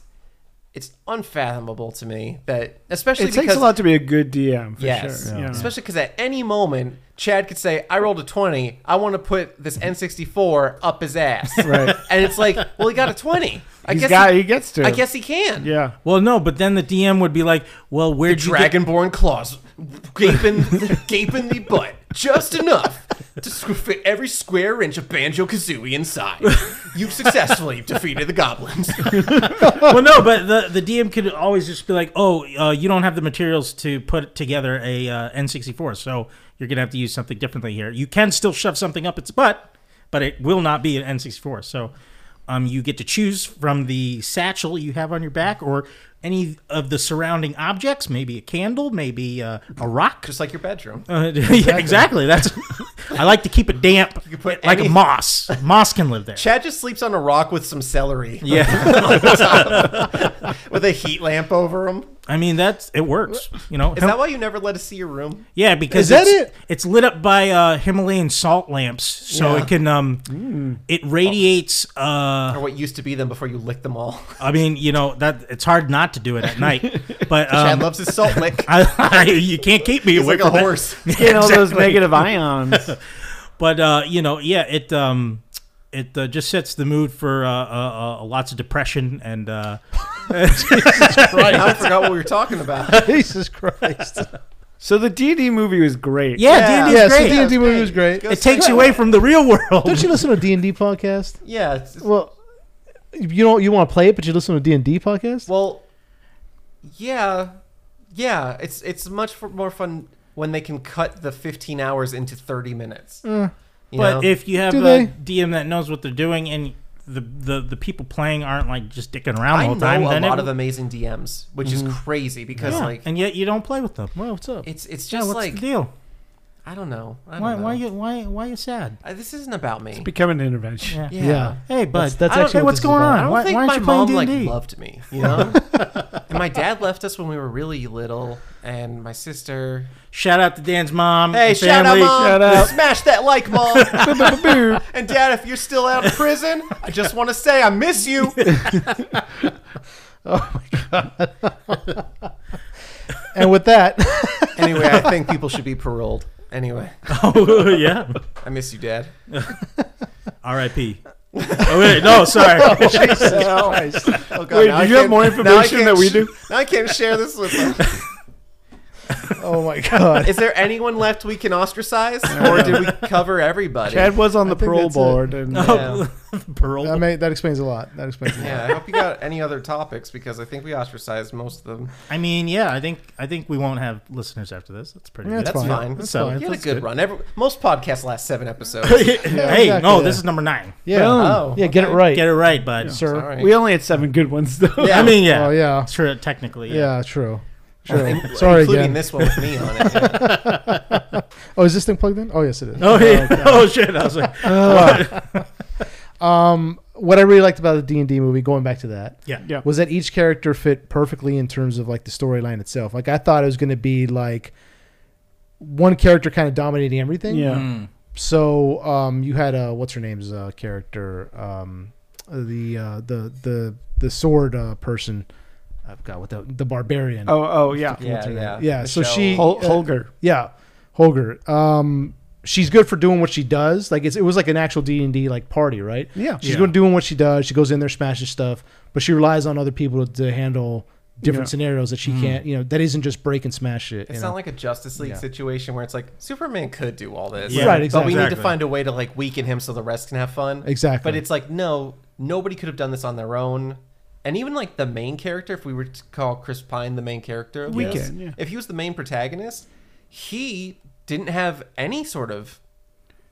Speaker 3: it's unfathomable to me that especially
Speaker 4: it
Speaker 3: because
Speaker 4: takes a lot to be a good DM. For
Speaker 3: Yes.
Speaker 4: sure.
Speaker 3: Especially because at any moment, Chad could say, I rolled a 20. I want to put this N64 up his ass.
Speaker 4: [LAUGHS] Right.
Speaker 3: And it's like, well, he got a 20. I
Speaker 4: He's
Speaker 3: guess
Speaker 4: got,
Speaker 3: he,
Speaker 4: he gets to.
Speaker 3: I guess he can.
Speaker 4: Yeah.
Speaker 3: [LAUGHS]
Speaker 2: Well, no, but then the DM would be like, "Well, where'd you get
Speaker 3: Dragonborn claws [LAUGHS] gaping, gaping the butt just enough to squ- fit every square inch of Banjo Kazooie [LAUGHS] inside. You've successfully defeated the goblins. [LAUGHS]
Speaker 2: well, no, but the, the DM could always just be like, "Oh, uh, you don't have the materials to put together a uh, N64, so you're gonna have to use something differently here. You can still shove something up its butt, but it will not be an N64. So, um, you get to choose from the satchel you have on your back, or any of the surrounding objects. Maybe a candle, maybe uh, a rock. [LAUGHS]
Speaker 3: Just like your bedroom.
Speaker 2: Uh, yeah, exactly. That's. [LAUGHS] I like to keep it damp,
Speaker 3: can put
Speaker 2: like
Speaker 3: any-
Speaker 2: moss. Moss can live
Speaker 3: [LAUGHS]
Speaker 2: there.
Speaker 3: Chad just sleeps on a rock with some celery [LAUGHS]
Speaker 2: Yeah.
Speaker 3: with a heat lamp over him.
Speaker 2: I mean that's it works. You know,
Speaker 3: Is that why you never let us see your room?
Speaker 2: Yeah, because
Speaker 1: Is that
Speaker 2: it's,
Speaker 1: it?
Speaker 2: it's lit up by uh, Himalayan salt lamps, so it can um,
Speaker 1: Mm.
Speaker 2: it radiates. Uh,
Speaker 3: or what used to be them before you licked them all.
Speaker 2: I mean, you know that it's hard not to do it at
Speaker 1: [LAUGHS]
Speaker 2: night, but
Speaker 3: Chad
Speaker 2: um,
Speaker 3: loves his salt lick.
Speaker 2: [LAUGHS] I, you can't keep me
Speaker 3: He's
Speaker 2: away
Speaker 3: like a
Speaker 2: from it. [LAUGHS]
Speaker 3: horse.
Speaker 4: Getting all those negative ions.
Speaker 2: But uh, you know, yeah, it um, it uh, just sets the mood for uh, uh, uh, lots of depression and uh,
Speaker 3: Right. I forgot what we were
Speaker 2: [LAUGHS]
Speaker 3: talking about.
Speaker 1: Jesus Christ.
Speaker 4: So the D&D movie was great.
Speaker 2: yeah, D
Speaker 1: yeah,
Speaker 2: and
Speaker 1: so
Speaker 2: D
Speaker 1: D
Speaker 2: great.
Speaker 1: and D movie was great.
Speaker 2: It takes you away from the real world.
Speaker 1: Don't you listen to D and D podcast?
Speaker 3: Yeah. it's- it's-
Speaker 1: Well, you don't. You want to play it, but you listen to D and D podcast.
Speaker 3: Well, yeah, yeah. It's it's much f more fun when they can cut the 15 hours into 30 minutes.
Speaker 1: Eh,
Speaker 3: You
Speaker 2: But
Speaker 3: know?
Speaker 2: if you have
Speaker 1: Do
Speaker 2: a
Speaker 1: they?
Speaker 2: DM that knows what they're doing and the, the the people playing aren't like just dicking around the
Speaker 3: I
Speaker 2: whole
Speaker 3: know
Speaker 2: time,
Speaker 3: a
Speaker 2: then it,
Speaker 3: lot
Speaker 2: Mm-hmm.
Speaker 3: of amazing DMs, which is crazy because
Speaker 2: yeah,
Speaker 3: like
Speaker 2: and yet you don't play with them.
Speaker 1: Well, what's up?
Speaker 3: it's it's
Speaker 2: Yeah,
Speaker 3: just
Speaker 2: what's
Speaker 3: like
Speaker 2: the deal?
Speaker 3: I don't know. I don't
Speaker 2: Why
Speaker 3: know.
Speaker 2: why you why why you sad?
Speaker 3: Uh, this isn't about me.
Speaker 4: Become an intervention.
Speaker 2: Yeah.
Speaker 3: yeah.
Speaker 1: Yeah.
Speaker 2: Hey, bud.
Speaker 1: That's- that's
Speaker 2: I don't-
Speaker 1: actually
Speaker 2: hey,
Speaker 1: what this
Speaker 2: what's
Speaker 1: is
Speaker 2: going
Speaker 1: about.
Speaker 2: on?
Speaker 3: I don't
Speaker 2: why,
Speaker 3: think
Speaker 2: why
Speaker 3: my
Speaker 2: aren't you playing
Speaker 3: mom
Speaker 2: D&D?
Speaker 3: like loved me, you know.
Speaker 4: [LAUGHS]
Speaker 3: and my dad left us when we were really little, and my sister.
Speaker 2: shout out to Dan's mom.
Speaker 3: Hey,
Speaker 2: and
Speaker 3: shout out,
Speaker 2: family.
Speaker 3: mom!
Speaker 4: shout out.
Speaker 3: Smash that like, mom! [LAUGHS] and dad, if you're still out of prison, I just want to say I miss you.
Speaker 1: And with that,
Speaker 2: [LAUGHS]
Speaker 3: anyway, I think people should
Speaker 2: [LAUGHS]
Speaker 3: be paroled. Anyway,
Speaker 2: Oh yeah.
Speaker 3: I miss you, dad.
Speaker 2: R.I.P. Oh, wait,
Speaker 3: [LAUGHS]
Speaker 2: no, sorry.
Speaker 6: Oh, oh, God,
Speaker 4: Wait,
Speaker 6: now
Speaker 4: do
Speaker 6: I
Speaker 4: you have
Speaker 6: can't-
Speaker 4: more
Speaker 6: now I
Speaker 4: information
Speaker 6: can't
Speaker 4: that we
Speaker 6: sh-
Speaker 4: do?
Speaker 6: Now I can't share this with them.
Speaker 1: [LAUGHS] Oh my
Speaker 2: [LAUGHS]
Speaker 1: god.
Speaker 3: Is there anyone left we can
Speaker 4: [LAUGHS]
Speaker 3: ostracize, or did we cover everybody?
Speaker 4: Chad was on the
Speaker 1: think
Speaker 4: parole
Speaker 1: that's it.
Speaker 4: board, and
Speaker 3: Yeah.
Speaker 2: [LAUGHS] Pearl.
Speaker 1: That, may, that explains a lot. That explains a lot.
Speaker 3: yeah, I hope you got any other topics because I think we ostracized most of them.
Speaker 2: I mean, yeah, I think I think we won't have listeners after this. That's pretty
Speaker 1: Yeah,
Speaker 2: good. [LAUGHS]
Speaker 1: that's,
Speaker 3: That's
Speaker 1: fine.
Speaker 3: fine.
Speaker 1: That's
Speaker 2: So-
Speaker 1: fine.
Speaker 3: You had a
Speaker 1: That's
Speaker 3: good,
Speaker 1: good.
Speaker 3: run. Every, most podcasts last seven episodes.
Speaker 1: [LAUGHS]
Speaker 2: hey,
Speaker 1: exactly,
Speaker 2: no,
Speaker 1: yeah.
Speaker 2: this is number nine.
Speaker 1: Yeah.
Speaker 3: Oh,
Speaker 1: yeah, get it
Speaker 3: okay.
Speaker 1: right,
Speaker 2: Get it right, bud.
Speaker 1: sir.
Speaker 3: All right.
Speaker 4: we only had seven good ones though.
Speaker 3: Yeah.
Speaker 2: I mean, yeah,
Speaker 1: Oh yeah.
Speaker 2: true. Technically, yeah.
Speaker 1: Yeah, true. [LAUGHS] True.
Speaker 3: In-
Speaker 1: Sorry
Speaker 3: including
Speaker 1: again.
Speaker 3: this one with me
Speaker 1: [LAUGHS]
Speaker 3: on it. yeah.
Speaker 1: Oh, is this thing plugged in? Oh, yes, it is.
Speaker 2: Oh, yeah. [LAUGHS] oh shit! I was like,
Speaker 1: Um, what I really liked about the D and D movie, going back to that,
Speaker 2: yeah,
Speaker 4: [LAUGHS] Yeah.
Speaker 1: was that each character fit perfectly in terms of like the storyline itself. Like I thought it was going to be like one character kind of dominating everything.
Speaker 4: Yeah.
Speaker 3: Hmm.
Speaker 2: Mm.
Speaker 1: So um, you had uh, what's her name's uh, character, um, the uh, the the the sword uh, person. I've got what the the barbarian.
Speaker 4: Oh, oh, yeah.
Speaker 3: Yeah, yeah.
Speaker 1: Yeah, so she-
Speaker 4: Hol-
Speaker 1: Uh,
Speaker 4: Holger.
Speaker 1: Yeah, Holger. Um, she's good for doing what she does. Like it's, it was like an actual D and D like party, right?
Speaker 4: Yeah.
Speaker 1: she's
Speaker 2: Yeah.
Speaker 1: going doing what she does. She goes in there, smashes stuff, but she relies on other people to, handle different
Speaker 4: Yeah.
Speaker 1: scenarios that she can't. You know, that isn't just break and smash it.
Speaker 3: It's
Speaker 1: you
Speaker 3: not
Speaker 1: know?
Speaker 3: like a Justice League
Speaker 1: Yeah.
Speaker 3: situation where it's like Superman could do all this,
Speaker 2: Yeah. Right,
Speaker 3: But we need to
Speaker 2: exactly.
Speaker 3: find a way to like weaken him so the rest can have fun.
Speaker 1: Exactly.
Speaker 3: But it's like no, nobody could have done this on their own. And even like the main character, if we were to call Chris Pine the main character, of
Speaker 4: We
Speaker 3: this,
Speaker 4: can, yeah.
Speaker 3: if he was the main protagonist, he didn't have any sort of.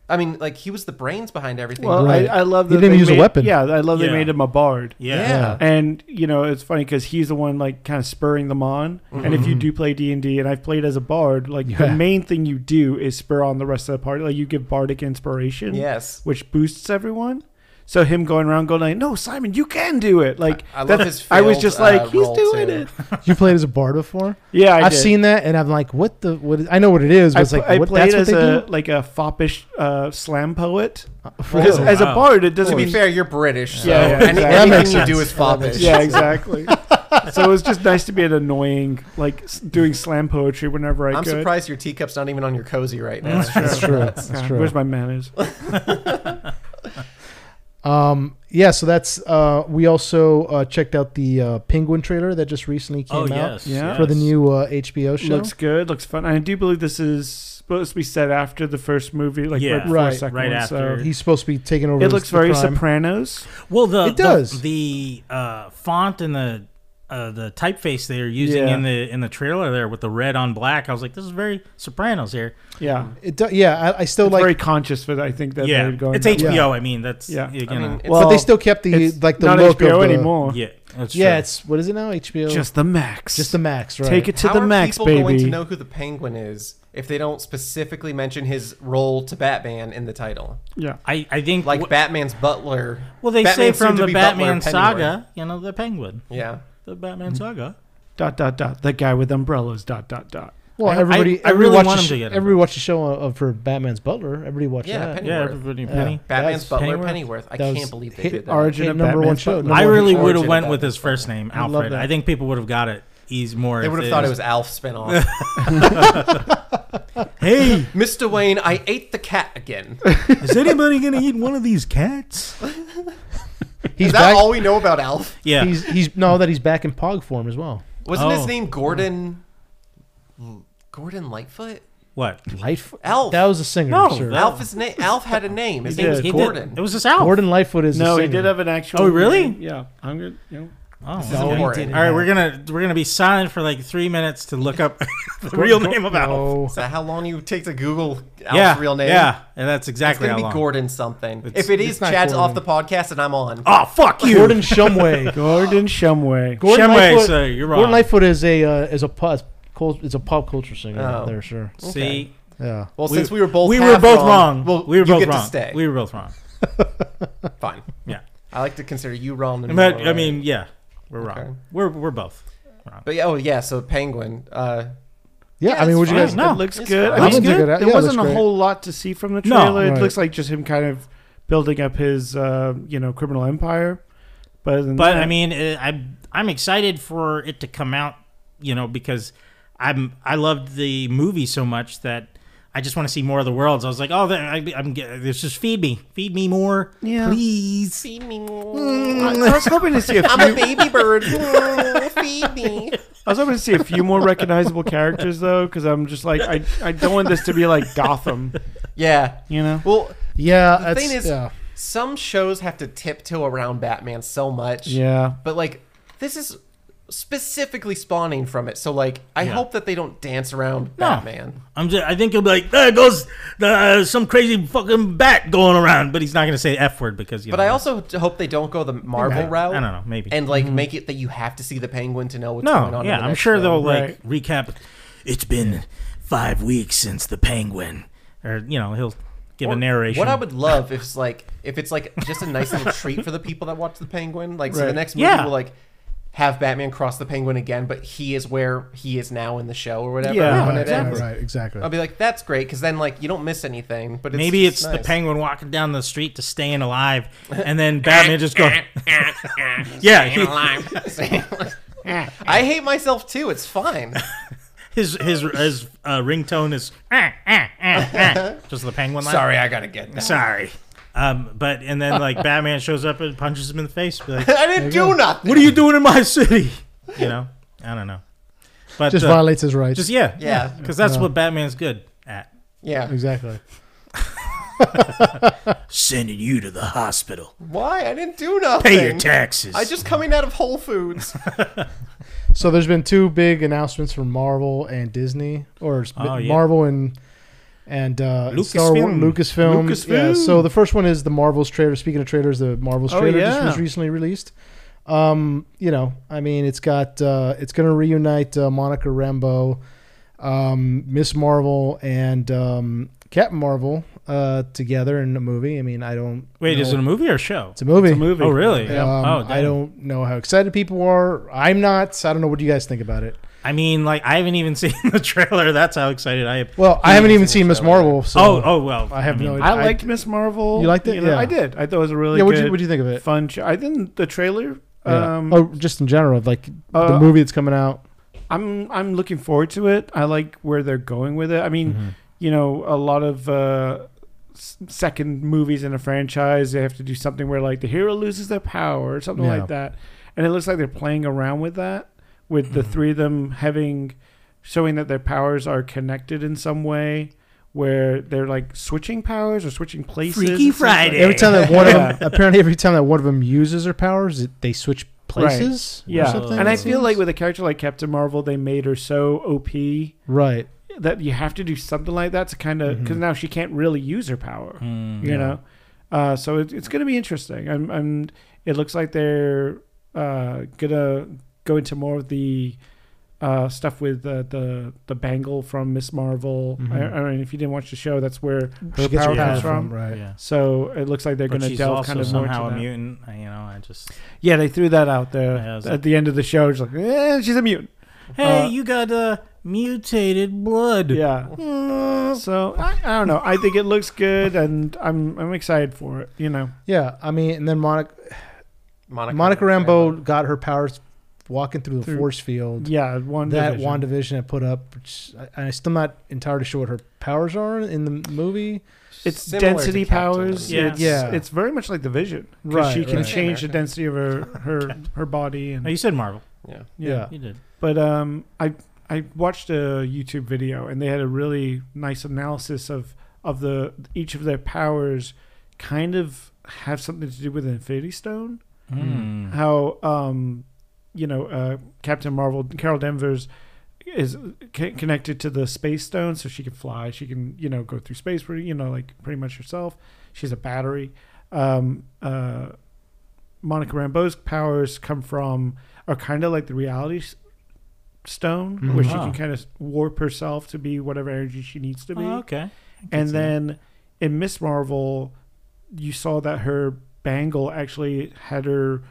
Speaker 3: I mean, like he was the brains behind everything.
Speaker 4: Well,
Speaker 1: Right.
Speaker 4: I, I love that
Speaker 1: He didn't
Speaker 4: they
Speaker 1: use a
Speaker 4: made-
Speaker 1: weapon.
Speaker 4: Yeah, I love
Speaker 2: Yeah.
Speaker 4: they made him a bard.
Speaker 2: yeah,
Speaker 3: Yeah.
Speaker 4: And you know it's funny because he's the one like kind of spurring them on. And if you do play D and D, and I've played as a bard, like
Speaker 1: Mm-hmm. Yeah.
Speaker 4: the main thing you do is spur on the rest of the party. Like you give bardic inspiration,
Speaker 3: Yes.
Speaker 4: which boosts everyone. So him going around going like, "No, Simon, you can do it!" Like
Speaker 3: I love
Speaker 4: that's-
Speaker 3: his
Speaker 4: I was
Speaker 3: failed,
Speaker 4: just
Speaker 3: uh,
Speaker 4: like, "He's
Speaker 3: roll,
Speaker 4: doing
Speaker 3: too."
Speaker 4: it."
Speaker 1: you played as a bard before.
Speaker 4: [LAUGHS] Yeah, I
Speaker 1: I've
Speaker 4: did.
Speaker 1: seen that, and I'm like, what the? What is, I know what it is, but
Speaker 4: I,
Speaker 1: it's like
Speaker 4: I
Speaker 1: what,
Speaker 4: played
Speaker 1: that's what
Speaker 4: as
Speaker 1: they
Speaker 4: a
Speaker 1: do.
Speaker 4: like a foppish uh, slam poet.
Speaker 3: Oh,
Speaker 4: [LAUGHS]
Speaker 1: Really?
Speaker 4: Because as a
Speaker 2: wow.
Speaker 4: bard, it doesn't
Speaker 3: to be
Speaker 4: mean-
Speaker 3: fair, you're British, so
Speaker 4: Yeah, yeah,
Speaker 3: any-
Speaker 4: exactly.
Speaker 1: That makes
Speaker 3: anything you do
Speaker 1: sense.
Speaker 3: is foppish.
Speaker 4: [LAUGHS] Yeah, exactly. so it was just nice to be an annoying, like s- doing slam poetry whenever I
Speaker 3: I'm
Speaker 4: could.
Speaker 3: surprised your teacup's not even on your cozy right now.
Speaker 1: That's true. That's
Speaker 4: God,
Speaker 1: true.
Speaker 4: Where's my manners?
Speaker 2: Oh,
Speaker 1: Um, yeah, so that's uh, we also uh, checked out the uh, Penguin trailer that just recently came
Speaker 2: Oh
Speaker 1: out
Speaker 2: yes,
Speaker 4: Yeah.
Speaker 1: for the new uh, HBO show.
Speaker 4: Looks good. Looks fun. I do believe this is supposed to be set after the first movie, like
Speaker 2: Yeah.
Speaker 4: right before
Speaker 1: Right,
Speaker 4: the second
Speaker 2: right
Speaker 4: one.
Speaker 2: after.
Speaker 4: So
Speaker 1: He's supposed to be taking over.
Speaker 4: it
Speaker 1: the-
Speaker 4: looks
Speaker 1: the
Speaker 4: very
Speaker 1: prime.
Speaker 4: Sopranos.
Speaker 2: Well, the
Speaker 1: It does.
Speaker 2: the, the uh, font and the uh, the typeface they're using
Speaker 4: Yeah.
Speaker 2: in the in the trailer there with the red on black. I was like, this is very Sopranos here.
Speaker 4: Yeah,
Speaker 1: It do, yeah, I, I still
Speaker 4: it's
Speaker 1: like,
Speaker 4: very conscious for that. I think that
Speaker 2: yeah,
Speaker 4: they're going.
Speaker 2: it's
Speaker 4: that way.
Speaker 2: HBO. I mean, that's
Speaker 4: Yeah.
Speaker 2: yeah. You
Speaker 3: I mean,
Speaker 2: know,
Speaker 3: it's
Speaker 1: but
Speaker 4: Well,
Speaker 1: they still kept the
Speaker 4: It's
Speaker 1: like the
Speaker 4: not
Speaker 1: look
Speaker 4: HBO
Speaker 1: of the,
Speaker 4: anymore.
Speaker 2: yeah, that's
Speaker 1: Yeah,
Speaker 2: true.
Speaker 1: it's what is it now? HBO.
Speaker 4: Just the max.
Speaker 1: Just the max, right?
Speaker 4: Take it to
Speaker 3: How
Speaker 4: the
Speaker 3: are
Speaker 4: max,
Speaker 3: people
Speaker 4: baby.
Speaker 3: going to know who the Penguin is if they don't specifically mention his role to Batman in the title?
Speaker 4: Yeah.
Speaker 2: I, I think
Speaker 3: Like
Speaker 2: wh-
Speaker 3: Batman's butler.
Speaker 2: well they say
Speaker 3: Batman's
Speaker 2: from the
Speaker 3: soon-to-be butler,
Speaker 2: Batman
Speaker 3: Penguin.
Speaker 2: saga, you know, the Penguin,
Speaker 3: Yeah.
Speaker 2: the Batman
Speaker 1: Hmm.
Speaker 2: saga.
Speaker 4: Dot dot dot. That guy with umbrellas. Dot dot dot.
Speaker 1: well,
Speaker 2: I-
Speaker 1: everybody.
Speaker 2: I- I
Speaker 1: everybody
Speaker 2: really
Speaker 1: watched
Speaker 2: want
Speaker 1: the
Speaker 2: him
Speaker 1: sh-
Speaker 2: to get it.
Speaker 1: Everybody watched the show uh, of her Batman's butler. Everybody watched
Speaker 3: Yeah,
Speaker 1: that.
Speaker 3: Penny-
Speaker 2: Yeah,
Speaker 3: Pennyworth.
Speaker 2: everybody,
Speaker 1: Yeah.
Speaker 2: Penny.
Speaker 3: Batman's
Speaker 1: That's-
Speaker 3: butler
Speaker 2: Pennyworth.
Speaker 3: Pennyworth. I
Speaker 1: That was
Speaker 3: can't believe they
Speaker 1: hit
Speaker 3: did that.
Speaker 4: Origin
Speaker 1: Hit
Speaker 4: of
Speaker 1: number one
Speaker 4: Batman's
Speaker 1: show.
Speaker 4: Butler.
Speaker 1: number
Speaker 2: I
Speaker 1: one-
Speaker 2: really would
Speaker 3: Origin
Speaker 2: have
Speaker 3: of
Speaker 2: went with his
Speaker 3: Batman's
Speaker 2: first name,
Speaker 1: I love
Speaker 2: Alfred.
Speaker 1: that.
Speaker 2: I, think people would have got it. He's more.
Speaker 3: They
Speaker 2: if
Speaker 3: would have thought it was Alf
Speaker 2: [LAUGHS]
Speaker 3: spinoff.
Speaker 2: Hey,
Speaker 3: Mr. Wayne, I ate the cat again.
Speaker 2: is anybody gonna eat one of these cats?
Speaker 1: He's
Speaker 3: Is that
Speaker 1: back.
Speaker 3: all we know about Alf?
Speaker 2: Yeah,
Speaker 1: He's he's no that he's back in Pog form as well.
Speaker 3: Wasn't
Speaker 2: Oh.
Speaker 3: his name Gordon? Gordon Lightfoot.
Speaker 2: what?
Speaker 1: Lightfoot.
Speaker 3: Alf.
Speaker 1: That was a singer,
Speaker 2: No,
Speaker 1: sir.
Speaker 2: that-
Speaker 3: Alf is na- Alf had a name. His
Speaker 4: He
Speaker 3: name
Speaker 4: did.
Speaker 3: was
Speaker 2: He did-
Speaker 3: Gordon.
Speaker 2: It was just Alf.
Speaker 1: Gordon Lightfoot is. a
Speaker 4: No, he
Speaker 1: singer.
Speaker 4: did have an actual.
Speaker 2: Oh, really?
Speaker 4: name. Yeah. I'm good. You know.
Speaker 2: Oh,
Speaker 3: is
Speaker 2: okay.
Speaker 1: he
Speaker 3: important.
Speaker 1: didn't
Speaker 2: All right,
Speaker 1: have-
Speaker 2: we're gonna we're gonna be silent for like three minutes to look up [LAUGHS] the real name of Alf.
Speaker 1: No.
Speaker 3: Is that how long you take to Google Alf's
Speaker 2: yeah,
Speaker 3: real name?
Speaker 2: Yeah, and that's
Speaker 3: It's
Speaker 2: exactly
Speaker 3: gonna be
Speaker 2: how long.
Speaker 3: Gordon something.
Speaker 2: It's-
Speaker 3: if it is,
Speaker 1: it's not
Speaker 3: Chad's
Speaker 1: Gordon.
Speaker 3: off the podcast and I'm on.
Speaker 2: Oh fuck you,
Speaker 1: Gordon
Speaker 2: [LAUGHS]
Speaker 1: Shumway.
Speaker 4: Gordon Shumway.
Speaker 1: Gordon
Speaker 2: Shumway,
Speaker 1: Lightfoot-
Speaker 2: so you're wrong.
Speaker 1: Gordon Lightfoot is a uh, is a pop is a pop culture singer
Speaker 3: Oh.
Speaker 1: out there, sure.
Speaker 2: See,
Speaker 1: Yeah.
Speaker 3: Well, since we were both
Speaker 2: we were
Speaker 3: half
Speaker 2: both wrong.
Speaker 3: well,
Speaker 2: we were
Speaker 3: you
Speaker 2: both
Speaker 3: get
Speaker 2: wrong.
Speaker 3: to stay.
Speaker 2: We were both wrong.
Speaker 3: Fine.
Speaker 2: Yeah,
Speaker 3: I like to consider you wrong. And
Speaker 2: but
Speaker 3: me
Speaker 2: I
Speaker 3: wrong.
Speaker 2: mean, yeah, we're wrong.
Speaker 3: uh, Okay.
Speaker 2: We're we're both. wrong.
Speaker 3: but yeah, oh yeah. So Penguin. Uh,
Speaker 1: Yeah, I mean,
Speaker 3: it's
Speaker 1: would you guys?
Speaker 2: fine. No.
Speaker 4: It looks
Speaker 3: It's
Speaker 4: good.
Speaker 3: fine.
Speaker 4: I
Speaker 1: I'm
Speaker 4: mean,
Speaker 1: gonna dig it out.
Speaker 4: there
Speaker 1: Yeah, it
Speaker 4: wasn't
Speaker 1: looks
Speaker 4: a
Speaker 1: great.
Speaker 4: whole lot to see from the
Speaker 2: No.
Speaker 4: trailer. It
Speaker 1: Right.
Speaker 4: looks like just him kind of building up his, uh, you know, criminal empire. But other than
Speaker 2: But
Speaker 4: that-
Speaker 2: I mean, uh, I'm I'm excited for it to come out, you know, because I'm I loved the movie so much that I just want to see more of the worlds. I was like, oh, there- I, I'm get- there's just feed me, feed me more,
Speaker 4: Yeah.
Speaker 2: please.
Speaker 3: Feed me. Mm.
Speaker 4: I I was hoping to see a
Speaker 3: [LAUGHS] I'm a
Speaker 4: few.
Speaker 3: baby
Speaker 2: [LAUGHS]
Speaker 3: bird. Mm, Feed me.
Speaker 4: I was hoping to see a few more recognizable characters though, because I'm just like I, I don't want this to be like Gotham,
Speaker 3: Yeah.
Speaker 4: you know.
Speaker 3: Well,
Speaker 1: Yeah,
Speaker 3: The
Speaker 1: that's,
Speaker 3: thing is,
Speaker 1: yeah.
Speaker 3: some shows have to tiptoe around Batman so much.
Speaker 4: Yeah.
Speaker 3: But like, this is specifically spawning from it. So like, I hope that they don't dance around Batman.
Speaker 2: I'm just, I think he'll be like, there goes uh, some crazy fucking bat going around, but he's not going to say the f word because you.
Speaker 3: But
Speaker 2: know,
Speaker 3: I also t- hope they don't go the Marvel
Speaker 2: I-
Speaker 3: route.
Speaker 2: I don't know, maybe. Mm-hmm.
Speaker 3: And like, make it that you have to see the Penguin to know what's going
Speaker 2: no,
Speaker 3: on.
Speaker 2: yeah,
Speaker 3: in the
Speaker 2: I'm
Speaker 3: next
Speaker 2: sure
Speaker 3: show.
Speaker 2: they'll like
Speaker 4: Right.
Speaker 2: recap. It's been five weeks since the penguin, or you know, he'll give a
Speaker 3: Or-
Speaker 2: narration.
Speaker 3: What I would love if it's like if it's like just a nice little treat for the people that watch the Penguin. Like so, the
Speaker 4: Right.
Speaker 3: next movie
Speaker 2: Yeah.
Speaker 3: will like have Batman cross the Penguin again, but he is where he is now in the show or whatever.
Speaker 4: Yeah,
Speaker 3: when
Speaker 1: Yeah,
Speaker 3: it
Speaker 1: exactly.
Speaker 3: ends.
Speaker 1: Right, exactly.
Speaker 3: I'll be like, that's great because then like you don't miss anything. But it's
Speaker 2: Maybe it's
Speaker 3: just
Speaker 2: the
Speaker 3: nice.
Speaker 2: penguin walking down the street to staying alive, and then Batman just go, [LAUGHS] yeah, he-
Speaker 3: [LAUGHS] I hate myself too. It's fine.
Speaker 2: his his his uh, ringtone is [LAUGHS] "Ah, ah, ah, ah." just the penguin line.
Speaker 3: [LAUGHS] Sorry, I gotta get
Speaker 6: [LAUGHS]
Speaker 3: that.
Speaker 2: sorry. Um, but and then like Batman shows up and punches him in the face. Be
Speaker 3: [LAUGHS]
Speaker 2: like,
Speaker 3: I didn't do nothing.
Speaker 2: what are you doing in my city? You know, I don't know. But
Speaker 1: Just
Speaker 2: uh,
Speaker 1: violates his rights.
Speaker 2: just yeah, yeah,
Speaker 3: Yeah.
Speaker 2: because that's what Batman's good at.
Speaker 3: Yeah.
Speaker 1: exactly.
Speaker 5: Sending you to the hospital.
Speaker 3: Why? I didn't do nothing.
Speaker 5: Pay your taxes.
Speaker 3: I just coming out of Whole Foods.
Speaker 1: So there's been two big announcements from Marvel and Disney, or s-
Speaker 2: Oh, yeah.
Speaker 1: Marvel and and uh, and Star Wars,
Speaker 2: Lucasfilm.
Speaker 1: Lucasfilm. Yeah.
Speaker 4: Lucasfilm.
Speaker 1: So the first one is the Marvels trailer. Speaking of trailers, the Marvels
Speaker 4: Oh,
Speaker 1: trailer just
Speaker 4: yeah.
Speaker 1: was recently released. Um, you know, I mean, it's got uh, it's going to reunite uh, Monica Rambeau, um, Miss Marvel, and um, Captain Marvel uh, together in a movie. I mean, I don't
Speaker 2: Wait,
Speaker 1: know.
Speaker 2: is it a movie or a show?
Speaker 1: It's a movie.
Speaker 4: It's a movie.
Speaker 2: Oh, really? Oh,
Speaker 1: Um, I
Speaker 2: damn.
Speaker 1: don't know how excited people are. I'm not. I don't know what you guys think about it.
Speaker 2: I mean, like I haven't even [LAUGHS] seen the trailer. That's how excited I am.
Speaker 1: Well, I haven't even
Speaker 3: seen
Speaker 1: seen
Speaker 3: the
Speaker 1: Miss
Speaker 3: trailer.
Speaker 1: Marvel. So
Speaker 2: oh, oh well.
Speaker 1: I have no.
Speaker 4: I liked Miss Marvel.
Speaker 1: You liked it?
Speaker 4: know,
Speaker 1: Yeah.
Speaker 4: I did. I thought it was a really
Speaker 1: Yeah,
Speaker 4: good,
Speaker 1: what'd you- what'd you think of it?
Speaker 4: Fun. Show. I think the trailer.
Speaker 1: yeah.
Speaker 4: Um,
Speaker 1: oh, just in general, like the
Speaker 4: uh,
Speaker 1: movie that's coming out.
Speaker 4: I'm I'm looking forward to it. I like where they're going with it. I mean,
Speaker 1: Mm-hmm.
Speaker 4: you know, a lot of uh, s- second movies in a franchise, they have to do something where like the hero loses their power or something
Speaker 1: Yeah.
Speaker 4: like that, and it looks like they're playing around with that, with the
Speaker 1: Mm-hmm.
Speaker 4: three of them having showing that their powers are connected in some way, where they're like switching powers or switching places.
Speaker 2: Freaky
Speaker 4: it seems like.
Speaker 2: Friday.
Speaker 1: Every time that one
Speaker 4: [LAUGHS] Yeah.
Speaker 1: of them, apparently, every time that one of them uses her powers, it, they switch places. Or
Speaker 4: Yeah,
Speaker 1: something,
Speaker 4: and
Speaker 1: it
Speaker 4: I feel
Speaker 1: seems?
Speaker 4: like with a character like Captain Marvel, they made her so OP
Speaker 1: right.
Speaker 4: that you have to do something like that to kind of
Speaker 2: Mm-hmm.
Speaker 4: because now she can't really use her power,
Speaker 2: Mm, hmm,
Speaker 4: you know. Uh, so it, it's going to be interesting. I'm, I'm. It looks like they're uh, gonna go into more of the uh, stuff with the the, the bangle from Miss Marvel.
Speaker 2: Mm-hmm.
Speaker 4: I, I mean, if you didn't watch the show, that's where her
Speaker 1: She gets her
Speaker 4: power comes
Speaker 1: powers
Speaker 4: from.
Speaker 1: from right.
Speaker 2: yeah.
Speaker 4: So it looks like they're
Speaker 2: But
Speaker 4: going to
Speaker 2: she's
Speaker 4: delve
Speaker 2: also
Speaker 4: kind of more into
Speaker 2: somehow a
Speaker 4: that.
Speaker 2: mutant. I- You know, I just
Speaker 4: Yeah, they threw that out there
Speaker 2: Yeah, it was
Speaker 4: at
Speaker 2: like-
Speaker 4: the end of the show. It's like, eh, she's a mutant.
Speaker 2: hey,
Speaker 4: Uh,
Speaker 2: you got uh, mutated blood.
Speaker 4: Yeah.
Speaker 2: Mm,
Speaker 4: So I, I don't know. I think it looks good, and I'm I'm excited for it. You know.
Speaker 1: Yeah, I mean, and then Monica,
Speaker 3: [LAUGHS] Monica,
Speaker 1: Monica Rambeau got her powers walking through the
Speaker 4: Through-
Speaker 1: force field.
Speaker 4: Yeah, one
Speaker 1: That WandaVision I put up, which I, I'm still not entirely sure what her powers are in the movie.
Speaker 4: It's
Speaker 3: Similar to
Speaker 4: density
Speaker 3: Captain
Speaker 4: powers.
Speaker 2: Yeah.
Speaker 4: It's,
Speaker 1: Yeah.
Speaker 4: it's very much like the Vision because
Speaker 1: Right,
Speaker 4: she can
Speaker 1: right.
Speaker 4: change the
Speaker 3: America.
Speaker 4: density of her her her body
Speaker 2: Oh,
Speaker 4: and
Speaker 2: you said Marvel.
Speaker 3: Yeah.
Speaker 1: Yeah.
Speaker 2: You did.
Speaker 4: But um, I I watched a YouTube video and they had a really nice analysis of of the each of their powers kind of have something to do with Infinity Stone.
Speaker 2: Mm.
Speaker 4: how um you know uh captain marvel carol danvers is c- connected to the space stone so she can fly she can you know go through space pretty you know like pretty much herself she's a battery um uh monica rambeau's powers come from are kind of like the reality s- stone where she
Speaker 2: Mhm.
Speaker 4: can kind of warp herself to be whatever energy she needs to be
Speaker 2: Oh, okay.
Speaker 4: and then in Miss Marvel, you saw that her bangle actually had her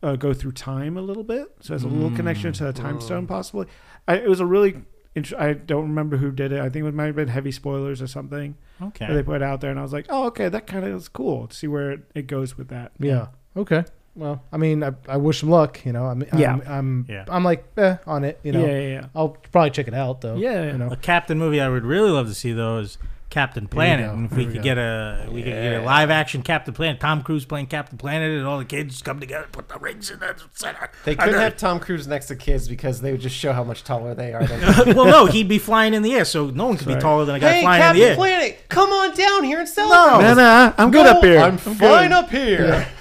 Speaker 4: uh, go through time a little bit, so there's a little connection to the time stone possibly. I, it was a really, int- I don't remember who did it. I think it might have been heavy spoilers or something that
Speaker 2: Okay.
Speaker 4: they put out there, and I was like, oh, okay, that kind of is cool. to See where it, it goes with that.
Speaker 1: Yeah. Okay. well, I mean, I, I wish him luck. You know, I'm I'm
Speaker 4: Yeah.
Speaker 1: I'm,
Speaker 2: Yeah.
Speaker 1: I'm like eh, on it. You know,
Speaker 4: yeah, yeah,
Speaker 1: I'll probably check it out though.
Speaker 4: Yeah, yeah.
Speaker 1: you know,
Speaker 2: A Captain movie I would really love to see though is Captain Planet.
Speaker 1: go.
Speaker 2: And if we
Speaker 1: Here we
Speaker 2: could
Speaker 1: go.
Speaker 2: get a we could get a live action Captain Planet, Tom Cruise playing Captain Planet, and all the kids come together, put the rings in the center.
Speaker 6: They couldn't have Tom Cruise next to kids because they would just show how much taller they are. Than
Speaker 2: [LAUGHS] well, no, he'd be flying in the air, so no one could be taller than a guy
Speaker 3: hey,
Speaker 2: flying
Speaker 3: Captain
Speaker 2: in the air.
Speaker 3: Planet, come on down here and celebrate.
Speaker 4: yeah. Nah, nah, Oh. I'm good up here.
Speaker 6: Oh, I'm, fine up here. [LAUGHS]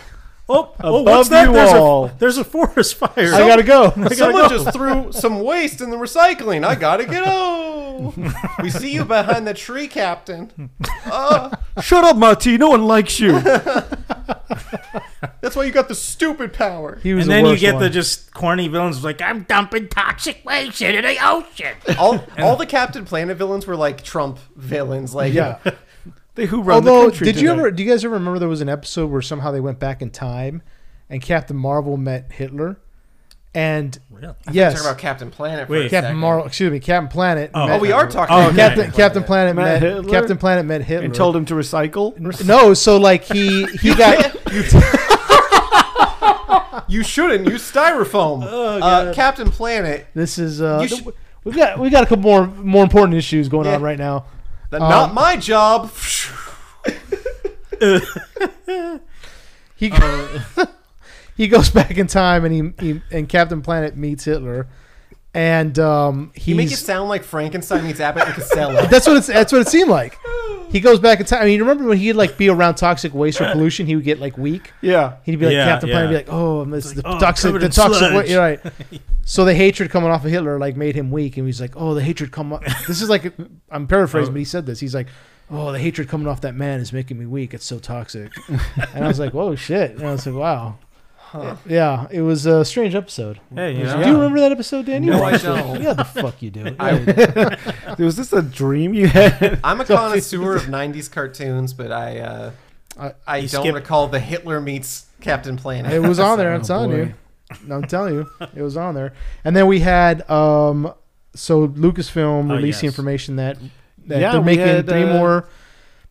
Speaker 2: Oh, oh,
Speaker 4: Above
Speaker 2: what's that?
Speaker 4: you
Speaker 2: There's
Speaker 4: all.
Speaker 2: a, there's a forest fire.
Speaker 1: I gotta go.
Speaker 6: Someone just threw some waste in the recycling. I gotta get out. we see you behind the tree, Captain.
Speaker 4: Shut up, Marty. No one likes you.
Speaker 6: That's why you got the stupid power.
Speaker 1: [LAUGHS] He was
Speaker 2: and
Speaker 1: the
Speaker 2: then you
Speaker 1: worst
Speaker 2: get
Speaker 1: one.
Speaker 2: the just corny villains like I'm dumping toxic waste into the ocean.
Speaker 1: [LAUGHS]
Speaker 2: [LAUGHS]
Speaker 6: All, all the Captain Planet villains were like Trump villains. Like,
Speaker 3: [LAUGHS]
Speaker 1: yeah.
Speaker 4: [LAUGHS] They who run the
Speaker 1: Although,
Speaker 4: country.
Speaker 1: did you
Speaker 4: today.
Speaker 1: ever? Do you guys ever remember there was an episode where somehow they went back in time, and Captain Marvel met Hitler, and
Speaker 2: Really?
Speaker 1: yes,
Speaker 6: talking about Captain Planet. For
Speaker 2: Wait.
Speaker 6: a
Speaker 1: Captain
Speaker 6: second.
Speaker 1: Marvel. Excuse me, Captain Planet.
Speaker 2: Oh.
Speaker 6: Oh,
Speaker 1: met-
Speaker 6: we are talking.
Speaker 2: Oh,
Speaker 6: about
Speaker 2: okay.
Speaker 1: Captain Captain
Speaker 6: Planet.
Speaker 1: Planet
Speaker 4: Met
Speaker 1: met,
Speaker 4: Hitler?
Speaker 1: Captain Planet met Hitler.
Speaker 4: and told him to recycle?
Speaker 1: no, so like he he got [LAUGHS]
Speaker 6: You shouldn't use styrofoam.
Speaker 2: [LAUGHS] Oh,
Speaker 6: uh, Captain Planet.
Speaker 1: this is uh
Speaker 6: You should-
Speaker 1: we got we got a couple more more important issues going on
Speaker 6: Yeah.
Speaker 1: right now.
Speaker 6: Th- not
Speaker 1: Um,
Speaker 6: my
Speaker 2: [LAUGHS]
Speaker 6: job.
Speaker 1: He
Speaker 6: Uh,
Speaker 1: [LAUGHS] he goes back in time and he, he and Captain Planet meets Hitler, and um
Speaker 6: You make it
Speaker 1: he's
Speaker 6: sound like Frankenstein meets Abbott and
Speaker 2: [LAUGHS]
Speaker 6: Costello.
Speaker 1: [LAUGHS] that's what it's that's what it
Speaker 6: [LAUGHS]
Speaker 1: seemed like. He goes back in time. I mean, you remember when he'd like be around toxic waste
Speaker 6: [LAUGHS]
Speaker 1: or pollution, he would get like weak.
Speaker 4: Yeah.
Speaker 1: He'd be like
Speaker 2: Yeah,
Speaker 1: Captain Planet,
Speaker 2: yeah.
Speaker 1: would be like, oh, it's the
Speaker 2: oh,
Speaker 1: toxic,
Speaker 2: covered
Speaker 1: the
Speaker 2: in
Speaker 1: toxic.
Speaker 2: sludge.
Speaker 1: Wa- you're
Speaker 2: [LAUGHS]
Speaker 1: right. so the hatred coming off of Hitler like made him weak, and he's like, oh, the hatred come. Up. [LAUGHS] This is like I'm paraphrasing, but he said this. He's like, oh, the hatred coming off that man is making me weak. It's so toxic. and I was like, oh shit. And I was like, wow. Yeah, it was a strange episode.
Speaker 2: Hey, you
Speaker 1: Do you
Speaker 2: know,
Speaker 1: remember that episode, Daniel?
Speaker 6: No, I don't.
Speaker 1: Yeah, the fuck you do.
Speaker 6: I,
Speaker 4: Was this a dream
Speaker 2: [LAUGHS]
Speaker 4: you had?
Speaker 1: [LAUGHS]
Speaker 6: I'm a connoisseur of '90s cartoons, but I uh,
Speaker 1: I-
Speaker 6: I
Speaker 2: You
Speaker 6: don't
Speaker 2: skip-
Speaker 6: recall the Hitler meets Captain Planet. [LAUGHS]
Speaker 1: It was on there. I'm
Speaker 4: [LAUGHS] Oh,
Speaker 1: telling
Speaker 4: boy.
Speaker 1: you. I'm telling you, it was on there. And then we had um, so Lucasfilm
Speaker 2: Oh,
Speaker 1: released the
Speaker 2: yes.
Speaker 1: information that that
Speaker 4: Yeah,
Speaker 1: they're
Speaker 4: we
Speaker 1: making
Speaker 4: had,
Speaker 1: three
Speaker 4: uh,
Speaker 1: more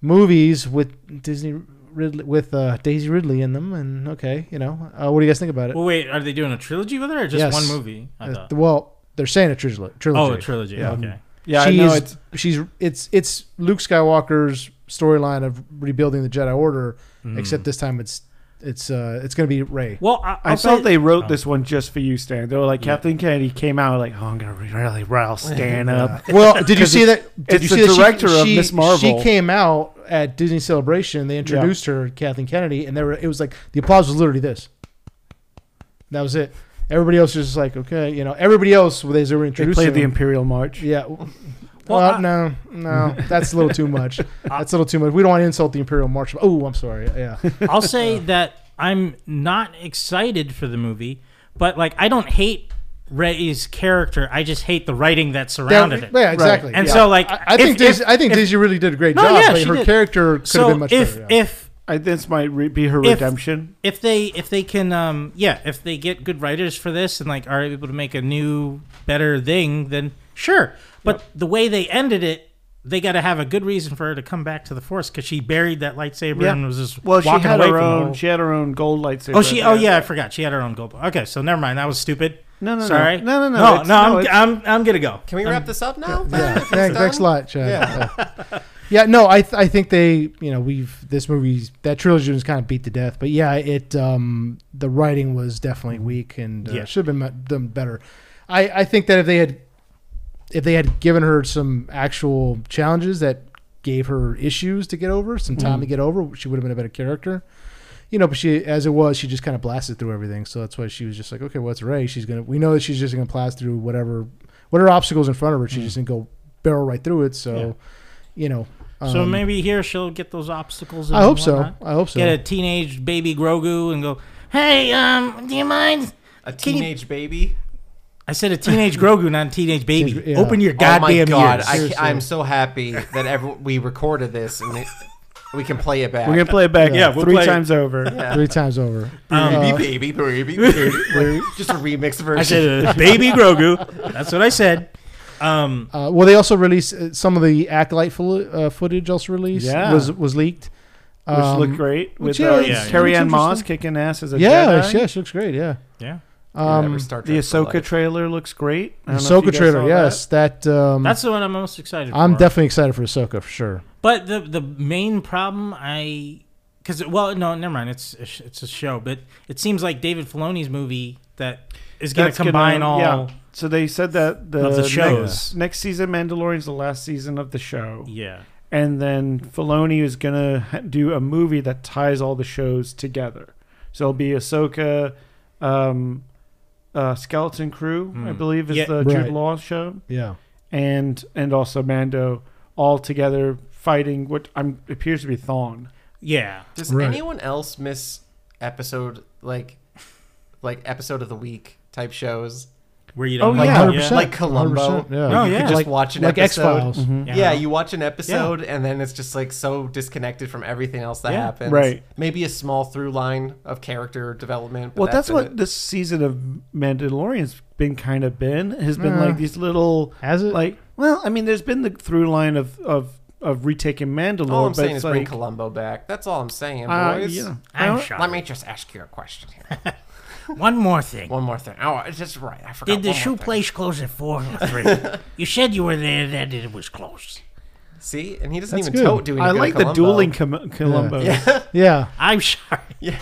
Speaker 1: movies with Disney Ridley with uh, Daisy Ridley in them. And okay, you know, uh, what do you guys think about it?
Speaker 2: well, wait, are they doing a trilogy with her or just
Speaker 1: Yes.
Speaker 2: one movie? I
Speaker 1: Uh,
Speaker 2: thought.
Speaker 1: well, they're saying a trilogy. trilogy.
Speaker 2: Oh, a trilogy.
Speaker 1: Yeah. Mm-hmm.
Speaker 2: Okay.
Speaker 4: Yeah,
Speaker 1: she's,
Speaker 4: I know it's
Speaker 1: she's it's it's Luke Skywalker's storyline of rebuilding the Jedi Order,
Speaker 4: Mm.
Speaker 1: except this time it's it's uh it's gonna be Ray.
Speaker 2: Well, I,
Speaker 4: I
Speaker 2: I'll Oh.
Speaker 4: thought
Speaker 2: say-
Speaker 4: they wrote this one just for you, Stan. They were like, Captain Kennedy came out like, oh, I'm gonna really rile Stan
Speaker 2: [LAUGHS]
Speaker 4: up.
Speaker 1: Well, did you
Speaker 4: [LAUGHS] 'Cause
Speaker 1: see
Speaker 4: it's-
Speaker 1: that? Did
Speaker 4: it's
Speaker 1: you
Speaker 4: the
Speaker 1: see that she-
Speaker 4: director of
Speaker 1: she-
Speaker 4: Miss Marvel.
Speaker 1: She came out at Disney Celebration. They introduced her, Kathleen Kennedy, and there were, it was like the applause was literally this. That was it. Everybody else was just like, okay, you know. Everybody else well, they were
Speaker 4: They
Speaker 1: introducing.
Speaker 4: played the
Speaker 1: them.
Speaker 4: Imperial March.
Speaker 1: yeah.
Speaker 2: [LAUGHS]
Speaker 1: Well, uh,
Speaker 2: Well, I- Uh,
Speaker 1: no, no, that's a little too
Speaker 2: [LAUGHS]
Speaker 1: much. That's a little too much. We don't want to insult the Imperial March. Oh, I'm sorry.
Speaker 2: [LAUGHS]
Speaker 1: Yeah, [LAUGHS]
Speaker 2: I'll say that I'm not excited for the movie, but like I don't hate Ray's character. I just hate the writing that surrounded it.
Speaker 1: yeah, exactly.
Speaker 2: And
Speaker 1: yeah.
Speaker 2: so, like,
Speaker 1: I, I
Speaker 2: if-
Speaker 1: think Daisy,
Speaker 2: if-
Speaker 1: I think
Speaker 2: if-
Speaker 1: Daisy really did a great
Speaker 2: No,
Speaker 1: job.
Speaker 2: yeah,
Speaker 1: but
Speaker 2: she
Speaker 1: her
Speaker 2: did.
Speaker 1: character could have
Speaker 2: so
Speaker 1: been much
Speaker 2: if
Speaker 1: better. yeah.
Speaker 2: if
Speaker 4: I, this might re- be her
Speaker 2: If-
Speaker 4: redemption.
Speaker 2: if they if they can um yeah if they get good writers for this and like are able to make a new better thing then sure but the way they ended it they got to have a good reason for her to come back to the force because she buried that lightsaber
Speaker 4: Yeah.
Speaker 2: and was just
Speaker 4: Well, she
Speaker 2: walking
Speaker 4: had
Speaker 2: away
Speaker 4: her
Speaker 2: from the
Speaker 4: own.
Speaker 2: whole-
Speaker 4: She had her own gold lightsaber.
Speaker 2: oh she oh yeah I forgot she had her own gold okay so never mind that was stupid
Speaker 4: No, no, no.
Speaker 2: sorry
Speaker 4: No, no, no,
Speaker 2: no
Speaker 4: it's-
Speaker 2: no,
Speaker 4: no,
Speaker 2: I'm,
Speaker 4: it's-
Speaker 2: I'm I'm gonna go
Speaker 6: Can we wrap this up now?
Speaker 1: Um, Yeah.
Speaker 6: Thanks,
Speaker 1: Thanks,
Speaker 6: Don.
Speaker 1: thanks a lot, Chad.
Speaker 6: Yeah.
Speaker 1: Yeah. Yeah, no, I th- I think they, you know, we've this movie's that trilogy was kind of beat to death, but yeah, it um the writing was definitely weak and uh,
Speaker 2: Yeah.
Speaker 1: should have been mu- done better. I I think that if they had if they had given her some actual challenges that gave her issues to get over, some time to get over, she would have been a better character. You know, but she as it was, she just kind of blasted through everything, so that's why she was just like, okay, what's Ray? She's gonna we know that she's just gonna blast through whatever whatever obstacles in front of her.
Speaker 4: Mm.
Speaker 1: She's just gonna go barrel right through it. So, you know.
Speaker 2: so
Speaker 1: um,
Speaker 2: maybe here she'll get those obstacles and
Speaker 1: I hope so.
Speaker 2: whatnot.
Speaker 1: I hope so.
Speaker 2: get a teenage baby Grogu and go hey um do you mind
Speaker 6: A
Speaker 2: Can you-
Speaker 6: teenage baby.
Speaker 2: I said a teenage Grogu, not a teenage baby.
Speaker 1: Yeah.
Speaker 2: Open your
Speaker 6: Oh
Speaker 2: goddamn
Speaker 6: my god!
Speaker 2: ears.
Speaker 6: I,
Speaker 1: Seriously.
Speaker 6: I'm so happy that ever we recorded this and it, we can play it back.
Speaker 4: [LAUGHS] We're gonna play it back.
Speaker 2: Yeah, we'll
Speaker 4: three
Speaker 2: play it.
Speaker 4: times over.
Speaker 6: Yeah.
Speaker 1: Three times over.
Speaker 2: Um,
Speaker 1: Uh,
Speaker 6: baby, baby,
Speaker 4: [LAUGHS]
Speaker 6: baby, baby. Just a remix version.
Speaker 2: I said uh, [LAUGHS] baby Grogu. That's what I said. Um,
Speaker 1: uh, well, they also released uh, some of the acolyte fo- uh, footage. Also released
Speaker 4: Yeah.
Speaker 1: was was leaked.
Speaker 4: which
Speaker 1: Um,
Speaker 4: looked great with
Speaker 1: which, yeah,
Speaker 4: uh,
Speaker 1: it's-
Speaker 2: yeah.
Speaker 4: Carrie
Speaker 1: it's
Speaker 4: Ann Moss
Speaker 1: interesting.
Speaker 4: kicking ass as a
Speaker 1: yeah,
Speaker 4: Jedi.
Speaker 1: she, yeah, she looks great. Yeah.
Speaker 2: Yeah,
Speaker 1: Um,
Speaker 3: Star
Speaker 4: The
Speaker 3: Trek's
Speaker 4: Ahsoka
Speaker 3: alive.
Speaker 4: trailer looks great. I don't know if you
Speaker 1: Ahsoka
Speaker 4: guys
Speaker 1: trailer,
Speaker 4: saw
Speaker 1: yes. That, um,
Speaker 2: that's the one I'm most excited.
Speaker 1: I'm
Speaker 2: for.
Speaker 1: definitely excited for Ahsoka for sure.
Speaker 2: But the the main problem I because well no never mind it's a sh- it's a show but it seems like David Filoni's movie that is
Speaker 4: that.
Speaker 2: going to combine
Speaker 4: gonna-
Speaker 2: all
Speaker 4: yeah. So they said that the,
Speaker 2: Of the shows.
Speaker 4: Next, next season, Mandalorian's the last season of the show,
Speaker 2: yeah
Speaker 4: and then Filoni is gonna ha- do a movie that ties all the shows together. So it'll be Ahsoka, um, uh, Skeleton Crew, I
Speaker 2: Mm.
Speaker 4: believe, is
Speaker 2: Yeah.
Speaker 4: the Jude
Speaker 1: Right.
Speaker 4: Law show.
Speaker 1: Yeah.
Speaker 4: and and also Mando all together fighting what I'm appears to be Thawne.
Speaker 2: yeah
Speaker 3: Does
Speaker 1: Right.
Speaker 3: anyone else miss episode like like episode of the week type shows?
Speaker 2: where you don't
Speaker 4: Oh,
Speaker 2: like,
Speaker 4: yeah.
Speaker 1: 100%.
Speaker 3: Like Columbo.
Speaker 1: 100%, yeah.
Speaker 2: No,
Speaker 3: you
Speaker 2: Oh, yeah. Mm-hmm.
Speaker 3: could just
Speaker 1: Like-
Speaker 3: watch an
Speaker 1: like X
Speaker 3: episode.
Speaker 1: Files.
Speaker 2: yeah.
Speaker 3: Yeah, you watch an episode and then it's just like so disconnected from everything else that
Speaker 2: Yeah.
Speaker 3: happens.
Speaker 4: Right.
Speaker 3: Maybe a small through line of character development. but
Speaker 4: Well, that's,
Speaker 3: that's
Speaker 4: what
Speaker 3: it.
Speaker 4: this season of Mandalorian's been kind of been has been
Speaker 1: Nah.
Speaker 4: like these little
Speaker 1: Uh, Has it?
Speaker 4: like well, I mean, there's been the through line of of of retaking Mandalore,
Speaker 3: All I'm
Speaker 4: but
Speaker 3: saying
Speaker 4: it's
Speaker 3: is bring
Speaker 4: like
Speaker 3: Columbo back. That's all I'm saying,
Speaker 4: uh,
Speaker 3: boys.
Speaker 4: yeah. I
Speaker 2: I'm
Speaker 4: don't-
Speaker 2: shocked.
Speaker 3: Let me just ask you a question here.
Speaker 2: One more thing.
Speaker 3: One more thing. Oh, it's just right. I forgot.
Speaker 2: Did the
Speaker 3: one more
Speaker 2: shoe
Speaker 3: thing.
Speaker 2: place close at four or three? you said you were there then, and it was closed.
Speaker 3: See, and he doesn't
Speaker 1: That's
Speaker 3: even
Speaker 1: good.
Speaker 3: tote doing.
Speaker 4: I like the dueling com- Columbo.
Speaker 1: Yeah. Yeah.
Speaker 2: I'm [LAUGHS] sorry.
Speaker 3: Yeah,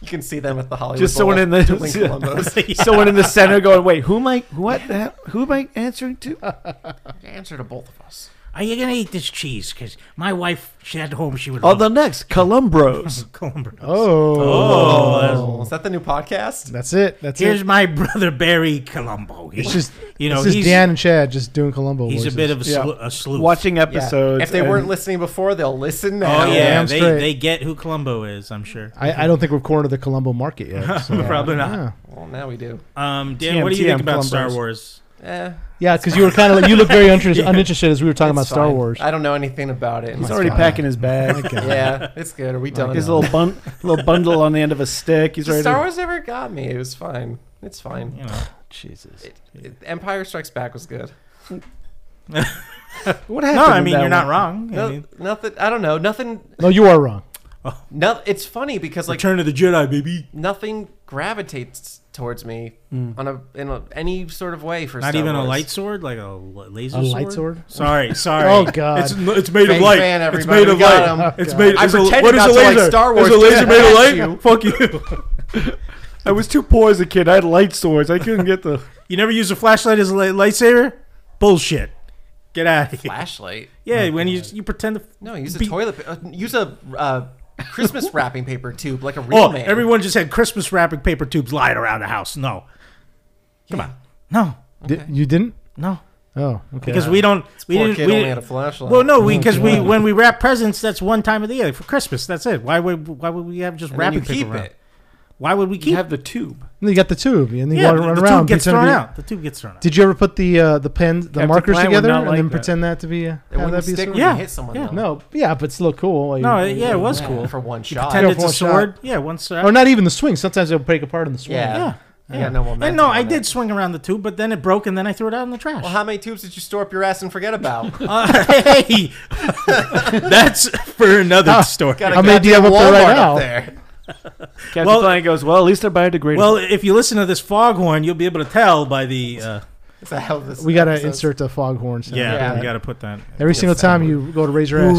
Speaker 3: you can see them at the Hollywood.
Speaker 4: Just someone
Speaker 3: Bowl,
Speaker 4: in the-
Speaker 3: dueling
Speaker 4: [LAUGHS]
Speaker 3: Columbos.
Speaker 4: [LAUGHS] Someone in the center going, wait, who am I? What? the hell- Who am I answering to?
Speaker 3: [LAUGHS] Answer to both of us.
Speaker 2: Are you gonna eat this cheese? Because my wife, she at home, she would.
Speaker 4: Oh,
Speaker 2: love
Speaker 4: the
Speaker 2: [LAUGHS]
Speaker 4: next Columbros.
Speaker 2: Columbus.
Speaker 1: Oh.
Speaker 3: Is that the new podcast?
Speaker 1: That's it. That's
Speaker 2: Here's
Speaker 1: it.
Speaker 2: my [LAUGHS] brother Barry Colombo. He-
Speaker 1: It's just
Speaker 2: you know,
Speaker 1: it's just
Speaker 2: he's
Speaker 1: Dan and Chad just doing Columbo.
Speaker 2: he's a
Speaker 1: voices.
Speaker 2: bit of a,
Speaker 4: Yeah.
Speaker 2: slu- a sleuth.
Speaker 4: Watching
Speaker 3: Yeah.
Speaker 4: episodes.
Speaker 3: If they
Speaker 4: and-
Speaker 3: weren't listening before, they'll listen now.
Speaker 2: Oh yeah,
Speaker 1: Damn
Speaker 2: they,
Speaker 1: straight.
Speaker 2: they get who Columbo is. I'm sure.
Speaker 1: I, I don't think we're cornered the Columbo market
Speaker 2: [LAUGHS]
Speaker 1: yet. so-
Speaker 2: Probably not.
Speaker 1: Yeah.
Speaker 3: Well, now we do.
Speaker 2: Um, Dan,
Speaker 4: TM,
Speaker 2: what do you think about
Speaker 4: Columbus.
Speaker 2: Star Wars?
Speaker 3: Eh,
Speaker 1: Yeah, because you were kind of like, you look very
Speaker 2: [LAUGHS]
Speaker 1: uninter- uninterested as we were talking about
Speaker 3: it's
Speaker 1: Star
Speaker 3: fine.
Speaker 1: Wars.
Speaker 3: I don't know anything about it.
Speaker 4: He's already
Speaker 1: God.
Speaker 4: packing
Speaker 3: [LAUGHS]
Speaker 4: his bag.
Speaker 3: yeah, it's good. Are we done?
Speaker 4: His
Speaker 3: now?
Speaker 4: little bun- little bundle on the end of a stick. He's
Speaker 3: Just
Speaker 4: ready.
Speaker 3: Star
Speaker 4: to-
Speaker 3: Wars never got me. It was fine. It's fine.
Speaker 2: You know,
Speaker 1: Jesus.
Speaker 3: It- it- Empire Strikes Back was good.
Speaker 4: What happened?
Speaker 2: no,
Speaker 4: in
Speaker 2: I mean
Speaker 4: that
Speaker 2: you're not
Speaker 4: one?
Speaker 2: wrong. I
Speaker 3: No,
Speaker 2: mean,
Speaker 3: nothing. I don't know. Nothing.
Speaker 1: No, you are wrong.
Speaker 3: No, it's funny because like
Speaker 2: Return of the Jedi, baby.
Speaker 3: nothing gravitates towards me on a in a, any sort of way for
Speaker 2: Hmm. Not
Speaker 3: Star
Speaker 2: even
Speaker 3: Wars.
Speaker 2: a light sword, like a l- laser
Speaker 1: A
Speaker 2: sword.
Speaker 1: light sword?
Speaker 2: Sorry, sorry.
Speaker 1: Oh, God.
Speaker 2: it's, n- it's made of
Speaker 3: Big
Speaker 2: light.
Speaker 3: fan,
Speaker 2: it's
Speaker 3: everybody.
Speaker 2: made of
Speaker 3: We got
Speaker 2: light.
Speaker 3: him. Oh,
Speaker 2: It's made.
Speaker 3: I
Speaker 2: it's a-
Speaker 3: pretended
Speaker 2: what is
Speaker 3: not
Speaker 2: a
Speaker 3: to like
Speaker 2: laser?
Speaker 3: Star Wars
Speaker 2: Is a laser
Speaker 3: just
Speaker 2: made
Speaker 3: to
Speaker 2: of
Speaker 3: catch
Speaker 2: light?
Speaker 3: you.
Speaker 2: Fuck you.
Speaker 4: I was too poor as a kid. I had light swords. I couldn't get
Speaker 1: [LAUGHS]
Speaker 4: the.
Speaker 2: You never use a flashlight as a li- lightsaber? Bullshit. Get out of here.
Speaker 3: Flashlight.
Speaker 2: Yeah, when you you pretend to.
Speaker 3: Oh, No, use a
Speaker 2: Be-
Speaker 3: toilet. Pa- uh, use a uh,
Speaker 2: [LAUGHS]
Speaker 3: Christmas wrapping paper tube like a real
Speaker 2: Oh,
Speaker 3: man.
Speaker 2: everyone just had Christmas wrapping paper tubes lying around the house. No,
Speaker 3: come on.
Speaker 2: no,
Speaker 1: Di- you didn't?
Speaker 2: no.
Speaker 1: Oh, okay.
Speaker 2: Because we don't. We
Speaker 3: Poor
Speaker 2: didn't.
Speaker 3: kid
Speaker 2: we
Speaker 3: only
Speaker 2: didn't-
Speaker 3: had a flashlight.
Speaker 2: well, no,
Speaker 3: [LAUGHS]
Speaker 2: because we when we wrap presents, that's one time of the year for Christmas. That's it. Why would why would we have just
Speaker 3: and then you
Speaker 2: wrapping
Speaker 3: keep
Speaker 2: paper? around?
Speaker 3: it.
Speaker 2: Why would we keep?
Speaker 4: You have the tube.
Speaker 1: And you got the tube, and you
Speaker 2: yeah,
Speaker 1: run,
Speaker 2: the,
Speaker 1: run
Speaker 2: the
Speaker 1: around.
Speaker 2: tube gets
Speaker 1: pretend to
Speaker 2: thrown
Speaker 1: be-
Speaker 2: out. The tube gets thrown out.
Speaker 1: Did you ever put the uh, the pen, the
Speaker 4: Captain
Speaker 1: markers
Speaker 4: Planet would
Speaker 1: together,
Speaker 4: not
Speaker 1: and
Speaker 4: like
Speaker 1: then
Speaker 4: that.
Speaker 1: pretend that to be? A,
Speaker 3: It
Speaker 1: how
Speaker 3: wouldn't
Speaker 1: that'd be
Speaker 3: stick
Speaker 1: a
Speaker 3: when
Speaker 2: Yeah,
Speaker 3: you hit someone.
Speaker 2: yeah.
Speaker 3: though.
Speaker 1: No, yeah, but it's still cool. Like,
Speaker 2: No,
Speaker 1: you-
Speaker 2: yeah, it was
Speaker 3: Yeah,
Speaker 2: cool.
Speaker 3: for one shot.
Speaker 2: Pretend
Speaker 1: Yeah,
Speaker 2: it's
Speaker 1: for
Speaker 2: a
Speaker 1: a shot.
Speaker 2: sword. Yeah, one sword.
Speaker 1: Or not even the swing. Sometimes it'll break apart in the swing.
Speaker 3: yeah,
Speaker 2: Yeah.
Speaker 3: You got no momentum.
Speaker 2: And no, I
Speaker 3: on
Speaker 2: did
Speaker 3: It.
Speaker 2: swing around the tube, but then it broke, and then I threw it out in the trash.
Speaker 3: Well, how many tubes did you store up your ass and forget
Speaker 2: [LAUGHS]
Speaker 3: about? [LAUGHS]
Speaker 2: Uh, hey, [LAUGHS] that's for another story.
Speaker 3: Got a
Speaker 1: How many do you have up
Speaker 3: goddamn
Speaker 1: there right
Speaker 3: Walmart
Speaker 1: now?
Speaker 3: Up there. [LAUGHS]
Speaker 4: Captain
Speaker 2: Well-
Speaker 4: Planet goes. Well, at least they're biodegradable.
Speaker 2: Well, if you listen to this foghorn, you'll be able to tell by the. Uh,
Speaker 3: Is that how this
Speaker 1: We gotta
Speaker 3: episode's-
Speaker 1: insert the foghorn sound.
Speaker 2: yeah,
Speaker 3: Yeah.
Speaker 2: we got to put that.
Speaker 1: Every
Speaker 3: Yeah,
Speaker 1: single
Speaker 3: sound.
Speaker 1: time you go to raise your ass.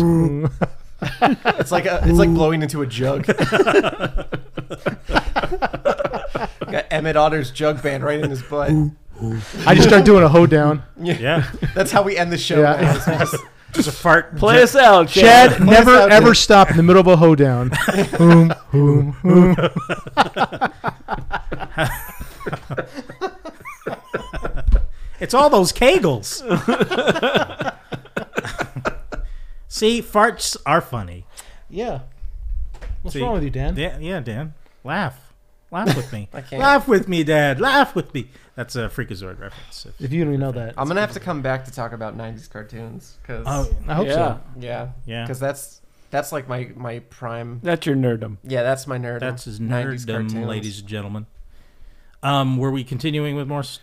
Speaker 3: It's like a, it's like blowing into a jug. Got Emmett Otter's jug band right in his butt.
Speaker 1: [LAUGHS] I just start doing a hoedown.
Speaker 2: Yeah,
Speaker 3: That's how we end the show.
Speaker 1: Yeah.
Speaker 3: now. It's just-
Speaker 2: just a fart.
Speaker 4: play us out, Chad.
Speaker 1: Chad, never
Speaker 3: out
Speaker 1: ever
Speaker 3: there.
Speaker 1: stop in the middle of a hoedown. Boom, boom, boom.
Speaker 2: It's all those kegels. See, farts are funny.
Speaker 1: Yeah. What's
Speaker 2: See,
Speaker 1: wrong with you, Dan?
Speaker 2: Yeah, yeah, Dan, laugh, laugh with me,
Speaker 3: [LAUGHS] I can't.
Speaker 2: laugh with me, Dad, laugh with me. That's a Freakazoid reference.
Speaker 1: If you didn't know that,
Speaker 3: I'm gonna have to come back to talk about '90s cartoons because
Speaker 2: Oh,
Speaker 1: I hope
Speaker 4: yeah,
Speaker 1: so.
Speaker 3: yeah,
Speaker 2: Yeah.
Speaker 3: because that's that's like my my prime.
Speaker 4: that's your nerddom.
Speaker 3: Yeah, that's my nerd.
Speaker 2: that's his
Speaker 3: 90s
Speaker 2: nerddom,
Speaker 3: cartoons.
Speaker 2: ladies and gentlemen. Um, were we continuing with more s-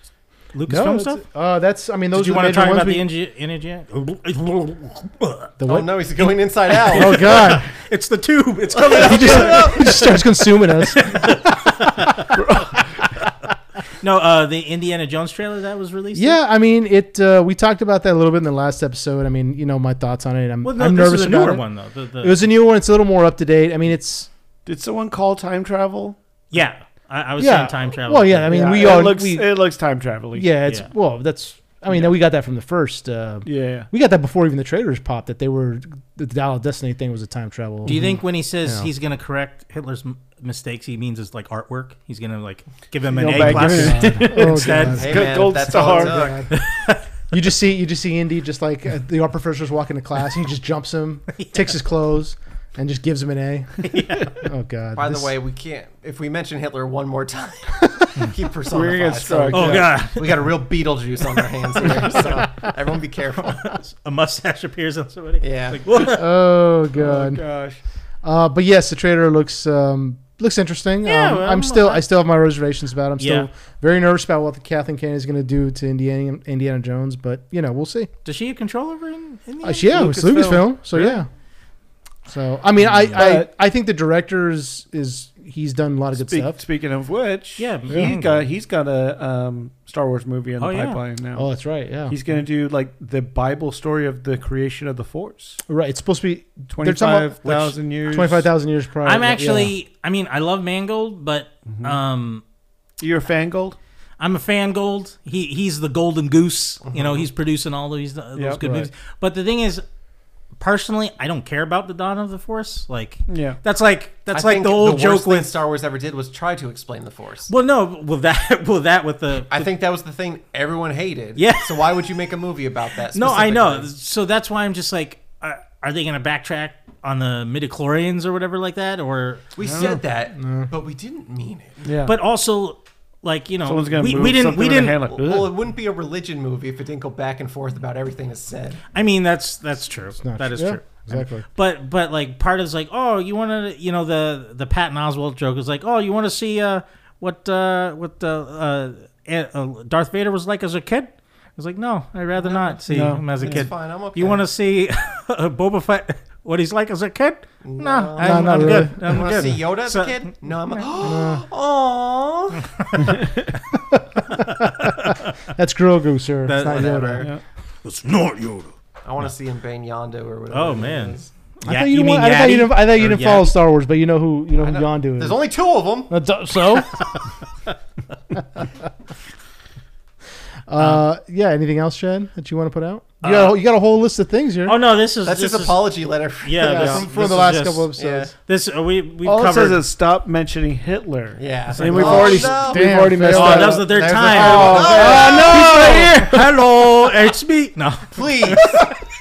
Speaker 2: Lucasfilm
Speaker 1: that's-
Speaker 2: stuff?
Speaker 1: Uh, that's. I mean, those.
Speaker 2: Did you
Speaker 1: are the
Speaker 2: want
Speaker 1: major
Speaker 2: to talk
Speaker 1: ones
Speaker 2: about
Speaker 1: we-
Speaker 2: the energy? energy?
Speaker 1: the
Speaker 6: Oh
Speaker 1: what?
Speaker 6: no, he's going inside out.
Speaker 1: [LAUGHS] Oh
Speaker 2: [LAUGHS]
Speaker 1: god!
Speaker 2: It's the tube. It's coming.
Speaker 1: he, just, he just starts consuming us.
Speaker 2: [LAUGHS] no, uh, the Indiana Jones trailer that was released.
Speaker 1: Yeah, I mean, it. Uh, we talked about that a little bit in the last episode. I mean, you know my thoughts on it. I'm,
Speaker 2: Well, no,
Speaker 1: I'm
Speaker 2: this
Speaker 1: nervous
Speaker 2: is a
Speaker 1: about
Speaker 2: newer
Speaker 1: it.
Speaker 2: one though. The, the,
Speaker 1: It was a new one. It's a little more up to date. I mean, it's
Speaker 4: Did someone call time travel?
Speaker 2: yeah. I, I was
Speaker 1: yeah.
Speaker 2: saying time travel.
Speaker 1: Well, yeah. I mean,
Speaker 4: Yeah,
Speaker 1: we
Speaker 4: it
Speaker 1: all.
Speaker 4: looks
Speaker 1: we,
Speaker 4: it looks time travel.
Speaker 1: yeah, it's
Speaker 2: yeah.
Speaker 1: well. That's. I mean, we got that from the first. Uh,
Speaker 4: yeah.
Speaker 1: We got that before even the trailers popped. That they were the Dial of Destiny thing was a time travel.
Speaker 2: Do you think when he says
Speaker 1: Yeah.
Speaker 2: he's going to correct Hitler's m- mistakes, he means it's like artwork? He's going to like give him
Speaker 4: You
Speaker 1: Mm-hmm.
Speaker 2: an
Speaker 4: know,
Speaker 2: A
Speaker 4: back
Speaker 2: plus. [LAUGHS]
Speaker 1: God. Oh,
Speaker 2: Instead-
Speaker 1: God.
Speaker 3: Hey,
Speaker 4: Good
Speaker 3: man,
Speaker 4: gold
Speaker 3: that's all it
Speaker 4: star.
Speaker 3: took.
Speaker 1: You just see you just see Indy just like uh, the art professor's walking to class. He just jumps
Speaker 2: [LAUGHS]
Speaker 1: him, takes his clothes, and just gives him an A. Oh God!
Speaker 3: By
Speaker 1: this-
Speaker 3: the way, we can't. If we mention Hitler one more time, [LAUGHS] he
Speaker 4: We're gonna
Speaker 3: personifies.
Speaker 4: get
Speaker 3: so
Speaker 4: struck.
Speaker 2: Oh god,
Speaker 3: we got a real Beetlejuice on our
Speaker 2: [LAUGHS]
Speaker 3: hands here. So everyone, be careful.
Speaker 2: a mustache appears on somebody.
Speaker 3: Yeah.
Speaker 2: Like,
Speaker 1: [LAUGHS]
Speaker 2: what?
Speaker 1: oh
Speaker 4: Oh,
Speaker 1: God!
Speaker 4: gosh.
Speaker 1: Uh, but yes, the trailer looks um, looks interesting.
Speaker 2: Yeah,
Speaker 1: um,
Speaker 2: well,
Speaker 1: I'm still I still have my reservations about. It. I'm still
Speaker 2: Yeah.
Speaker 1: very nervous about what the Kathleen Kane is going to do to Indiana Indiana Jones. But you know, we'll see.
Speaker 2: Does she have control over in, in the
Speaker 1: Uh, yeah, it's
Speaker 4: Lucasfilm.
Speaker 1: Lucasfilm. So
Speaker 4: Yeah.
Speaker 1: yeah. So I mean, I, I,
Speaker 4: But-
Speaker 1: I think the director is, is he's done a lot of good
Speaker 4: Speak-
Speaker 1: stuff.
Speaker 4: Speaking of which,
Speaker 2: Yeah,
Speaker 4: he's
Speaker 2: Mando.
Speaker 4: got he's got a um, Star Wars movie in the
Speaker 2: Oh, yeah.
Speaker 4: pipeline now.
Speaker 1: Oh, that's right. Yeah,
Speaker 4: He's gonna do like the Bible story of the creation of the Force.
Speaker 1: right. It's supposed to be
Speaker 4: Twenty
Speaker 1: talking
Speaker 4: five
Speaker 1: about-
Speaker 4: thousand years.
Speaker 1: Twenty five thousand years prior.
Speaker 2: I'm
Speaker 1: yeah.
Speaker 2: actually. I mean, I love Mangold, but um,
Speaker 4: You're a fangold.
Speaker 2: I'm a fan. Gold. He he's the golden goose. You know, he's producing all these those
Speaker 4: Yep,
Speaker 2: good
Speaker 4: right.
Speaker 2: movies. But the thing is, personally, I don't care about the Dawn of the Force. Like
Speaker 4: Yeah.
Speaker 2: that's like that's
Speaker 3: I
Speaker 2: like
Speaker 3: think
Speaker 2: the old
Speaker 3: worst
Speaker 2: joke
Speaker 3: thing
Speaker 2: with.
Speaker 3: Star Wars ever did was try to explain the Force.
Speaker 2: Well, no, well that [LAUGHS] well that with the
Speaker 3: I think that was the thing everyone hated.
Speaker 2: Yeah.
Speaker 3: So why would you make a movie about that?
Speaker 2: no, I know.
Speaker 3: specifically?
Speaker 2: So that's why I'm just like, uh, are they going to backtrack on the midichlorians or whatever like that? Or
Speaker 3: We said that, but we didn't mean it.
Speaker 4: Yeah,
Speaker 2: but also like you know,
Speaker 4: someone's gonna
Speaker 2: we,
Speaker 4: move
Speaker 2: we didn't
Speaker 4: something
Speaker 2: we
Speaker 4: with their
Speaker 2: didn't.
Speaker 4: hand, like,
Speaker 3: Well,
Speaker 4: "Ugh."
Speaker 3: it wouldn't be a religion movie if it didn't go back and forth about everything that's said.
Speaker 2: I mean, that's that's true.
Speaker 1: not
Speaker 2: That
Speaker 1: true.
Speaker 2: is
Speaker 1: Yeah,
Speaker 2: true.
Speaker 1: Exactly.
Speaker 2: But but like part is like, oh, you want to you know the the Patton Oswald joke is like, oh, you want to see uh what uh what uh, uh, eh, uh Darth Vader was like as a kid. I was like, no, I'd rather not see
Speaker 4: No.
Speaker 2: him as a
Speaker 3: It's
Speaker 2: kid.
Speaker 3: fine. I'm okay.
Speaker 2: You want to see [LAUGHS] Boba Fett? What he's like as a kid? No, I'm,
Speaker 1: not
Speaker 2: I'm
Speaker 1: really.
Speaker 2: good. I'm
Speaker 3: You want to
Speaker 2: good.
Speaker 3: see Yoda as
Speaker 2: So-
Speaker 3: a kid? No, I'm. Oh.
Speaker 1: That's Grogu, sir.
Speaker 2: That-
Speaker 1: it's not Yoda.
Speaker 3: whatever.
Speaker 5: It's not Yoda.
Speaker 3: I want to see him bane Yondu or whatever.
Speaker 2: Oh
Speaker 3: his name
Speaker 2: man,
Speaker 3: is.
Speaker 1: I thought you, didn't want- I thought you didn't. I thought
Speaker 2: Oh,
Speaker 1: you didn't follow Star Wars, but you know who you know who
Speaker 3: I know.
Speaker 1: Yondu is.
Speaker 3: There's only two of them.
Speaker 1: That's- uh, so. uh, yeah. Anything else, Chad, that you want to put out? You, got a, you got a whole list of things here.
Speaker 2: Oh no, this is
Speaker 3: That's
Speaker 2: this
Speaker 3: his
Speaker 2: is-
Speaker 3: apology letter. For
Speaker 2: Yeah,
Speaker 1: Yeah,
Speaker 2: this-
Speaker 1: from, from
Speaker 2: this
Speaker 1: the
Speaker 2: is
Speaker 1: last
Speaker 2: just-
Speaker 1: couple
Speaker 3: yeah.
Speaker 1: episodes.
Speaker 2: This uh, we we
Speaker 4: all it
Speaker 2: covered. [LAUGHS]
Speaker 4: says is stop mentioning Hitler. [LAUGHS]
Speaker 3: Yeah. Oh,
Speaker 4: And we've already
Speaker 3: no.
Speaker 4: we've
Speaker 1: Oh, Damn,
Speaker 4: already messed
Speaker 1: failed.
Speaker 2: oh,
Speaker 4: up.
Speaker 2: that was the third
Speaker 3: There's the
Speaker 2: time.
Speaker 3: third
Speaker 2: oh, [LAUGHS]
Speaker 3: one.
Speaker 2: no! Hello, it's me. No,
Speaker 3: Please.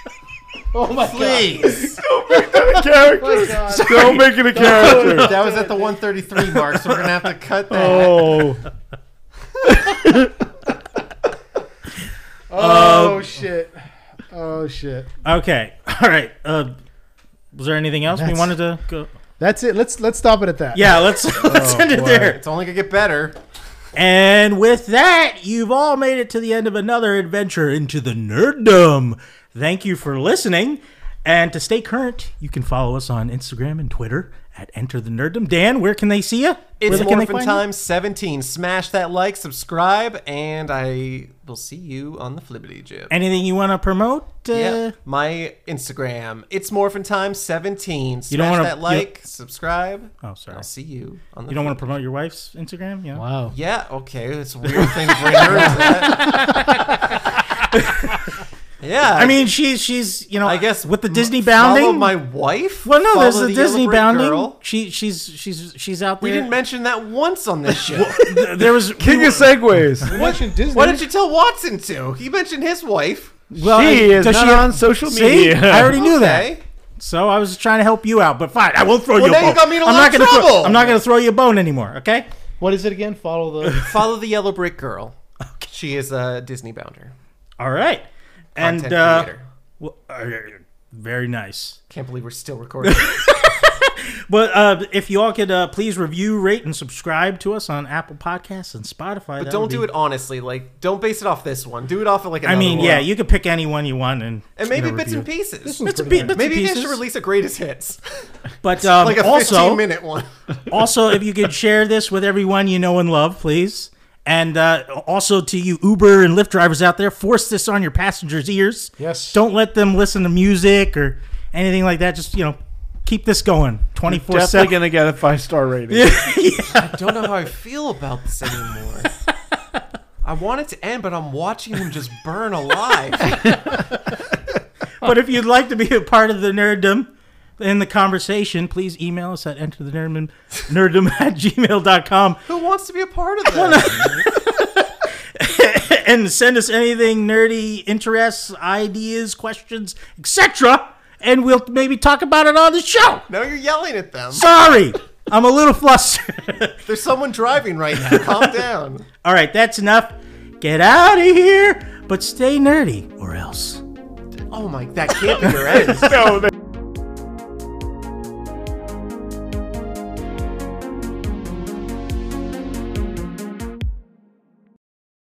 Speaker 3: [LAUGHS] oh my Please.
Speaker 1: Oh
Speaker 4: character. Still making
Speaker 2: [LAUGHS] Oh.
Speaker 4: a character.
Speaker 3: That was at the 133 mark, so we're gonna have to cut that.
Speaker 4: oh,
Speaker 1: Oh shit! Oh shit!
Speaker 2: okay, [LAUGHS] all right. Uh, was there anything else we
Speaker 1: That's-
Speaker 2: wanted to go? Oh,
Speaker 1: That's it. Let's let's stop it at that.
Speaker 2: [LAUGHS] Yeah, let's let's end it there.
Speaker 3: It's only gonna get better.
Speaker 2: And with that, you've all made it to the end of another adventure into the nerddom. Thank you for listening. And to stay current, you can follow us on Instagram and Twitter at Enter the Nerddom. Dan, where can they see you?
Speaker 3: It's
Speaker 2: where can they
Speaker 3: Morphin
Speaker 2: find you?
Speaker 3: Time 17. Smash that like, subscribe, and I will see you on the flippity jib.
Speaker 2: Anything you want to promote? Uh,
Speaker 3: yeah, my Instagram. It's Morphin Time 17. Smash
Speaker 2: You don't wanna-
Speaker 3: that like, subscribe.
Speaker 2: Oh, sorry.
Speaker 3: I'll see you on the
Speaker 2: You don't want to
Speaker 3: flip-
Speaker 2: promote your wife's Instagram? Yeah.
Speaker 1: Wow.
Speaker 3: Yeah, okay. It's a weird thing to bring her into that.
Speaker 2: [LAUGHS]
Speaker 3: yeah.
Speaker 2: I mean, she's she's you know
Speaker 3: I guess
Speaker 2: with the
Speaker 3: m-
Speaker 2: Disney
Speaker 3: Follow
Speaker 2: bounding.
Speaker 3: my wife.
Speaker 2: well, no, there's
Speaker 3: Follow
Speaker 2: the,
Speaker 3: yellow
Speaker 2: Disney
Speaker 3: brick
Speaker 2: bounding.
Speaker 3: girl.
Speaker 2: She she's she's she's out
Speaker 3: We
Speaker 2: there.
Speaker 3: didn't mention that once on this show. [LAUGHS]
Speaker 2: there was
Speaker 4: king of segues.
Speaker 1: What? Disney.
Speaker 3: Why did you tell Watson to? He mentioned his wife.
Speaker 2: well,
Speaker 4: she
Speaker 2: I-
Speaker 4: is
Speaker 2: does
Speaker 4: not
Speaker 2: she-
Speaker 4: on social
Speaker 2: See,
Speaker 4: media.
Speaker 2: [LAUGHS] I already knew that.
Speaker 3: Okay.
Speaker 2: So I was trying to help you out, but fine, I won't throw
Speaker 3: Well,
Speaker 2: you.
Speaker 3: now
Speaker 2: a
Speaker 3: you
Speaker 2: bone.
Speaker 3: got me in a
Speaker 2: I'm
Speaker 3: lot
Speaker 2: not
Speaker 3: of
Speaker 2: gonna throw-
Speaker 3: trouble.
Speaker 2: I'm not going to throw you a bone anymore. Okay.
Speaker 1: What is it again? Follow the.
Speaker 3: Follow the yellow brick girl. She is a Disney bounder.
Speaker 2: All right.
Speaker 3: Content
Speaker 2: and uh,
Speaker 3: creator.
Speaker 2: well, uh, very nice. [LAUGHS]
Speaker 3: Can't believe we're still recording.
Speaker 2: But uh, if you all could uh, please review, rate, and subscribe to us on Apple Podcasts and Spotify.
Speaker 3: But don't do it honestly. Like, don't base it off this one. Do it off of like
Speaker 2: I
Speaker 3: another
Speaker 2: mean,
Speaker 3: one.
Speaker 2: yeah, you could pick any one you want, and
Speaker 3: and maybe
Speaker 2: you know,
Speaker 3: bits
Speaker 2: review
Speaker 3: and
Speaker 2: it.
Speaker 3: pieces.
Speaker 2: Bits and, pe- bits
Speaker 3: Maybe
Speaker 2: and
Speaker 3: you
Speaker 2: pieces.
Speaker 3: guys should release a greatest hits,
Speaker 2: but um,
Speaker 3: like a
Speaker 2: also,
Speaker 3: fifteen-minute one.
Speaker 2: also, if you could share this with everyone you know and love, please. And uh, also to you Uber and Lyft drivers out there, force this on your passengers' ears.
Speaker 1: Yes.
Speaker 2: Don't let them listen to music or anything like that. Just you know, keep this going twenty four
Speaker 4: Definitely
Speaker 2: seven.
Speaker 4: gonna get a five star rating.
Speaker 3: I don't know how I feel about this anymore. [LAUGHS] I want it to end, but I'm watching him just burn [LAUGHS] alive.
Speaker 2: But if you'd like to be a part of the nerddom in the conversation, please email us at enterthenerdom nerdom at gmail.com
Speaker 3: Who wants to be a part of that?
Speaker 2: and send us anything nerdy, interests, ideas, questions, etc. And we'll maybe talk about it on the show.
Speaker 3: Now you're yelling at them.
Speaker 2: Sorry, I'm a little flustered. [LAUGHS]
Speaker 3: There's someone driving right [LAUGHS] now. Calm down.
Speaker 2: All right, that's enough. Get out of here, but stay nerdy or else.
Speaker 3: Oh my, that can't be your end.
Speaker 4: no,